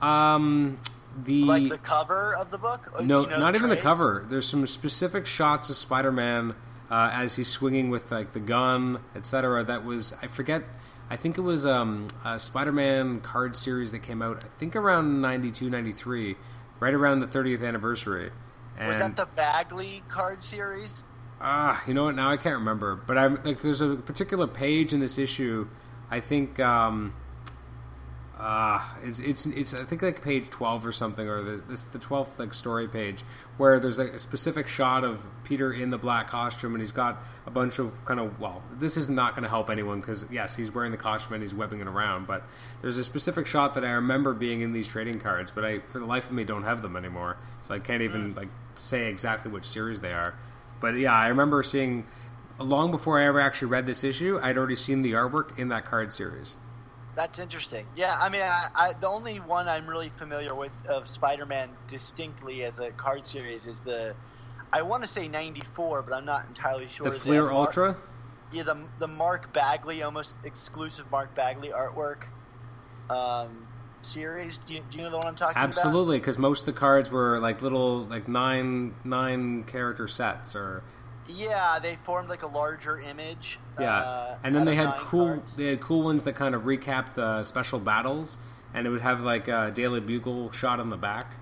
um the Uh, Like the cover of the book? Or do No, you know not even the trades? cover. There's some specific shots of Spider-Man uh, as he's swinging with like the gun, etc. That was I forget. I think it was um, a Spider-Man card series that came out. I think around 92, 93, right around the 30th anniversary. And, Was that the Bagley card series? Ah, you know what? Now I can't remember. But I'm like, there's a particular page in this issue. I think um, Uh, it's it's it's I think like page twelve or something, or the, this the twelfth like story page where there's like a specific shot of Peter in the black costume, and he's got a bunch of kind of well, this is not going to help anyone because yes, he's wearing the costume and he's webbing it around, but there's a specific shot that I remember being in these trading cards, but I for the life of me don't have them anymore, so I can't Mm. even like say exactly which series they are. But yeah, I remember seeing long before I ever actually read this issue, I'd already seen the artwork in that card series. That's interesting. Yeah, I mean, I, I, the only one I'm really familiar with of Spider-Man distinctly as a card series is the, I want to say '94, but I'm not entirely sure. The Is that Fleer Mark- Ultra. yeah, the the Mark Bagley almost exclusive Mark Bagley artwork, um, series. Do you, do you know the one I'm talking about? Absolutely, because most of the cards were like little, like nine nine character sets, or Yeah, they formed like a larger image. yeah. uh, and then out they of had nine cool, cards. they had cool ones that kind of recapped the special battles, and it would have like a Daily Bugle shot on the back.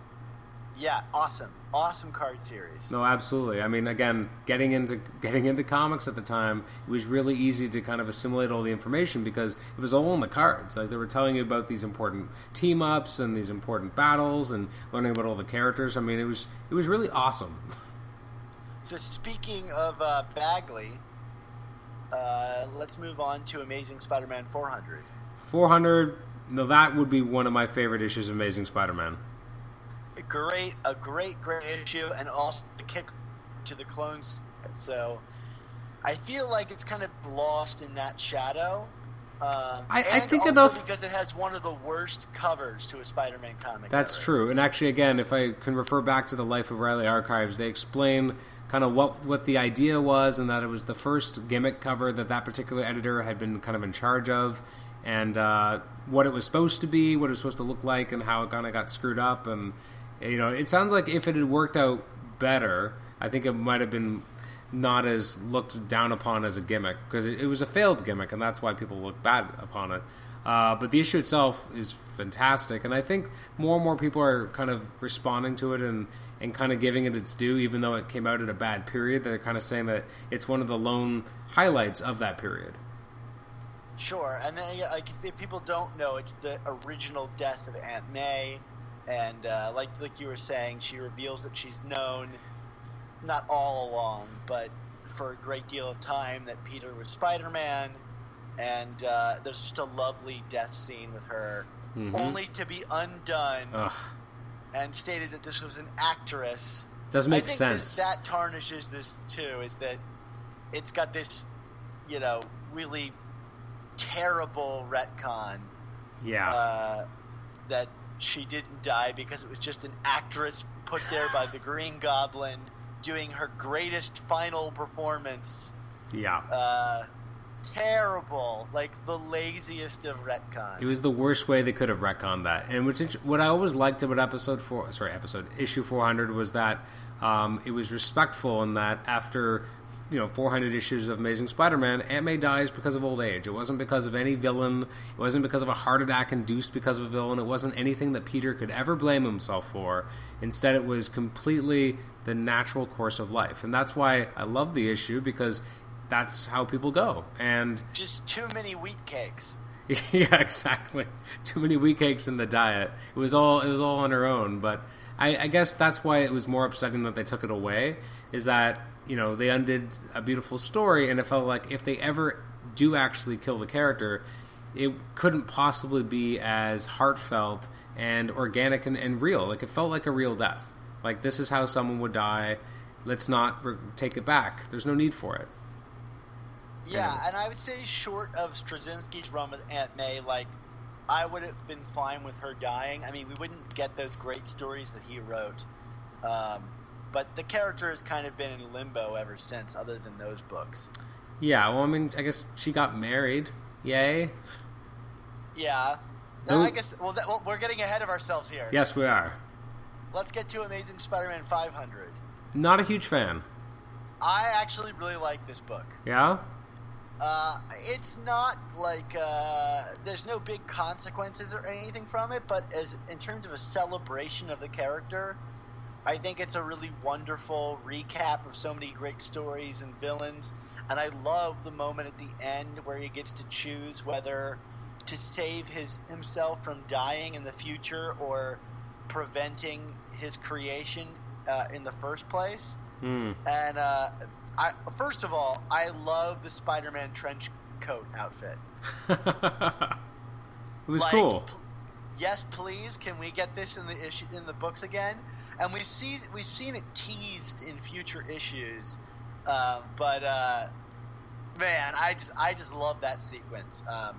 Yeah, awesome, awesome card series. No, absolutely. I mean, again, getting into getting into comics at the time, it was really easy to kind of assimilate all the information because it was all in the cards. Like they were telling you about these important team ups and these important battles, and learning about all the characters. I mean, it was it was really awesome. So speaking of uh, Bagley, uh, let's move on to Amazing Spider-Man 400. 400 no that would be one of my favorite issues of amazing spider-man A great, a great, great issue, and also the kick to the clones. So I feel like it's kind of lost in that shadow. Um, I- I and think also enough- because it has one of the worst covers to a Spider-Man comic. that's ever. true and actually again if i can refer back to the life of riley archives they explain kind of what what the idea was and that it was the first gimmick cover that that particular editor had been kind of in charge of and uh, what it was supposed to be what it was supposed to look like and how it kind of got screwed up and you know it sounds like if it had worked out better i think it might have been not as looked down upon as a gimmick because it, it was a failed gimmick, and that's why people look bad upon it. Uh, but the issue itself is fantastic, and I think more and more people are kind of responding to it and, and kind of giving it its due, even though it came out at a bad period. They're kind of saying that it's one of the lone highlights of that period. Sure, and then yeah, like if people don't know, it's the original death of Aunt May, and uh, like like you were saying, she reveals that she's known, not all along, but for a great deal of time that Peter was Spider Man, and uh, there's just a lovely death scene with her, only to be undone Ugh, and stated that this was an actress. doesn't make I think This, sense. that tarnishes this too. Is that it's got this, you know, really terrible retcon yeah. uh, that she didn't die because it was just an actress put there by the Green Goblin doing her greatest final performance. yeah. Uh, terrible, like the laziest of retcons. It was the worst way they could have retconned that. And what's int- what I always liked about episode four, sorry, episode issue four hundred was that um, it was respectful in that after you know four hundred issues of Amazing Spider-Man, Aunt May dies because of old age. It wasn't because of any villain. It wasn't because of a heart attack induced because of a villain. It wasn't anything that Peter could ever blame himself for. Instead, it was completely the natural course of life, and that's why I love the issue because that's how people go. And just too many wheat cakes. yeah, exactly. Too many wheat cakes in the diet. It was all it was all on her own. But I, I guess that's why it was more upsetting that they took it away. Is that you know they undid a beautiful story, and it felt like if they ever do actually kill the character, it couldn't possibly be as heartfelt and organic and, and real. Like it felt like a real death. Like this is how someone would die. Let's not re- take it back. There's no need for it. Yeah, and I would say short of Straczynski's run with Aunt May, like I would have been fine with her dying. I mean, we wouldn't get those great stories that he wrote, um, but the character has kind of been in limbo ever since, other than those books. Yeah. Well, I mean, I guess she got married. Yay. Yeah. Now, Those- I guess well, that, well, we're getting ahead of ourselves here. Yes, we are. Let's get to Amazing Spider-Man 500. Not a huge fan. I actually really like this book. Yeah? Uh, it's not like uh, there's no big consequences or anything from it, but as in terms of a celebration of the character, I think it's a really wonderful recap of so many great stories and villains. And I love the moment at the end where he gets to choose whether to save his himself from dying in the future or preventing his creation uh, in the first place. Hmm. And uh, I, first of all, I love the Spider-Man trench coat outfit. it was like, cool. p- Yes, please. Can we get this in the issue in the books again? And we've seen we've seen it teased in future issues, uh, but uh, man, I just I just love that sequence. Um,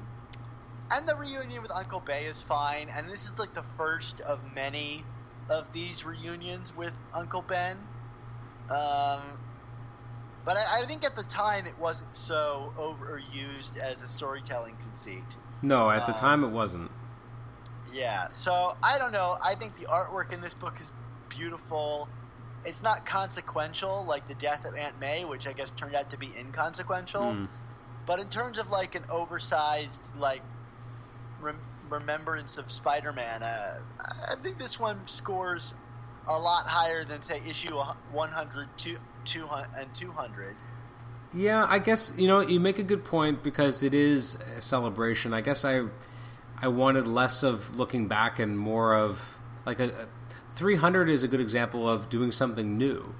and the reunion with Uncle Bay is fine. And this is like the first of many of these reunions with Uncle Ben. Um, but I, I think at the time it wasn't so overused as a storytelling conceit. No, at the uh, time it wasn't. Yeah, so I don't know. I think the artwork in this book is beautiful. It's not consequential, like the death of Aunt May, which I guess turned out to be inconsequential. Hmm. But in terms of like an oversized like rem- remembrance of Spider-Man, uh, I think this one scores a lot higher than say issue 100, 200, and 200. Yeah, I guess you know you make a good point because it is a celebration. I guess I I wanted less of looking back and more of like a, a 300 is a good example of doing something new.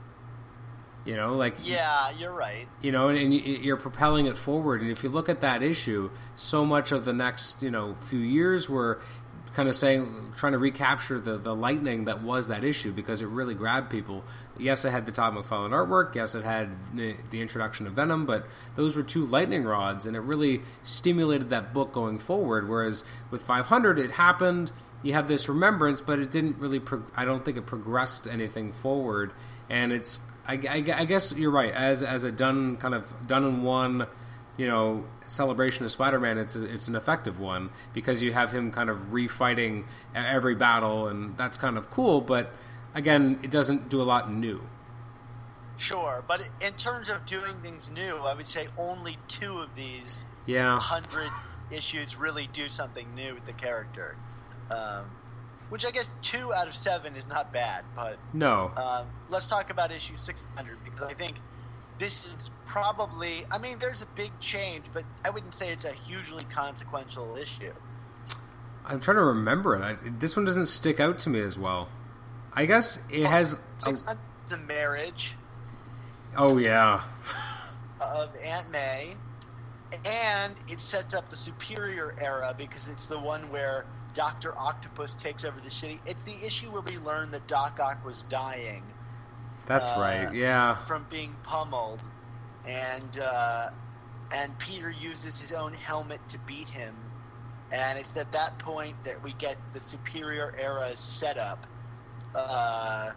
You know, like Yeah, you're right. you know, and, and y- you're propelling it forward. And if you look at that issue, so much of the next you know few years were kind of saying trying to recapture the the lightning that was that issue because it really grabbed people. Yes, it had the Todd McFarlane artwork. Yes, it had the, the introduction of Venom, but those were two lightning rods, and it really stimulated that book going forward. Whereas with 500, it happened. You have this remembrance, but it didn't really. Prog- I don't think it progressed anything forward, and it's I, I- I guess you're right. As as a done kind of done in one, you know, celebration of Spider-Man, it's a, it's an effective one because you have him kind of refighting e- every battle, and that's kind of cool. But again, it doesn't do a lot new. Sure, but in terms of doing things new, I would say only two of these Yeah, 100 issues really do something new with the character. Um, which I guess two out of seven is not bad, but no, um, let's talk about issue 600 because I think this is probably, I mean, there's a big change, but I wouldn't say it's a hugely consequential issue. I'm trying to remember it. I, this one doesn't stick out to me as well. I guess it has. Oh, 600 is the marriage oh yeah, of Aunt May, and it sets up the Superior era because it's the one where Doctor Octopus takes over the city. It's the issue where we learn that Doc Ock was dying that's Uh, right. Yeah, from being pummeled, and uh, and Peter uses his own helmet to beat him, and it's at that point that we get the Superior Era setup. Uh,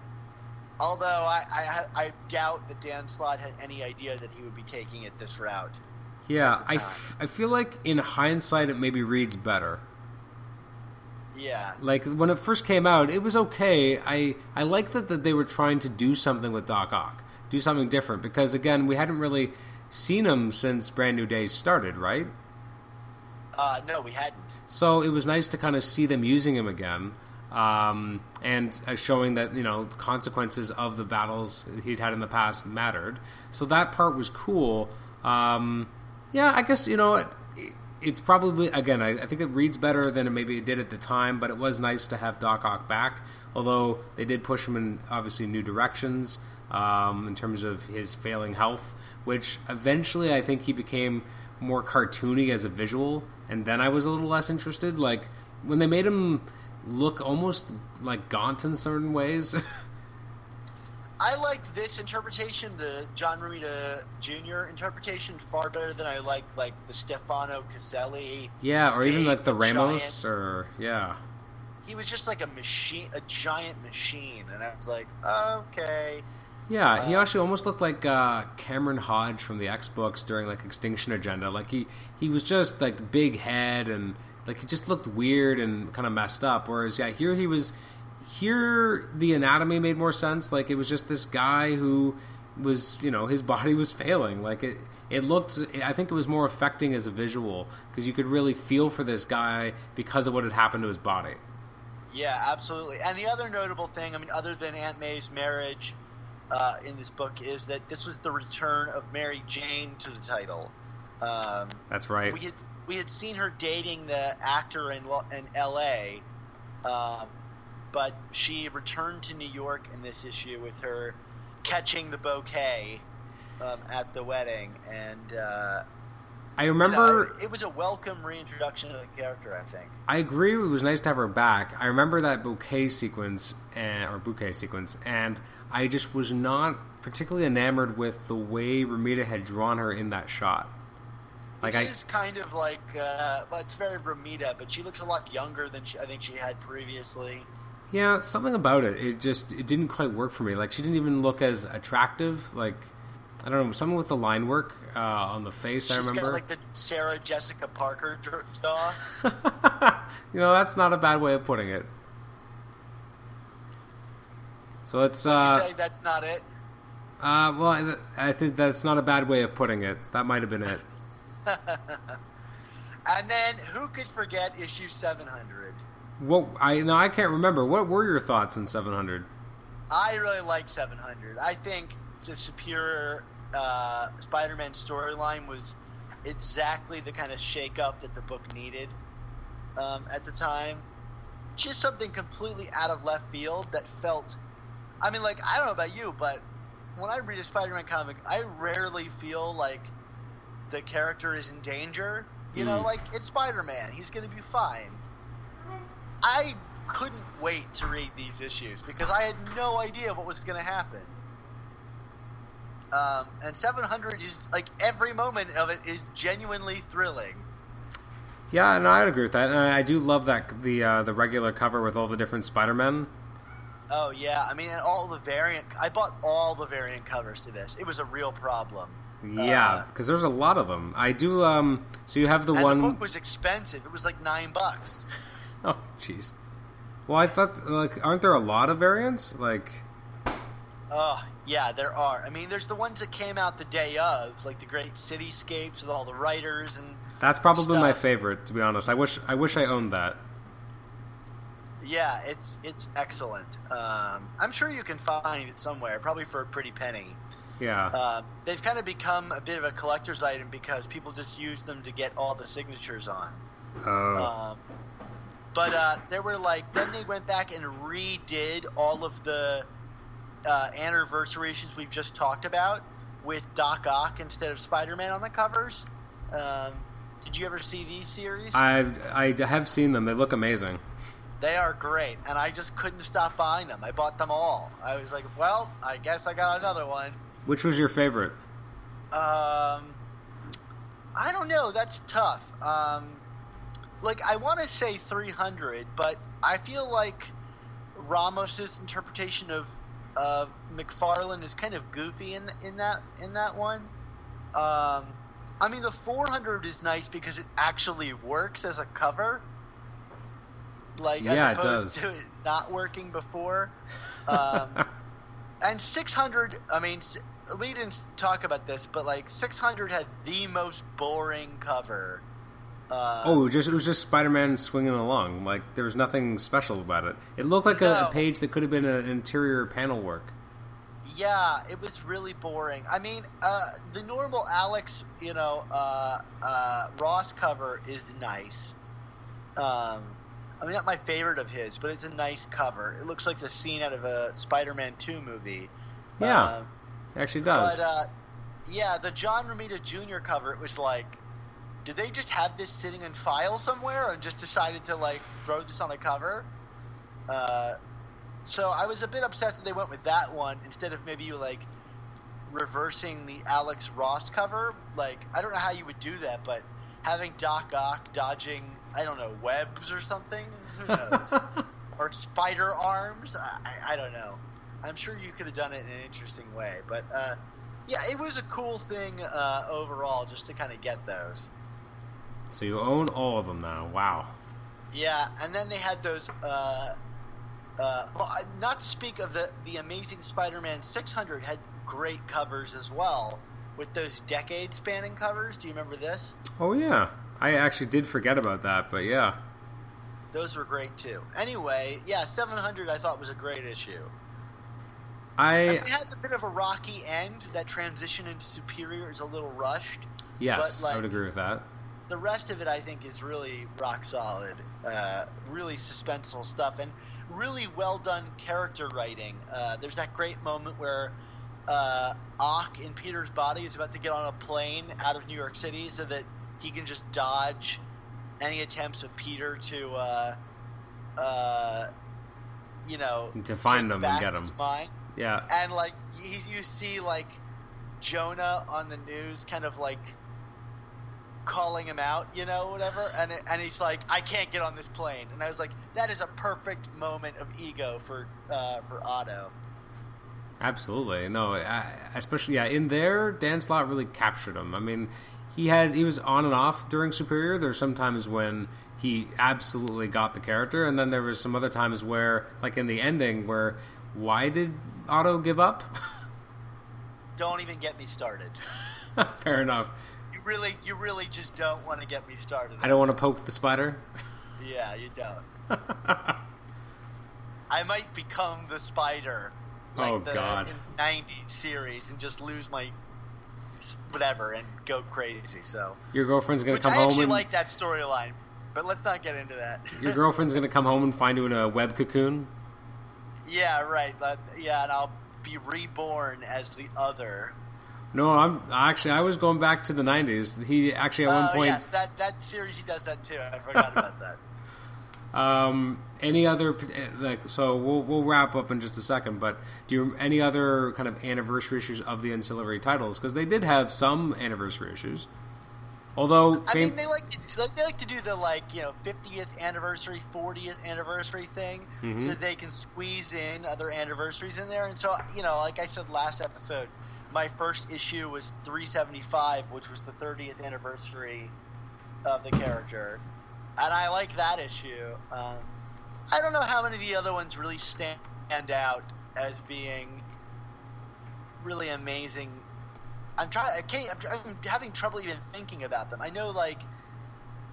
although I, I I doubt that Dan Slott had any idea that he would be taking it this route. yeah. at the I, time. f- I feel like in hindsight, it maybe reads better. Yeah, Like when it first came out, it was okay. I I like that that they were trying to do something with Doc Ock, do something different because again, we hadn't really seen him since Brand New Day started, right? uh, no, we hadn't. So it was nice to kind of see them using him again, um, and uh, showing that you know the consequences of the battles he'd had in the past mattered. So that part was cool. Um, yeah, I guess you know it, it's probably again. I, I think it reads better than it maybe it did at the time, but it was nice to have Doc Ock back. Although they did push him in obviously new directions um, in terms of his failing health, which eventually I think he became more cartoony as a visual, and then I was a little less interested. Like when they made him look almost like gaunt in certain ways. I liked this interpretation, the John Romita Jr. interpretation, far better than I liked like the Stefano Caselli yeah, or even Big, like the giant. Ramos, or yeah, he was just like a machine, a giant machine, and I was like, okay, yeah. He Uh, actually almost looked like uh, Cameron Hodge from the X books during like Extinction Agenda. Like he he was just like big head and like he just looked weird and kind of messed up. Whereas yeah, here he was. Here the anatomy made more sense. Like it was just this guy who was you know his body was failing like it it looked i think it was more affecting as a visual because you could really feel for this guy because of what had happened to his body yeah, absolutely. And the other notable thing, I mean, other than Aunt May's marriage uh, in this book, is that this was the return of Mary Jane to the title. Um, that's right we had we had seen her dating the actor in Lo- in L.A., um, but she returned to New York in this issue with her catching the bouquet um, at the wedding, and uh, I you remember. know, it, it was a welcome reintroduction of the character. I think. I agree. It was nice to have her back. I remember that bouquet sequence and, or bouquet sequence, and I just was not particularly enamored with the way Ramita had drawn her in that shot. Like I, it is kind of like uh, well, it's very Ramita, but she looks a lot younger than she, I think she had previously. yeah, something about it. It just it didn't quite work for me. Like she didn't even look as attractive. Like I don't know, something with the line work uh, on the face. I She's remember. got like the Sarah Jessica Parker dr- jaw. you know, that's not a bad way of putting it. So let's. Uh, you say that's not it. Uh, well, I- I think that's not a bad way of putting it. That might have been it. And then who could forget issue 700? What I no, I can't remember. What were your thoughts in 700? I really like 700. I think the superior uh, Spider-Man storyline was exactly the kind of shake-up that the book needed um, at the time. Just something completely out of left field that felt. I mean, like I don't know about you, but when I read a Spider-Man comic, I rarely feel like the character is in danger. You know, like it's Spider-Man; he's going to be fine. I couldn't wait to read these issues because I had no idea what was going to happen. Um, and 700 is like every moment of it is genuinely thrilling. Yeah, no, I'd agree with that. And I I do love that the uh, the regular cover with all the different Spider Men. Oh yeah, I mean, and all the variant. I bought all the variant covers to this. It was a real problem. Yeah, Uh, because there's a lot of them. I do. Um, so you have the and one the book was expensive. It was like nine bucks. Oh, jeez. Well, I thought like, aren't there a lot of variants? Like, Oh yeah, there are. I mean, there's the ones that came out the day of, like the great cityscapes with all the writers and that's probably my Stuff. favorite, to be honest. I wish I wish I owned that. Yeah, it's it's excellent. Um, I'm sure you can find it somewhere, probably for a pretty penny. Yeah. Um, they've kind of become a bit of a collector's item because people just use them to get all the signatures on. oh. Um, but uh, there were like then they went back and redid all of the uh, anniversary issues we've just talked about with Doc Ock instead of Spider-Man on the covers. Um, did you ever see these series? I've I have seen them. They look amazing. They are great, and I just couldn't stop buying them. I bought them all. I was like, well, I guess I got another one. Which was your favorite? Um, I don't know. That's tough. Um, like, I want to say 300, but I feel like Ramos's interpretation of of McFarlane is kind of goofy in in that in that one. Um, I mean, the 400 is nice because it actually works as a cover. Like, Yeah, as it opposed does. to it not working before. Um, and 600 i mean s- we didn't talk about this but like 600 had the most boring cover uh, Oh, it was just it was just Spider-Man swinging along. Like there was nothing special about it. It looked like a, No. a page that could have been an interior panel work. yeah it was really boring i mean uh, the normal alex you know uh, uh, ross cover is nice um, i mean not my favorite of his but it's a nice cover it looks like the scene out of a spider-man 2 movie Yeah, Um, it actually does. But uh, yeah, the John Romita Jr. cover, it was like, did they just have this sitting in file somewhere and just decided to like throw this on a cover? Uh, so I was a bit upset that they went with that one instead of maybe like reversing the Alex Ross cover. Like I don't know how you would do that, but having Doc Ock dodging I don't know webs or something, who knows, or spider arms. I, I don't know. I'm sure you could have done it in an interesting way, but uh, yeah, it was a cool thing uh, overall just to kind of get those. so you own all of them now. Wow. Yeah, and then they had those. Uh, uh, well, I- not to speak of the the Amazing Spider-Man 600 had great covers as well with those decade-spanning covers. Do you remember this? Oh yeah, I actually did forget about that. But yeah, Those were great too. Anyway, yeah, 700 I thought was a great issue. I mean, I it has a bit of a rocky end. That transition into Superior is a little rushed. yes, but, like- I would agree with that. the rest of it, I think, is really rock solid, uh, really suspenseful stuff, and really well done character writing. Uh, there's that great moment where uh, Ock in Peter's body is about to get on a plane out of New York City so that he can just dodge any attempts of Peter to, uh, uh, you know, To find take them and back get 'em. his mind Yeah. and like you, you see like Jonah on the news, kind of like calling him out, you know, whatever. And it, and he's like, I can't get on this plane. And I was like, that is a perfect moment of ego for uh, for Otto. Absolutely, no. I, especially, yeah, in there, Dan Slott really captured him. I mean, he had he was on and off during Superior. There's some times when he absolutely got the character, and then there was some other times where, like in the ending, where why did Otto give up? Don't even get me started. Fair enough. You really, you really just don't want to get me started. I don't want to poke the spider. Yeah, you don't. I might become the spider, like Oh, the God. in the '90s series, and just lose my s- whatever and go crazy. So. Your girlfriend's gonna Which come I home actually and like that storyline, but let's not get into that. your girlfriend's gonna come home and find you in a web cocoon. yeah, right. But, yeah, and I'll be reborn as the other. No, I'm actually I was going back to the '90s. He actually at Oh one point. yes, that that series he does that too. I forgot about that. Um, any other like so we'll we'll wrap up in just a second, but do you any other kind of anniversary issues of the ancillary titles because they did have some anniversary issues. Although I mean, fam- they like to, they like to do the like you know 50th anniversary, 40th anniversary thing, so they can squeeze in other anniversaries in there. And so you know, like I said last episode, my first issue was 375, which was the 30th anniversary of the character, and I like that issue. Um, I don't know how many of the other ones really stand out as being really amazing I'm trying. I can't. I'm, tr- I'm having trouble even thinking about them. I know, like,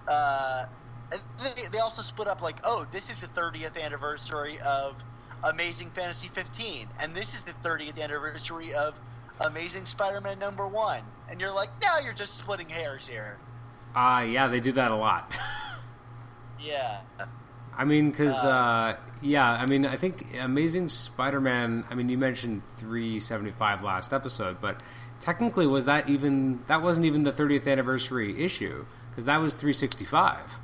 uh, and they, they also split up. Like, oh, this is the 30th anniversary of Amazing Fantasy 15, and this is the 30th anniversary of Amazing Spider-Man number one. And you're like, now you're just splitting hairs here. uh, yeah, they do that a lot. Yeah. I mean, because uh, yeah, I mean, I think Amazing Spider-Man. I mean, you mentioned 375 last episode, but technically, was that even that wasn't even the 30th anniversary issue because that was 365.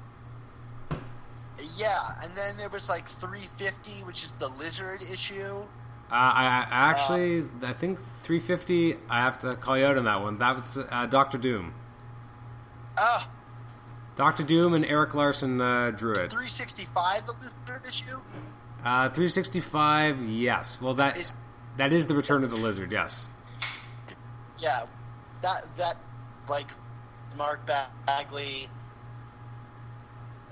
Yeah, and then there was like 350, which is the lizard issue. Uh, I, I actually, I think 350. I have to call you out on that one. That was uh, Doctor Doom. Oh, Doctor Doom and Eric Larson uh, drew it. 365, the lizard issue. Uh, 365. Yes. Well, that Is- that is the Return of the Lizard. Yes. yeah, that that like Mark Ba- Bagley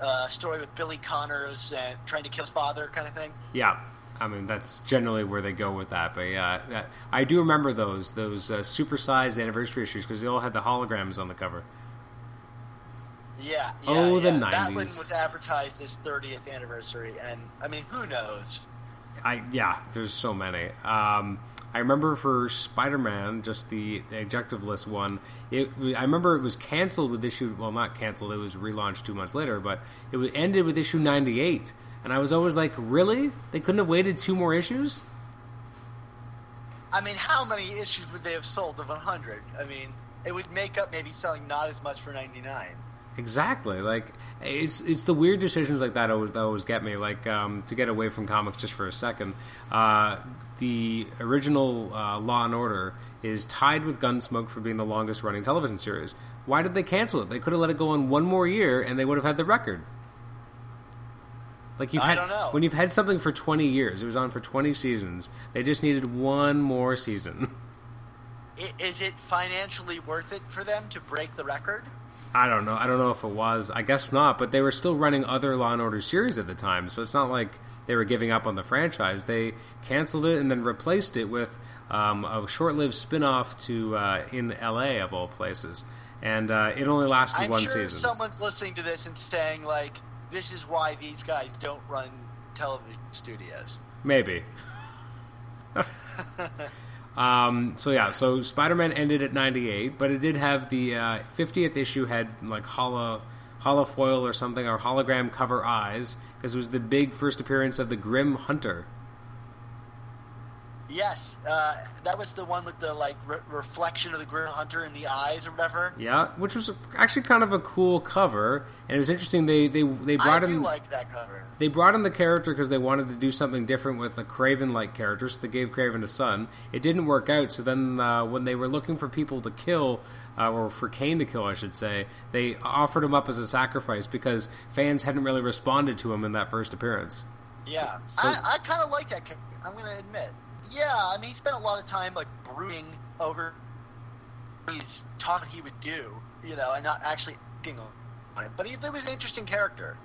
uh, story with Billy Connors and trying to kill his father kind of thing. Yeah. I mean, that's generally where they go with that. But yeah, that, I do remember those those uh, supersized anniversary issues because they all had the holograms on the cover. Yeah, yeah. Oh, the yeah. That one 90s. was advertised as 30th anniversary, and I mean, who knows? I yeah, there's so many. Um, I remember for Spider-Man, just the, the ejectiveless one. It I remember it was canceled with issue. Well, not canceled. It was relaunched two months later, but it was, ended with issue 98. And I was always like, really? They couldn't have waited two more issues? I mean, how many issues would they have sold of 100? I mean, it would make up maybe selling not as much for 99. Exactly. Like it's it's the weird decisions like that always that always get me. Like um, to get away from comics just for a second. Uh, the original uh, Law and Order is tied with Gunsmoke for being the longest running television series. Why did they cancel it? They could have let it go on one more year, and they would have had the record. Like you've I had don't know. when you've had something for twenty years, it was on for twenty seasons. They just needed one more season. I- Is it financially worth it for them to break the record? I don't know. I don't know if it was. I guess not. But they were still running other Law and Order series at the time, so it's not like they were giving up on the franchise. They canceled it and then replaced it with um, a short-lived spin-off to uh, in L.A. of all places, and uh, it only lasted I'm one sure season. someone's listening to this and saying like, "This is why these guys don't run television studios." Maybe. Um, so yeah, so Spider-Man ended at 98, but it did have the uh, 50th issue had like hollow hollow foil or something or hologram cover eyes because it was the big first appearance of the Grim Hunter. Yes, uh, that was the one with the like re- reflection of the Grim Hunter in the eyes or whatever. Yeah, which was actually kind of a cool cover, and it was interesting they they they I brought do in like that cover. they brought in the character because they wanted to do something different with a Craven-like character, so they gave Craven a son. It didn't work out, so then uh, when they were looking for people to kill, uh, or for Kane to kill, I should say, they offered him up as a sacrifice because fans hadn't really responded to him in that first appearance. Yeah, I, I kind of like that. character, I'm going to admit. Yeah, I mean, he spent a lot of time like brooding over what he's taught he would do, you know, and not actually acting on it. But he, he was an interesting character.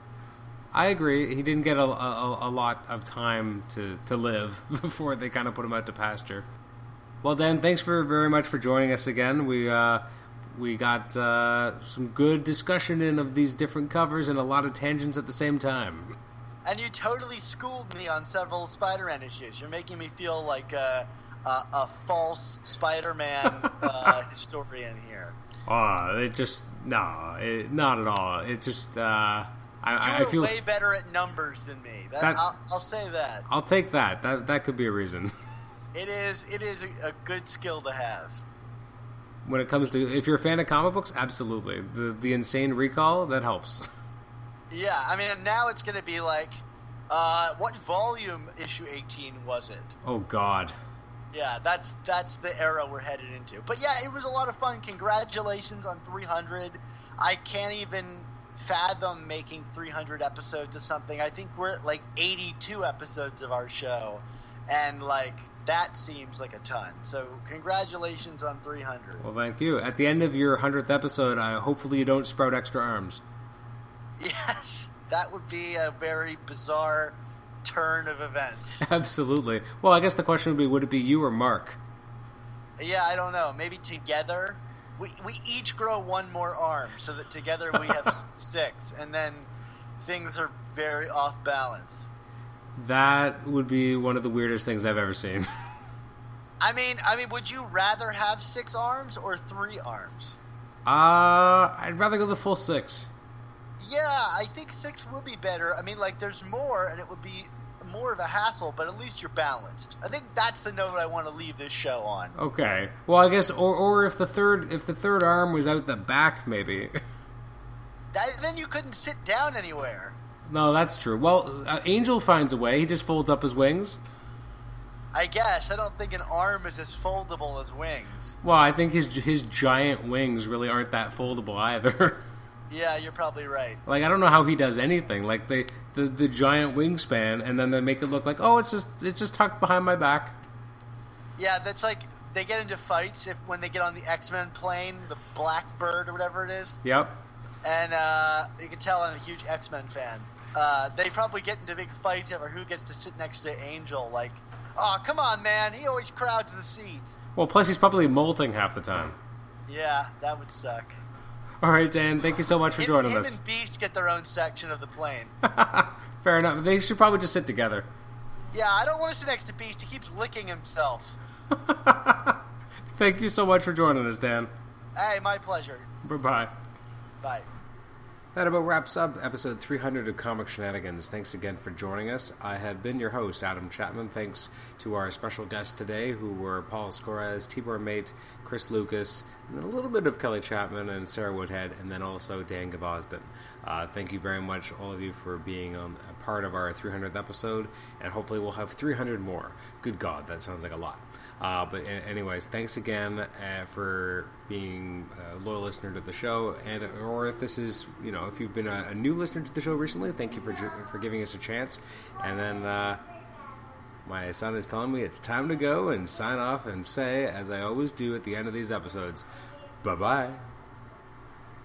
I agree. He didn't get a, a, a lot of time to, to live before they kind of put him out to pasture. Well, Dan, thanks for very much for joining us again. We uh, we got uh, some good discussion in of these different covers and a lot of tangents at the same time. And you totally schooled me on several Spider-Man issues. You're making me feel like a, a, a false Spider-Man uh, historian here. Oh, it just no, it, not at all. It just uh, I, You I I were feel way better at numbers than me. That, That- I'll, I'll say that. I'll take that. That that could be a reason. It is it is a, a good skill to have. When it comes to if you're a fan of comic books, absolutely the the insane recall that helps. Yeah, I mean now it's going to be like, uh, what volume issue eighteen was it? Oh God. Yeah, that's that's the era we're headed into. But yeah, it was a lot of fun. Congratulations on 300. I can't even fathom making 300 episodes of something. I think we're at like 82 episodes of our show, and like that seems like a ton. So congratulations on 300. Well, thank you. At the end of your hundredth episode, I hopefully you don't sprout extra arms. Yes, that would be a very bizarre turn of events. Absolutely. Well, I guess the question would be, would it be you or Mark? yeah, I don't know. Maybe together, we, we each grow one more arm so that together we have six, and then things are very off balance. That would be one of the weirdest things I've ever seen. I mean, I mean, would you rather have six arms or three arms? Uh, I'd rather go the full six. Yeah, I think six would be better. I mean, like, there's more, and it would be more of a hassle, but at least you're balanced. I think that's the note I want to leave this show on. Okay. Well, I guess, or or if the third if the third arm was out the back, maybe. That, then you couldn't sit down anywhere. No, that's true. Well, uh, Angel finds a way. He just folds up his wings. I guess I don't think an arm is as foldable as wings. Well, I think his his giant wings really aren't that foldable either. Yeah, you're probably right. like I don't know how he does anything. Like they the the giant wingspan, and then they make it look like oh, it's just it's just tucked behind my back. Yeah, that's like they get into fights if when they get on the X Men plane, the Blackbird or whatever it is, Yep. and uh, you can tell I'm a huge X Men fan. Uh, they probably get into big fights over who gets to sit next to Angel. Like, oh come on, man, he always crowds the seats. Well, plus he's probably molting half the time. Yeah, that would suck. All right, Dan. Thank you so much for Him, joining him us. and Beast get their own section of the plane. Fair enough. They should probably just sit together. yeah, I don't want to sit next to Beast. He keeps licking himself. Thank you so much for joining us, Dan. Hey, my pleasure. Bye bye. Bye. That about wraps up episode 300 of Comic Shenanigans. Thanks again for joining us. I have been your host, Adam Chapman. Thanks to our special guests today, who were Paul Scores, Tibor Mate, Chris Lucas, and then a little bit of Kelly Chapman and Sarah Woodhead, and then also Dan Gavazdin. Uh, thank you very much, all of you, for being on a part of our 300th episode, and hopefully we'll have 300 more. Good God, that sounds like a lot. Uh, but a- anyways, thanks again uh, for being a loyal listener to the show, and or if this is you know if you've been a, a new listener to the show recently, thank you for ju- for giving us a chance. And then uh, my son is telling me it's time to go and sign off and say, as I always do at the end of these episodes, bye bye.